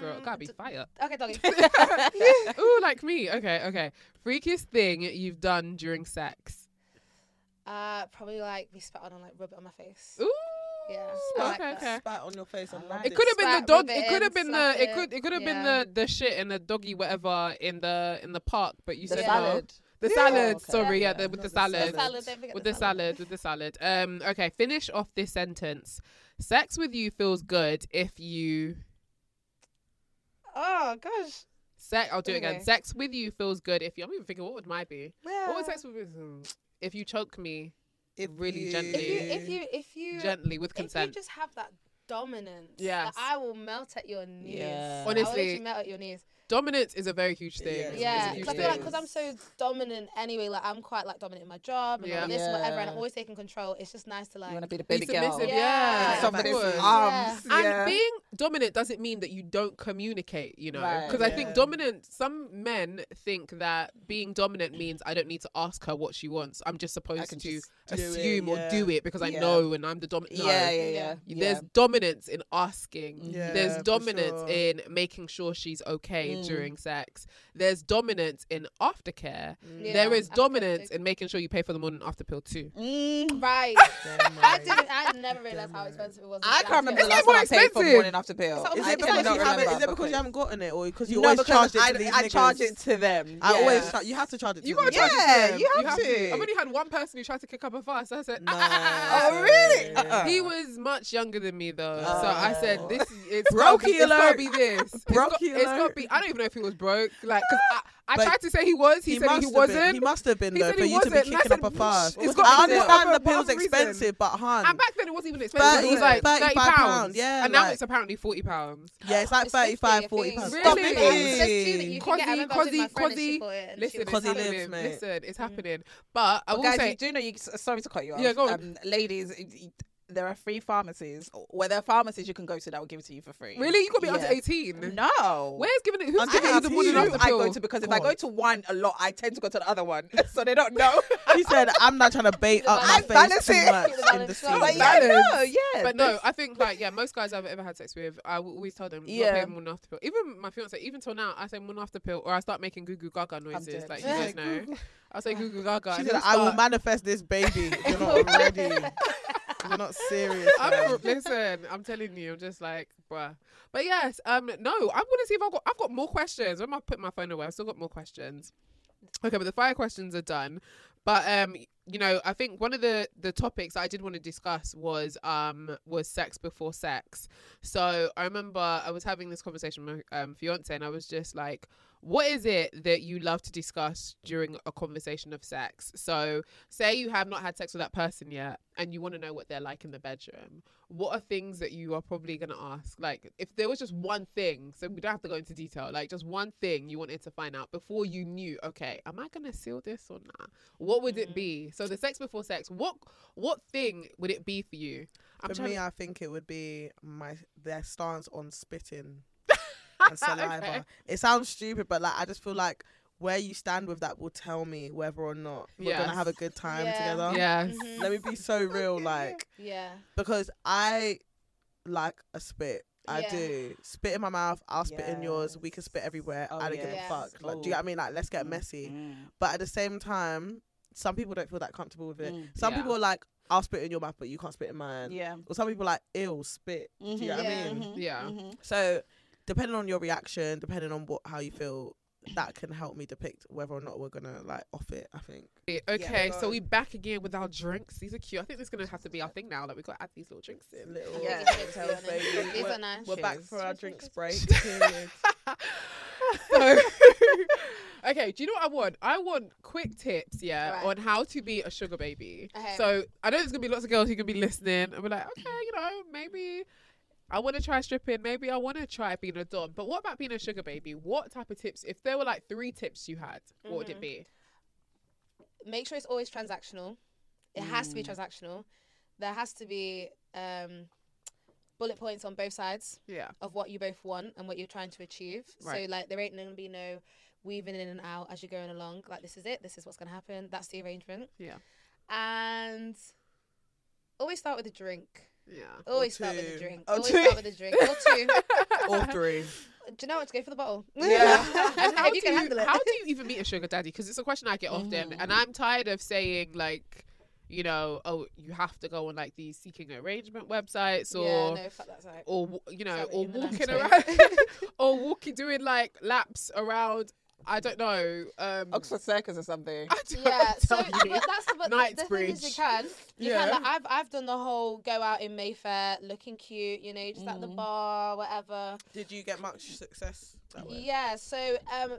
Speaker 2: girl, gotta be
Speaker 3: D-
Speaker 2: fire.
Speaker 3: Mm. Okay, doggy.
Speaker 2: Ooh, like me. Okay, okay. Freakiest thing you've done during sex.
Speaker 3: uh, probably like be spat on and like rub it on my face.
Speaker 2: Ooh.
Speaker 3: Yeah, I
Speaker 2: Okay,
Speaker 3: like that.
Speaker 2: okay.
Speaker 4: Spat on your face. and
Speaker 7: I
Speaker 4: land
Speaker 7: like
Speaker 2: It could have been the
Speaker 3: Spat,
Speaker 2: dog.
Speaker 3: rub it
Speaker 2: It could
Speaker 3: in,
Speaker 2: have been the.
Speaker 3: slap
Speaker 2: It
Speaker 3: it.
Speaker 2: could. It could have
Speaker 3: Yeah.
Speaker 2: been the the shit and the doggy whatever in the in the park. But you
Speaker 7: The
Speaker 2: said no.
Speaker 7: salad.
Speaker 2: The
Speaker 7: Yeah.
Speaker 2: salad.
Speaker 7: Oh, okay.
Speaker 2: Sorry, yeah,
Speaker 7: Yeah,
Speaker 2: the, with
Speaker 4: not
Speaker 2: the
Speaker 4: the salad.
Speaker 2: salad.
Speaker 3: The salad, don't forget
Speaker 2: with
Speaker 3: the
Speaker 2: the salad. With the salad. Um. Okay. Finish off this sentence. Sex with you feels good if you.
Speaker 3: Oh gosh.
Speaker 2: Sex. I'll do it again.
Speaker 3: Okay.
Speaker 2: Sex with you feels good if you. I'm even thinking, what would mine be? What would
Speaker 7: Yeah.
Speaker 2: sex with you? If you choke me
Speaker 7: If
Speaker 2: really
Speaker 7: you-
Speaker 2: gently,
Speaker 3: If you if you if you
Speaker 2: gently with
Speaker 3: if you
Speaker 2: consent.
Speaker 3: just have that dominance, yeah,
Speaker 2: Yes.
Speaker 3: I will melt at your knees.
Speaker 7: Yeah.
Speaker 3: I will literally
Speaker 2: Honestly,
Speaker 3: melt at your knees.
Speaker 2: Dominance is a very huge thing.
Speaker 4: Yeah,
Speaker 2: It's a
Speaker 3: Yeah,
Speaker 2: huge
Speaker 3: because I feel like
Speaker 2: thing.
Speaker 3: because I'm so dominant anyway, like I'm quite like dominant in my job and
Speaker 2: Yeah.
Speaker 3: all this and whatever, and
Speaker 7: Yeah.
Speaker 3: I'm always taking control. It's just nice to
Speaker 7: you
Speaker 3: like,
Speaker 7: want to be the
Speaker 2: Be
Speaker 7: baby girl.
Speaker 2: submissive,
Speaker 3: Yeah.
Speaker 2: yeah.
Speaker 3: Yeah.
Speaker 2: of
Speaker 7: Somebody's
Speaker 2: course.
Speaker 7: arms.
Speaker 2: And
Speaker 7: yeah.
Speaker 2: being dominant doesn't mean that you don't communicate, you know?
Speaker 7: Right,
Speaker 2: Because I
Speaker 4: yeah.
Speaker 2: think dominant, some men think that being dominant means I don't need to ask her what she wants. I'm just supposed to
Speaker 7: can just
Speaker 4: do it,
Speaker 2: assume or
Speaker 4: yeah.
Speaker 2: do it because I
Speaker 7: Yeah.
Speaker 2: know and I'm the dominant. No.
Speaker 7: yeah, yeah, yeah,
Speaker 2: You-
Speaker 7: yeah. Mm-hmm.
Speaker 2: There's dominance in asking.
Speaker 7: Yeah,
Speaker 2: There's
Speaker 4: for
Speaker 2: dominance
Speaker 4: sure.
Speaker 2: in making sure she's okay
Speaker 7: Mm.
Speaker 2: during sex. There's dominance in aftercare.
Speaker 3: Yeah.
Speaker 2: There is
Speaker 3: Aftercare,
Speaker 2: dominance
Speaker 3: like-
Speaker 2: in making sure you pay for the morning after pill too.
Speaker 7: Mm,
Speaker 3: right. I didn't. I never realized how expensive it was.
Speaker 7: I
Speaker 3: until
Speaker 7: can't remember
Speaker 3: after.
Speaker 7: the last
Speaker 2: more
Speaker 7: time I paid for
Speaker 2: expensive?
Speaker 7: morning after pill.
Speaker 3: It's
Speaker 4: Is
Speaker 3: I
Speaker 4: it, because
Speaker 3: cannot
Speaker 4: you haven't, is
Speaker 7: remember
Speaker 4: it because you haven't gotten it, or because you
Speaker 7: no,
Speaker 4: always
Speaker 7: because
Speaker 4: charge it
Speaker 7: I,
Speaker 4: to these
Speaker 7: I
Speaker 4: niggas?
Speaker 7: charge it to them.
Speaker 4: I always
Speaker 7: Yeah.
Speaker 4: charge. You have to charge it. To
Speaker 2: You
Speaker 4: them.
Speaker 2: gotta charge it
Speaker 7: Yeah,
Speaker 2: to them.
Speaker 7: you have to.
Speaker 2: I've only had one person who tried to kick up a fuss. I said,
Speaker 4: No.
Speaker 2: "Ah, ah, ah, ah."
Speaker 7: Oh, really?
Speaker 4: Yeah.
Speaker 7: Uh-uh.
Speaker 2: He was much younger than me though, so
Speaker 7: Oh.
Speaker 2: I said, "This it's gotta be- It's gotta
Speaker 4: alert.
Speaker 2: be this. It's
Speaker 4: Brokey
Speaker 2: got- It's gotta
Speaker 4: alert.
Speaker 2: be. I don't even know if he was broke. Like, 'cause I, I
Speaker 4: But
Speaker 2: tried to say he was. He, said
Speaker 4: must
Speaker 2: he
Speaker 4: have
Speaker 2: wasn't.
Speaker 4: Been. He must have been
Speaker 2: He
Speaker 4: though
Speaker 2: said
Speaker 4: for
Speaker 2: he
Speaker 4: you to be
Speaker 2: wasn't, and I
Speaker 4: kicking up
Speaker 2: said,
Speaker 4: a fuss.
Speaker 2: "Whoosh." It's got
Speaker 4: I
Speaker 2: to be
Speaker 4: understand
Speaker 2: for
Speaker 4: the
Speaker 2: whatever
Speaker 4: pill's
Speaker 2: reason.
Speaker 4: expensive, but hun,
Speaker 2: And back then it wasn't even expensive. it
Speaker 4: 30,
Speaker 2: was like
Speaker 4: £35
Speaker 2: thirty pounds.
Speaker 4: yeah,
Speaker 2: and now
Speaker 4: like-
Speaker 2: it's apparently forty pounds.
Speaker 4: yeah, it's like
Speaker 3: It's 50,
Speaker 4: 35,
Speaker 3: I
Speaker 4: 40
Speaker 3: think.
Speaker 4: pounds.
Speaker 2: Really?
Speaker 4: Stop
Speaker 3: There's two that
Speaker 4: it.
Speaker 3: you can get.
Speaker 2: Cozzy,
Speaker 3: I remember I was with my
Speaker 2: Cozzy,
Speaker 3: friend and she
Speaker 2: Cozzy.
Speaker 3: bought it, and she
Speaker 2: Listen,
Speaker 3: was Mm.
Speaker 2: it's
Speaker 4: Cozzy
Speaker 2: happening.
Speaker 3: having it.
Speaker 4: lives, mate.
Speaker 2: Listen, it's happening. But I
Speaker 7: But
Speaker 2: will
Speaker 7: guys,
Speaker 2: say,
Speaker 7: you do know. You sorry to cut you off.
Speaker 2: Yeah, go on.
Speaker 7: Um, ladies, y- there are free pharmacies. Where there are pharmacies you can go to that will give it to you for free.
Speaker 2: really, you got me
Speaker 7: Yeah.
Speaker 2: under
Speaker 3: Mm.
Speaker 2: eighteen.
Speaker 7: No.
Speaker 2: Where's giving it? Who's
Speaker 7: I'm
Speaker 2: giving
Speaker 7: giving
Speaker 2: you
Speaker 7: you
Speaker 2: the morning after
Speaker 7: I
Speaker 2: pill?
Speaker 7: go to because if I go to one a lot, I tend to go to the other one, so they don't know.
Speaker 4: He said, "I'm not trying to bait up my
Speaker 7: I'm
Speaker 4: face too
Speaker 7: balancing.
Speaker 4: much
Speaker 3: I'm
Speaker 4: in the
Speaker 3: balancing.
Speaker 4: scene."
Speaker 7: but yeah,
Speaker 2: Balance.
Speaker 7: no, yeah.
Speaker 2: But no, I think like yeah, most guys I've ever had sex with, I will always tell them yeah.
Speaker 7: Yeah.
Speaker 2: not paying morning after pill. Even my fiance, even till now, I say morning after pill, or I start making goo goo gaga noises.
Speaker 7: dead.
Speaker 2: Like you guys know, I'll say goo goo gaga.
Speaker 4: She
Speaker 2: and
Speaker 4: said,
Speaker 2: he'll
Speaker 4: "I will
Speaker 2: start-
Speaker 4: manifest this baby. You're not ready. You're not serious." man.
Speaker 2: I'm, listen, I'm telling you, I'm just like, bruh. But yes, um, no, I want to see if I've got, I've got more questions. When I put my phone away, I've still got more questions. Okay, but the fire questions are done. But um, you know, I think one of the the topics I did want to discuss was um was sex before sex. So I remember I was having this conversation with my um, fiance, and I was just like, "What is it that you love to discuss during a conversation of sex?" So say you have not had sex with that person yet, and you want to know what they're like in the bedroom. What are things that you are probably gonna ask? Like, if there was just one thing, so we don't have to go into detail. Like, just one thing you wanted to find out before you knew. Okay, am I gonna seal this or not? What would it be? So the sex before sex. What what thing would it be for you? I'm
Speaker 4: For
Speaker 2: trying
Speaker 4: me,
Speaker 2: to-
Speaker 4: I think it would be my their stance on spitting and saliva.
Speaker 2: Okay.
Speaker 4: It sounds stupid, but like I just feel like where you stand with that will tell me whether or not we're
Speaker 2: Yes.
Speaker 4: gonna have a good time
Speaker 3: Yeah.
Speaker 4: together.
Speaker 2: Yes.
Speaker 3: Mhm.
Speaker 4: Let me be so real, like
Speaker 3: Yeah.
Speaker 4: because I like a spit. I
Speaker 3: Yeah.
Speaker 4: do spit in my mouth. I'll spit in yours. We can spit everywhere.
Speaker 7: Oh,
Speaker 4: I don't give a
Speaker 3: yes.
Speaker 4: fuck. Like, do you know what I mean? Like, let's get messy. But at the same time, some people don't feel that comfortable with it.
Speaker 7: Mm.
Speaker 4: Some
Speaker 2: Yeah.
Speaker 4: people are like, I'll spit in your mouth, but you can't spit in mine.
Speaker 7: Yeah.
Speaker 4: Or some people are like, ill spit. Do you know what
Speaker 3: Yeah.
Speaker 4: I mean?
Speaker 2: Yeah.
Speaker 4: So, depending on your reaction, depending on what how you feel, that can help me depict whether or not we're gonna like off it. I think.
Speaker 2: Okay, so
Speaker 4: go.
Speaker 2: we back again with our drinks. These are cute. I think this is gonna have to be our thing now. Like we got to add these little drinks in.
Speaker 4: Little
Speaker 7: Yeah.
Speaker 4: hotels, baby.
Speaker 3: These
Speaker 4: We're-
Speaker 3: are nice.
Speaker 4: We're back
Speaker 7: Cheers.
Speaker 4: for our
Speaker 3: Cheers,
Speaker 4: drinks
Speaker 3: cheers,
Speaker 4: break. Period.
Speaker 2: so, okay, do you know what I want? I want quick tips, yeah,
Speaker 3: Right.
Speaker 2: on how to be a sugar baby.
Speaker 3: Okay.
Speaker 2: So I know there's gonna be lots of girls who can be listening and be like, okay, you know, maybe I want to try stripping, maybe I want to try being a dom. But what about being a sugar baby? What type of tips? If there were like three tips you had, what would it
Speaker 3: Mm-hmm.
Speaker 2: be?
Speaker 3: Make sure it's always transactional. It has to be transactional. There has to be um, bullet points on both sides.
Speaker 2: Yeah.
Speaker 3: of what you both want and what you're trying to achieve.
Speaker 2: Right.
Speaker 3: So like there ain't gonna be no weaving in and out as you're going along. Like this is it. This is what's gonna happen. That's the arrangement.
Speaker 2: Yeah.
Speaker 3: And always start with a drink.
Speaker 2: Yeah.
Speaker 3: Always start with
Speaker 4: two.
Speaker 3: a drink.
Speaker 7: Or
Speaker 3: always
Speaker 7: two.
Speaker 3: start with a drink. Or two.
Speaker 4: All three.
Speaker 3: Do you know what? To go for the bottle.
Speaker 7: Yeah.
Speaker 3: And
Speaker 2: how
Speaker 3: if you
Speaker 2: do
Speaker 3: can handle it. Mm.
Speaker 2: How do you even meet a sugar daddy? Because it's a question I get often, and I'm tired of saying like, you know, oh, you have to go on like these seeking arrangement websites or.
Speaker 3: yeah, no, fuck that sorry.
Speaker 2: Or w- you know,
Speaker 3: Sorry,
Speaker 2: or
Speaker 3: even though I'm
Speaker 2: walking
Speaker 3: sorry.
Speaker 2: around, or walking doing like laps around I don't know. Um,
Speaker 7: Oxford Circus or something.
Speaker 2: I don't
Speaker 3: yeah, so
Speaker 2: tell you.
Speaker 3: but that's but the, the thing is you
Speaker 2: Knightsbridge.
Speaker 3: can you
Speaker 2: Yeah.
Speaker 3: can like, I've I've done the whole go out in Mayfair looking cute, you know, just at
Speaker 2: Mm.
Speaker 3: the bar, whatever.
Speaker 4: Did you get much success that way?
Speaker 3: Yeah, so um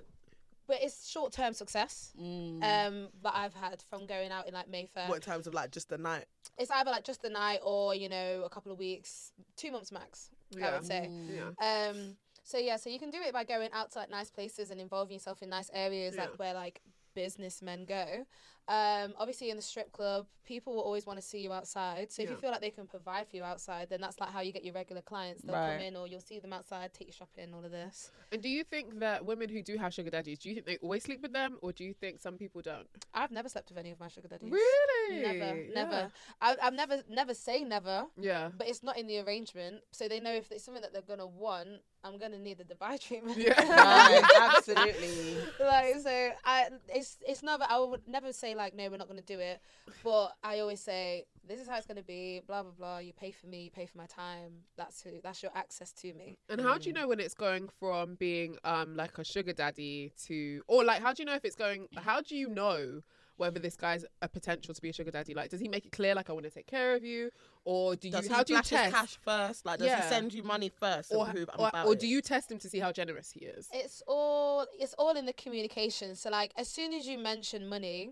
Speaker 3: but it's short term success
Speaker 2: Mm.
Speaker 3: um that I've had from going out in like Mayfair.
Speaker 4: What in terms of like just the night?
Speaker 3: It's either like just the night or, you know, a couple of weeks, two months max, I
Speaker 2: Yeah.
Speaker 3: would say.
Speaker 2: Yeah.
Speaker 3: Um, so yeah, so you can do it by going out to like nice places and involving yourself in nice areas,
Speaker 2: Yeah.
Speaker 3: like where like businessmen go. Um, obviously in the strip club, people will always want to see you outside. So if you
Speaker 2: Yeah.
Speaker 3: feel like they can provide for you outside, then that's like how you get your regular clients. They'll
Speaker 7: Right.
Speaker 3: come in or you'll see them outside, take you shopping, all of this.
Speaker 2: And do you think that women who do have sugar daddies, do you think they always sleep with them, or do you think some people don't?
Speaker 3: I've never slept with any of my sugar daddies.
Speaker 2: Really?
Speaker 3: Never,
Speaker 2: Yeah.
Speaker 3: never. I, I've never, never say never.
Speaker 2: Yeah.
Speaker 3: But it's not in the arrangement, so they know if it's something that they're gonna want, I'm gonna need the Dubai treatment.
Speaker 2: Yeah.
Speaker 7: Right, absolutely.
Speaker 3: like so i it's it's never i would never say like no we're not going to do it but i always say this is how it's going to be blah blah blah you pay for me you pay for my time that's who that's your access to me
Speaker 2: And how
Speaker 4: Mm.
Speaker 2: do you know when it's going from being um like a sugar daddy to or like how do you know if it's going how do you know whether this guy's a potential to be a sugar daddy? Like does he make it clear like I want to take care of you or do you
Speaker 4: Does
Speaker 2: how
Speaker 4: he
Speaker 2: do you
Speaker 4: flash his
Speaker 2: test
Speaker 4: cash first? Like, does
Speaker 2: Yeah.
Speaker 4: he send you money first?
Speaker 2: or,
Speaker 4: and prove I'm
Speaker 2: or,
Speaker 4: about
Speaker 2: or
Speaker 4: it?
Speaker 2: do you test him to see how generous he is?
Speaker 3: it's all it's all in the communication so like as soon as you mention money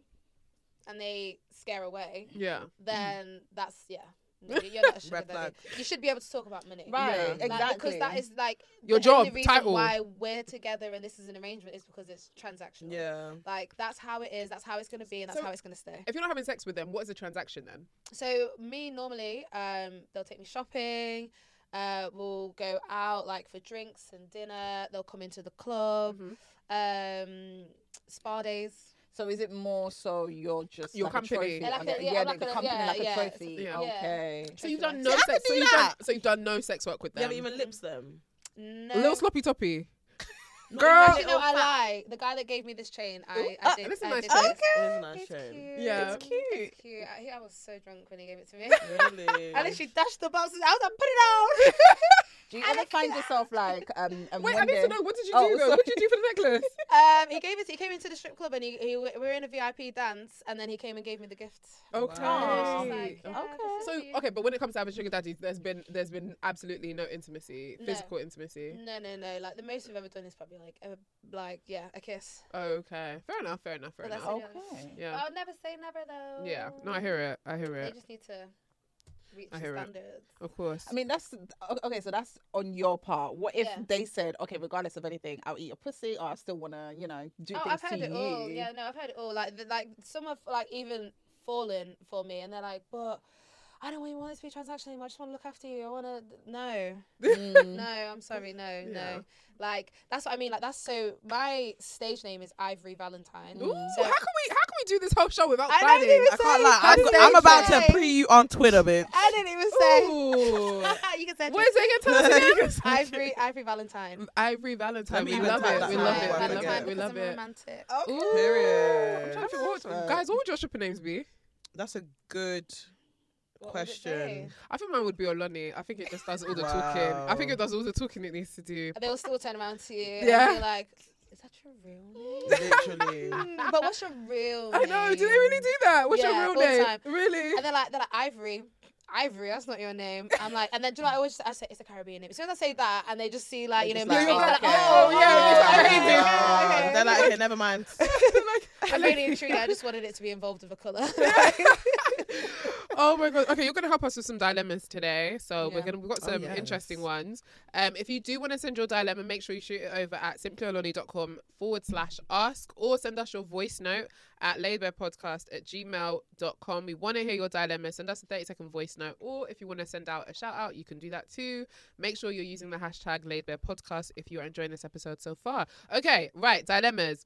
Speaker 3: and they scare away
Speaker 2: Yeah.
Speaker 3: then that's yeah no, you're not a sugar
Speaker 4: Red
Speaker 3: daddy.
Speaker 4: flag.
Speaker 3: You should be able to talk about money,
Speaker 7: Right,
Speaker 3: Like, because that
Speaker 7: exactly.
Speaker 3: is like
Speaker 2: Your
Speaker 3: the only
Speaker 2: job,
Speaker 3: reason
Speaker 2: title.
Speaker 3: Why we're together and this is an arrangement is because it's transactional.
Speaker 4: Yeah.
Speaker 3: Like that's how it is. That's how it's gonna be, and that's
Speaker 2: So-
Speaker 3: how it's gonna stay.
Speaker 2: If you're not having sex with them, what is the transaction then?
Speaker 3: So me normally, um, they'll take me shopping. Uh, we'll go out like for drinks and dinner. They'll come into the club.
Speaker 2: Mm-hmm.
Speaker 3: Um, spa days.
Speaker 7: So is it more so you're just
Speaker 2: Your
Speaker 7: like
Speaker 2: company.
Speaker 7: a trophy?
Speaker 2: Yeah,
Speaker 3: like
Speaker 7: under-
Speaker 3: a- yeah,
Speaker 7: yeah,
Speaker 3: like
Speaker 7: the
Speaker 3: a-
Speaker 7: company
Speaker 3: yeah,
Speaker 7: like a
Speaker 3: yeah.
Speaker 7: trophy.
Speaker 2: Yeah.
Speaker 7: Okay.
Speaker 2: So you've
Speaker 3: Trophy
Speaker 2: done
Speaker 3: wife.
Speaker 2: no
Speaker 4: See, I
Speaker 2: sex.
Speaker 4: could
Speaker 2: So
Speaker 4: do
Speaker 2: you've done,
Speaker 4: that.
Speaker 2: so you've done no sex work with
Speaker 4: You
Speaker 2: them.
Speaker 4: haven't even lips them.
Speaker 3: No.
Speaker 2: Little sloppy toppy.
Speaker 4: Girl.
Speaker 3: Actually, no, I lie. The guy that gave me this chain, I, I did.
Speaker 2: this is
Speaker 3: I
Speaker 2: nice
Speaker 3: did
Speaker 2: chain.
Speaker 3: ah. this.
Speaker 4: It is a nice
Speaker 3: It's
Speaker 4: chain.
Speaker 3: cute.
Speaker 2: Yeah.
Speaker 3: It's
Speaker 2: It's
Speaker 3: cute. It's cute. I, I was so drunk when he gave it to me.
Speaker 4: Really?
Speaker 3: I literally dashed the boxes. I was like, put it down.
Speaker 7: Do you ever find yourself like um? um,
Speaker 2: Wait, I
Speaker 7: one
Speaker 2: need
Speaker 7: day-
Speaker 2: to know what did you
Speaker 7: Oh,
Speaker 2: do though? What
Speaker 7: sorry.
Speaker 2: did you do for the necklace?
Speaker 3: Um, he gave it. He came into the strip club and he, he we were in a VIP dance, and then he came and gave me the gift.
Speaker 2: Okay.
Speaker 3: I was like,
Speaker 2: Oh,
Speaker 3: yeah, this
Speaker 2: So
Speaker 3: is you.
Speaker 2: okay, but when it comes to having sugar daddies, there's been there's been absolutely no intimacy,
Speaker 3: No.
Speaker 2: physical intimacy.
Speaker 3: No, no, no. Like the most we've ever done is probably like, a, like yeah, a kiss.
Speaker 2: Okay, fair enough, fair enough, fair
Speaker 3: But that's
Speaker 2: enough.
Speaker 3: it, yeah.
Speaker 7: Okay.
Speaker 2: Yeah,
Speaker 3: I would never say never though.
Speaker 2: yeah. No, I hear it. I hear
Speaker 3: They
Speaker 2: it.
Speaker 3: just need to reach
Speaker 2: I
Speaker 3: the
Speaker 2: hear it.
Speaker 3: standards.
Speaker 2: Of course.
Speaker 7: I mean, that's o- okay. So that's on your part. What if
Speaker 3: Yeah.
Speaker 7: they said, okay, regardless of anything, I'll eat your pussy, or I still wanna, you know, do
Speaker 3: Oh,
Speaker 7: things
Speaker 3: I've heard
Speaker 7: to
Speaker 3: it
Speaker 7: you.
Speaker 3: all. Yeah, no, I've heard it all. Like, th- like some have like even fallen for me, and they're like, but. I don't really want this to be transactional anymore. I just want to look after you. I want to. No.
Speaker 7: Mm.
Speaker 3: No, I'm sorry. No,
Speaker 2: Yeah.
Speaker 3: no. Like, that's what I mean. Like, that's so. My stage name is Ivory Valentine.
Speaker 2: Ooh,
Speaker 3: So
Speaker 2: how can we how can we do this whole show without
Speaker 3: I don't
Speaker 2: fanning?
Speaker 3: even
Speaker 2: I
Speaker 3: say
Speaker 2: can't lie.
Speaker 4: I'm,
Speaker 2: I'm,
Speaker 3: it.
Speaker 4: I'm about to
Speaker 3: Stage
Speaker 4: pre you on Twitter, bitch.
Speaker 3: I didn't even say.
Speaker 2: Ooh.
Speaker 3: you can say
Speaker 2: what is it again? Tell us again.
Speaker 3: Ivory, Ivory Valentine.
Speaker 2: Ivory
Speaker 4: Let
Speaker 2: Valentine.
Speaker 4: me
Speaker 2: We
Speaker 4: even
Speaker 2: love
Speaker 4: type
Speaker 2: it.
Speaker 4: that
Speaker 2: We
Speaker 4: down
Speaker 2: love
Speaker 4: before I
Speaker 2: it. We love
Speaker 4: forget.
Speaker 2: it. Oh, We love it.
Speaker 3: Because I'm romantic.
Speaker 2: Ooh.
Speaker 4: Period.
Speaker 2: I'm trying to think, what-
Speaker 7: Right.
Speaker 2: Guys, what would your shipping names be?
Speaker 4: That's a good
Speaker 3: What would it
Speaker 4: question.
Speaker 3: be?
Speaker 2: I think mine would be Olani. I think it just does all the talking. I think
Speaker 4: Wow.
Speaker 2: it does all the talking it needs to do.
Speaker 3: And They will still turn around to you.
Speaker 2: Yeah.
Speaker 3: And be like, is that your real name?
Speaker 4: Literally.
Speaker 3: Mm, but what's your real name?
Speaker 2: I know. Do they really do that? What's
Speaker 3: Yeah,
Speaker 2: your
Speaker 3: all
Speaker 2: real
Speaker 3: the
Speaker 2: name?
Speaker 3: time.
Speaker 2: Really?
Speaker 3: And they're like, they're like Ivory. Ivory, that's not your name. I'm like, and then do you know? what I always I say it's a Caribbean name. As soon as I say that, and they just see like you know,
Speaker 7: just
Speaker 3: my
Speaker 7: like,
Speaker 3: face, they're like,
Speaker 7: "Oh, okay.
Speaker 3: oh,
Speaker 2: Oh, yeah, they start
Speaker 3: okay,
Speaker 2: reading.
Speaker 3: okay,
Speaker 4: Ah,
Speaker 3: okay,
Speaker 4: They're like, okay, never mind.
Speaker 3: I'm really intrigued. I just wanted it to be involved with a color.
Speaker 2: oh my god. Okay, you're gonna help us with some dilemmas today. So we're
Speaker 7: Yeah.
Speaker 2: gonna we've got
Speaker 4: Oh,
Speaker 2: some
Speaker 4: yes.
Speaker 2: interesting ones. Um, if you do want to send your dilemma, make sure you shoot it over at simplyoloni.com forward slash ask or send us your voice note at laidbearpodcast at gmail.com. We want to hear your dilemma. Send us a 30 second voice note. Or if you want to send out a shout out, you can do that too. Make sure you're using the hashtag laidbearpodcast if you are enjoying this episode so far. Okay, right, dilemmas.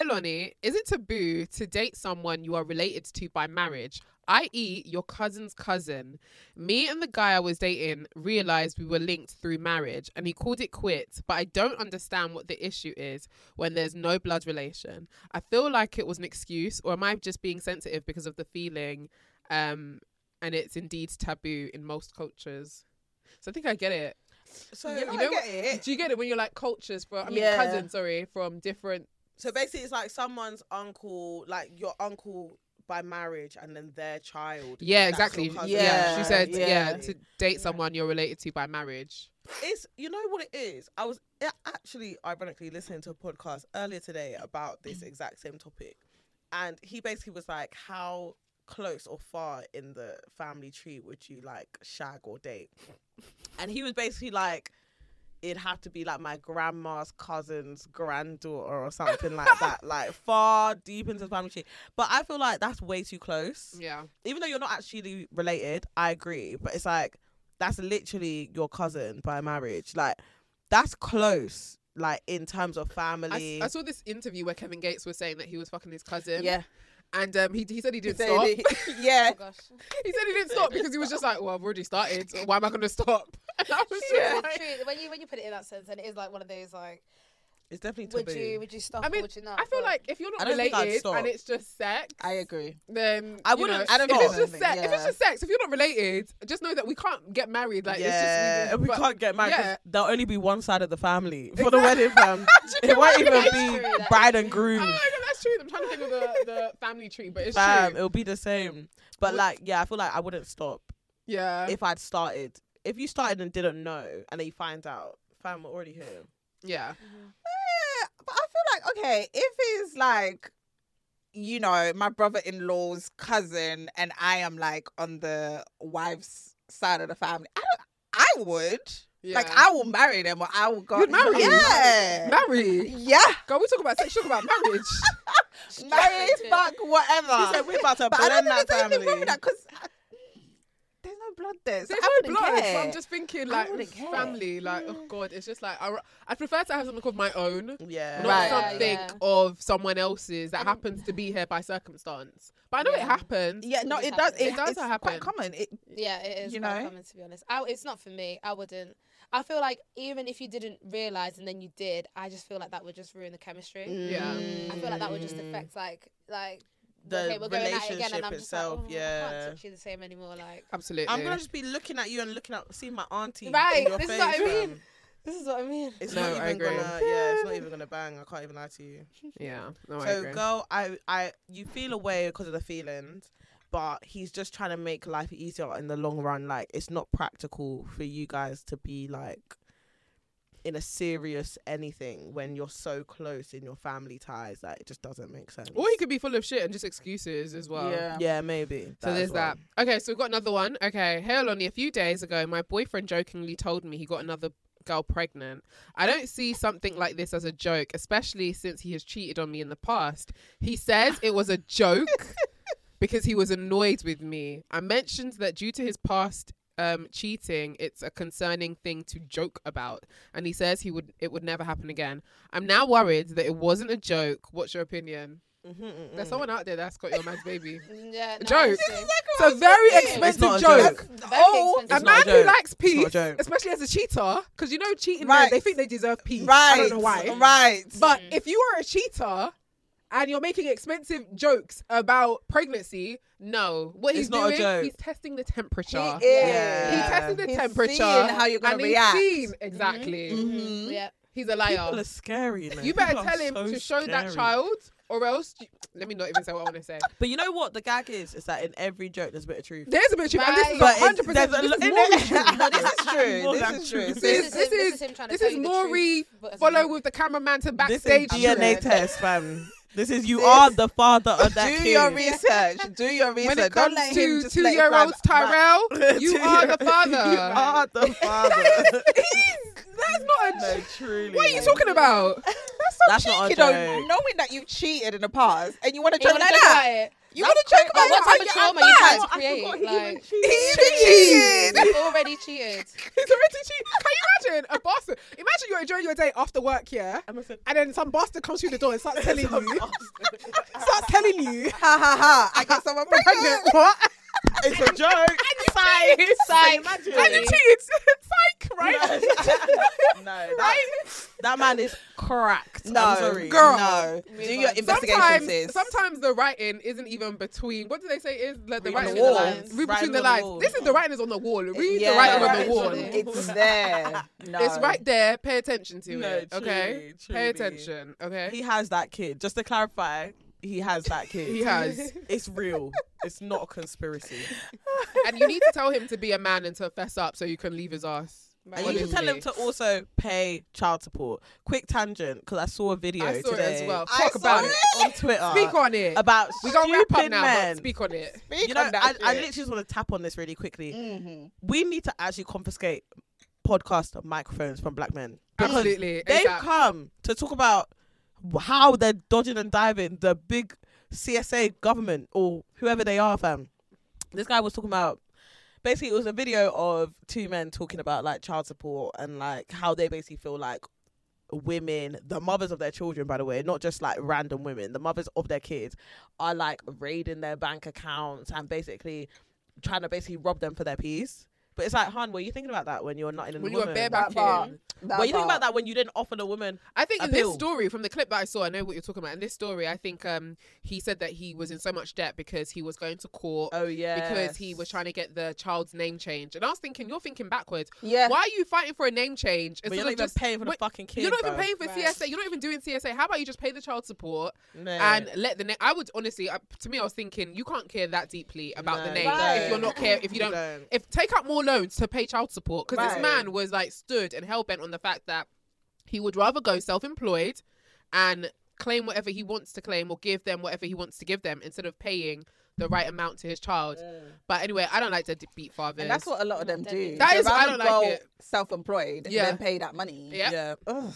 Speaker 2: Eloni, is it taboo to date someone you are related to by marriage, i.e., your cousin's cousin? Me and the guy I was dating realized we were linked through marriage and he called it quits, but I don't understand what the issue is when there's no blood relation. I feel like it was an excuse, or am I just being sensitive because of the feeling? Um, and it's indeed taboo in most cultures. So I think I get it.
Speaker 4: So
Speaker 7: You know,
Speaker 2: know
Speaker 7: I
Speaker 2: what-
Speaker 7: get it.
Speaker 2: Do you get it when you're like cultures from, I mean,
Speaker 7: Yeah.
Speaker 2: cousins, sorry, from different
Speaker 4: So basically, it's like someone's uncle, like your uncle by marriage, and then their child.
Speaker 2: Yeah,
Speaker 4: That's your
Speaker 2: exactly.
Speaker 4: cousin.
Speaker 2: Yeah, she
Speaker 7: Yeah,
Speaker 2: said yeah.
Speaker 7: yeah.
Speaker 2: to date someone you're related to by marriage.
Speaker 4: It's you know what it is. I was a- actually ironically listening to a podcast earlier today about this exact same topic, and he basically was like, "How close or far in the family tree would you like shag or date?" And he was basically like. It'd have to be like my grandma's cousin's granddaughter or something like that, like far deep into the family tree. But I feel like that's way too close
Speaker 2: Yeah,
Speaker 4: even though you're not actually related, I agree. But it's like that's literally your cousin by marriage. Like that's close. Like in terms of
Speaker 2: I,
Speaker 4: family.
Speaker 2: I saw this interview where Kevin Gates was saying that he was fucking his cousin.
Speaker 7: Yeah.
Speaker 2: and um, he he said he didn't
Speaker 7: They-
Speaker 2: stop.
Speaker 7: they- yeah.
Speaker 3: Oh gosh.
Speaker 2: he said he didn't stop because he was just like, well, I've already started. So why am I gonna stop? And I was just
Speaker 7: Yeah.
Speaker 2: like-
Speaker 3: True. When you when you put it in that sense, then it is like one of those like,
Speaker 4: it's definitely
Speaker 3: would
Speaker 4: taboo.
Speaker 3: you would you stop?
Speaker 2: I mean,
Speaker 3: or would you not?
Speaker 2: I feel
Speaker 3: But-
Speaker 2: like if you're not
Speaker 4: I don't think I'd
Speaker 2: related
Speaker 4: stop.
Speaker 2: and it's just sex,
Speaker 7: I agree.
Speaker 2: then
Speaker 4: I
Speaker 2: you
Speaker 4: wouldn't-
Speaker 2: know,
Speaker 4: I don't
Speaker 2: if it's
Speaker 4: know.
Speaker 2: just sex, if it's
Speaker 7: Yeah.
Speaker 2: just sex, if you're not related, just know that we can't get married. Like
Speaker 4: yeah,
Speaker 2: it's just
Speaker 4: we
Speaker 2: but-
Speaker 4: can't get married. 'cause
Speaker 2: yeah.
Speaker 4: There'll only be one side of the family for the wedding. Fam, it won't even
Speaker 3: That's
Speaker 4: be
Speaker 3: true, that is
Speaker 4: bride and
Speaker 2: Oh
Speaker 4: groom.
Speaker 2: my god, that's true. I'm trying to think of the, the family tree, but it's
Speaker 4: Fam,
Speaker 2: true.
Speaker 4: it'll be the same. But like, yeah, I feel like I wouldn't stop
Speaker 2: Yeah.
Speaker 4: if I'd started. If you started and didn't know, and then you find out, fam, we're already here.
Speaker 2: Yeah.
Speaker 7: Yeah, but I feel like okay, if it's like, you know, my brother-in-law's cousin, and I am like on the wife's side of the family, I don't, I would
Speaker 2: yeah.
Speaker 7: like I will marry them, or I will go
Speaker 2: You'd marry?
Speaker 7: yeah,
Speaker 2: Marry.
Speaker 7: yeah,
Speaker 2: God, we talk about sex, we talk about marriage.
Speaker 7: marry,
Speaker 3: into it.
Speaker 7: fuck, whatever.
Speaker 4: She said we're about to
Speaker 7: but I don't
Speaker 4: blend that
Speaker 7: think there's anything wrong
Speaker 4: family.
Speaker 7: with that because there's no blood there. So
Speaker 2: There's
Speaker 7: I
Speaker 2: no
Speaker 7: wouldn't
Speaker 2: blood.
Speaker 7: care.
Speaker 2: So I'm just thinking, like,
Speaker 7: wouldn't care.
Speaker 2: family. Like, oh God, it's just like, I, I prefer to have something of my own,
Speaker 4: Yeah,
Speaker 2: not
Speaker 7: Right.
Speaker 2: something
Speaker 3: Yeah, yeah.
Speaker 2: of someone else's that happens to be here by circumstance. But I know it
Speaker 3: Yeah.
Speaker 2: happens.
Speaker 7: yeah, no,
Speaker 3: It
Speaker 7: it does.
Speaker 3: happens.
Speaker 7: It,
Speaker 2: It does
Speaker 7: it's
Speaker 2: happen.
Speaker 7: Quite common. It,
Speaker 3: Yeah, it is
Speaker 7: you
Speaker 3: quite
Speaker 7: know?
Speaker 3: common to be honest. I, it's not for me. I wouldn't. I feel like even if you didn't realize and then you did, I just feel like that would just ruin the chemistry. Um,
Speaker 2: Yeah.
Speaker 4: Mm.
Speaker 3: I feel like that would just affect like like
Speaker 4: The
Speaker 3: okay, we're going at it again,
Speaker 4: relationship
Speaker 3: and I'm just
Speaker 4: itself,
Speaker 3: like, "Oh, I
Speaker 4: yeah.
Speaker 3: can't touch you the same anymore. Like
Speaker 2: Absolutely.
Speaker 4: I'm gonna just be looking at you and looking at seeing my auntie.
Speaker 3: Right,
Speaker 4: in your
Speaker 3: this
Speaker 4: face,
Speaker 3: is what I mean.
Speaker 4: fam.
Speaker 3: this is what I mean.
Speaker 4: It's
Speaker 2: No,
Speaker 4: not
Speaker 2: I
Speaker 4: even
Speaker 2: agree.
Speaker 4: gonna. Yeah, it's not even gonna bang. I can't even lie to you.
Speaker 2: yeah. No, I
Speaker 4: so,
Speaker 2: agree.
Speaker 4: girl, I, I, you feel away because of the feelings, but he's just trying to make life easier in the long run. Like, it's not practical for you guys to be like in a serious anything when you're so close in your family ties. Like, it just doesn't make sense.
Speaker 2: or he could be full of shit and just excuses as well.
Speaker 4: yeah, maybe.
Speaker 2: So
Speaker 4: as
Speaker 2: there's
Speaker 4: well.
Speaker 2: that. Okay, so we've got another one. Okay, hey Lonnie, a few days ago, my boyfriend jokingly told me he got another girl pregnant. I don't see something like this as a joke, especially since he has cheated on me in the past. He says it was a joke because he was annoyed with me. I mentioned that due to his past um, cheating, it's a concerning thing to joke about, and he says he would it would never happen again. I'm now worried that it wasn't a joke. What's your opinion?
Speaker 4: Mhm,
Speaker 2: There's
Speaker 4: mhm.
Speaker 2: someone out there that's got your man's baby.
Speaker 3: Yeah, no,
Speaker 2: joke.
Speaker 3: honestly.
Speaker 2: It's a very
Speaker 4: It's not
Speaker 2: expensive
Speaker 4: a
Speaker 2: joke.
Speaker 4: joke.
Speaker 3: Very
Speaker 2: Oh, a
Speaker 3: expensive.
Speaker 4: It's not
Speaker 2: man
Speaker 4: a
Speaker 2: who
Speaker 4: joke.
Speaker 2: likes
Speaker 4: It's not a
Speaker 2: peace,
Speaker 4: joke.
Speaker 2: especially as a cheater, because you know cheating, men,
Speaker 7: Right.
Speaker 2: they think they deserve peace.
Speaker 7: Right.
Speaker 2: I don't know why.
Speaker 7: Right.
Speaker 2: But if you are a cheater and you're making expensive jokes about pregnancy, no, what
Speaker 4: It's
Speaker 2: he's
Speaker 4: not a
Speaker 2: doing,
Speaker 4: joke.
Speaker 2: he's testing the temperature.
Speaker 7: He is.
Speaker 4: Yeah.
Speaker 2: He tested the
Speaker 7: He's
Speaker 2: temperature.
Speaker 7: seeing how you're gonna
Speaker 2: and
Speaker 7: react.
Speaker 2: He's seen, exactly.
Speaker 7: Mhm.
Speaker 3: Mm-hmm. Yeah.
Speaker 2: He's a
Speaker 4: Mm-hmm. People
Speaker 2: liar.
Speaker 4: are scary. You, know?
Speaker 2: You better
Speaker 4: People are
Speaker 2: tell him
Speaker 4: so
Speaker 2: to show that
Speaker 4: scary.
Speaker 2: child, or else. you- let me not even say what I want to say.
Speaker 4: But you know what the gag is? Is that in every joke there's a bit of truth.
Speaker 2: There's a bit of truth, and this is
Speaker 3: Right. But
Speaker 4: it's-
Speaker 2: 100. percent
Speaker 4: there's a
Speaker 2: This
Speaker 4: lo-
Speaker 2: is more than truth.
Speaker 7: no, this is true.
Speaker 4: More
Speaker 7: this
Speaker 4: than
Speaker 7: is true.
Speaker 4: true.
Speaker 7: This
Speaker 2: This
Speaker 7: is-
Speaker 3: him-
Speaker 2: is-
Speaker 3: him trying to
Speaker 2: this
Speaker 3: tell
Speaker 2: is
Speaker 3: you the
Speaker 2: Maury
Speaker 3: truth, but as a
Speaker 2: follow
Speaker 3: joke.
Speaker 2: with the cameraman to
Speaker 4: this
Speaker 2: backstage.
Speaker 4: is DNA
Speaker 2: shit.
Speaker 4: test, fam. This is you
Speaker 7: This-
Speaker 4: are the father of that
Speaker 7: do
Speaker 4: kid.
Speaker 7: your research. Do your research.
Speaker 2: When it
Speaker 7: Don't
Speaker 2: comes
Speaker 7: let him
Speaker 2: to
Speaker 7: just let it
Speaker 2: two-year-olds,
Speaker 7: grab-
Speaker 2: Tyrell, you
Speaker 4: To
Speaker 2: are
Speaker 4: your-
Speaker 2: the father.
Speaker 4: you are the father.
Speaker 7: That's not a
Speaker 4: no, truly.
Speaker 2: What are you talking about?
Speaker 7: That's so
Speaker 4: That's not a
Speaker 7: cheeky though.
Speaker 4: joke.
Speaker 7: Knowing that you've cheated in the past and you want to
Speaker 3: You
Speaker 7: joke
Speaker 3: wanna
Speaker 7: like
Speaker 3: joke
Speaker 7: that.
Speaker 3: about it?
Speaker 7: You want to joke about
Speaker 3: What
Speaker 7: it?
Speaker 3: type
Speaker 7: Are
Speaker 3: of
Speaker 7: you-
Speaker 3: trauma
Speaker 7: I'm
Speaker 3: you
Speaker 7: mad.
Speaker 3: trying to create? Like,
Speaker 7: He
Speaker 3: Cheated.
Speaker 7: cheated.
Speaker 3: You've already cheated.
Speaker 2: He's already cheating. Can you imagine a bastard? Imagine you're enjoying your day after work, yeah, and then some bastard comes through the door and starts telling you, starts telling you,
Speaker 7: Ha ha ha! I got someone pregnant.
Speaker 2: what?
Speaker 4: It's a joke.
Speaker 2: Psych,
Speaker 3: Like,
Speaker 2: and you cheated. Psych, right?
Speaker 4: no, that, that man is cracked.
Speaker 7: No,
Speaker 4: I'm sorry.
Speaker 7: girl.
Speaker 3: No.
Speaker 7: No.
Speaker 3: Move
Speaker 7: Do your
Speaker 3: on.
Speaker 7: investigation,
Speaker 2: Sometimes,
Speaker 7: sis.
Speaker 2: sometimes the writing isn't even between. What do they say is like, the
Speaker 4: Read
Speaker 2: writing
Speaker 7: the
Speaker 2: is
Speaker 7: walls.
Speaker 4: Writing
Speaker 2: Read between
Speaker 4: on
Speaker 2: the
Speaker 4: the
Speaker 2: lines.
Speaker 4: wall.
Speaker 2: This is the writing is on the wall. Read
Speaker 7: Yeah.
Speaker 2: the writing on
Speaker 3: Writing's
Speaker 2: the wall.
Speaker 3: on it.
Speaker 7: It's there. No.
Speaker 2: It's right there. Pay attention to
Speaker 4: No,
Speaker 2: it. Okay.
Speaker 4: truly, truly.
Speaker 2: Pay attention. Okay.
Speaker 4: He has that kid. Just to clarify, he has that kid.
Speaker 2: He has.
Speaker 4: It's real. It's not a conspiracy.
Speaker 2: and you need to tell him to be a man and to fess up so you can leave his ass.
Speaker 4: And you should tell him to
Speaker 2: Honestly.
Speaker 4: also pay child support. Quick tangent, because I saw a video
Speaker 2: I saw
Speaker 4: today
Speaker 2: it as well.
Speaker 7: I
Speaker 2: Talk
Speaker 7: saw
Speaker 2: about it.
Speaker 4: on Twitter
Speaker 2: Speak on it.
Speaker 4: about
Speaker 2: We're
Speaker 4: stupid
Speaker 2: gonna wrap up now,
Speaker 4: men.
Speaker 2: but speak on it.
Speaker 4: you know, I, I literally just want to tap on this really quickly.
Speaker 2: Mm-hmm.
Speaker 4: We need to actually confiscate podcast microphones from black men. Because
Speaker 2: Absolutely.
Speaker 4: They've
Speaker 2: ASAP.
Speaker 4: come to talk about how they're dodging and diving the big CSA government or whoever they are, fam. This guy was talking about basically it was a video of two men talking about like child support and like how they basically feel like women, the mothers of their children, by the way, not just like random women, the mothers of their kids are like raiding their bank accounts and basically trying to basically rob them for their peace. But it's like, Han, were you thinking about that when you're not in a
Speaker 2: When you
Speaker 4: woman?
Speaker 2: were bareback
Speaker 7: bar.
Speaker 2: in.
Speaker 4: Were you thinking about that when you didn't offer the woman?
Speaker 2: I think in this
Speaker 4: Appeal.
Speaker 2: story, from the clip that I saw, I know what you're talking about. In this story, I think um, he said that he was in so much debt because he was going to court
Speaker 4: Oh yeah,
Speaker 2: because he was trying to get the child's name changed. And I was thinking, you're thinking backwards.
Speaker 7: Yeah.
Speaker 2: Why are you fighting for a name change
Speaker 4: But you're not even paying for the fucking kid.
Speaker 2: You're not even
Speaker 4: bro.
Speaker 2: paying for
Speaker 3: Right.
Speaker 2: CSA. You're not even doing CSA. How about you just pay the child support
Speaker 4: No.
Speaker 2: and let the name? I would honestly, uh, to me, I was thinking you can't care that deeply about
Speaker 4: No,
Speaker 2: the name
Speaker 4: you
Speaker 2: if
Speaker 7: Right.
Speaker 2: you're not care if you don't if take out more loans to pay child support because this
Speaker 7: Right.
Speaker 2: man was like stood and hell bent on the fact that he would rather go self-employed and claim whatever he wants to claim or give them whatever he wants to give them instead of paying the right amount to his child. But anyway, I don't like to beat fathers.
Speaker 7: And that's what a lot of them do.
Speaker 2: That
Speaker 7: They'd
Speaker 2: is- I
Speaker 7: rather
Speaker 2: don't like
Speaker 7: go
Speaker 2: it.
Speaker 7: Self-employed,
Speaker 2: Yeah.
Speaker 7: yeah. then pay that money.
Speaker 2: Yeah.
Speaker 4: Yeah.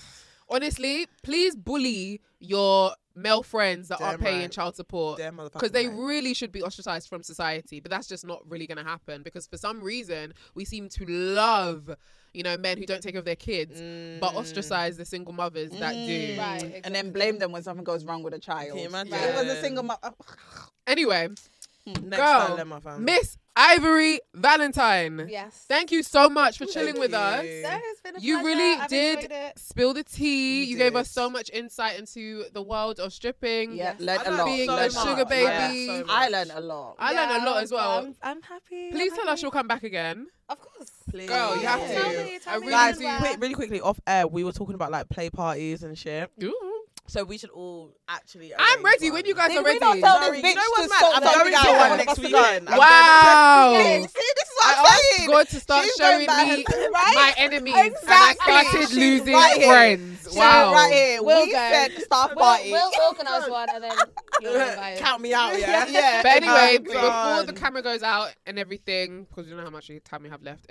Speaker 2: Honestly, please bully your male friends that aren't
Speaker 4: Damn
Speaker 2: paying
Speaker 4: right.
Speaker 2: child support
Speaker 4: Damn motherfucking
Speaker 2: because they
Speaker 4: right.
Speaker 2: really should be ostracized from society. But that's just not really going to happen because for some reason we seem to love, you know, men who don't take care of their kids, but ostracize the single mothers that do.
Speaker 3: Mm, Right.
Speaker 7: And then blame them when something goes wrong with a child.
Speaker 4: Can you imagine?
Speaker 7: It was a single mother.
Speaker 2: Anyway,
Speaker 4: Next
Speaker 2: girl,
Speaker 4: dilemma, fam.
Speaker 2: Miss Ivory Valentine,
Speaker 3: Yes.
Speaker 2: thank you so much for chilling
Speaker 4: Thank
Speaker 2: with
Speaker 4: you.
Speaker 2: us.
Speaker 3: So it's been a
Speaker 2: You
Speaker 3: pleasure.
Speaker 2: really
Speaker 3: I've
Speaker 2: did
Speaker 3: enjoyed it.
Speaker 2: Spill the tea. You,
Speaker 4: You
Speaker 2: gave
Speaker 4: did.
Speaker 2: us so much insight into the world of stripping.
Speaker 7: Yeah,
Speaker 3: Yes.
Speaker 7: learned
Speaker 4: I
Speaker 7: a
Speaker 4: learned
Speaker 7: lot.
Speaker 2: Being
Speaker 4: so
Speaker 2: a
Speaker 4: much.
Speaker 2: sugar
Speaker 4: I learned
Speaker 2: baby.
Speaker 4: so
Speaker 7: I
Speaker 4: much.
Speaker 7: learned a lot.
Speaker 2: I learned a lot
Speaker 3: Yeah,
Speaker 2: as well.
Speaker 3: I'm, I'm happy. I'm
Speaker 2: Please tell us
Speaker 3: happy.
Speaker 2: you'll come back again.
Speaker 3: Of course.
Speaker 4: Please.
Speaker 2: Girl, you have
Speaker 4: Yeah.
Speaker 2: to.
Speaker 3: Tell me, tell
Speaker 2: I
Speaker 3: me
Speaker 4: Guys,
Speaker 2: really
Speaker 3: when.
Speaker 2: do.
Speaker 4: quick, really quickly off air, we were talking about like play parties and shit.
Speaker 2: Ooh.
Speaker 4: So we should all actually.
Speaker 2: I'm
Speaker 4: arrange
Speaker 2: ready
Speaker 4: one.
Speaker 2: when you guys
Speaker 7: Did
Speaker 2: are
Speaker 7: we
Speaker 2: ready.
Speaker 7: not tell this
Speaker 4: Sorry, you
Speaker 7: bitch
Speaker 4: know
Speaker 7: to
Speaker 4: what's mad?
Speaker 7: sort
Speaker 4: I'm
Speaker 7: something
Speaker 4: going to
Speaker 7: out
Speaker 4: one next
Speaker 7: week?
Speaker 4: weekend. I'm
Speaker 2: Wow.
Speaker 7: Yeah, see, this is what
Speaker 2: I
Speaker 7: I'm
Speaker 2: asked
Speaker 7: saying.
Speaker 2: God to start
Speaker 7: She's
Speaker 2: showing
Speaker 7: going
Speaker 2: me
Speaker 7: back her- right?
Speaker 2: my enemies,
Speaker 7: Exactly.
Speaker 2: and I started
Speaker 7: She's
Speaker 2: losing
Speaker 7: right here.
Speaker 2: friends.
Speaker 7: She's
Speaker 2: wow.
Speaker 7: right here.
Speaker 3: We'll
Speaker 7: we
Speaker 3: go.
Speaker 7: said staff
Speaker 3: We'll,
Speaker 7: party.
Speaker 3: we'll organise one and then you'll be invited.
Speaker 4: Count me out, yeah. Oh,
Speaker 7: yeah, yeah.
Speaker 2: But anyway,
Speaker 4: Hands
Speaker 2: before
Speaker 4: on.
Speaker 2: the camera goes out and everything, because you know how much time we have left.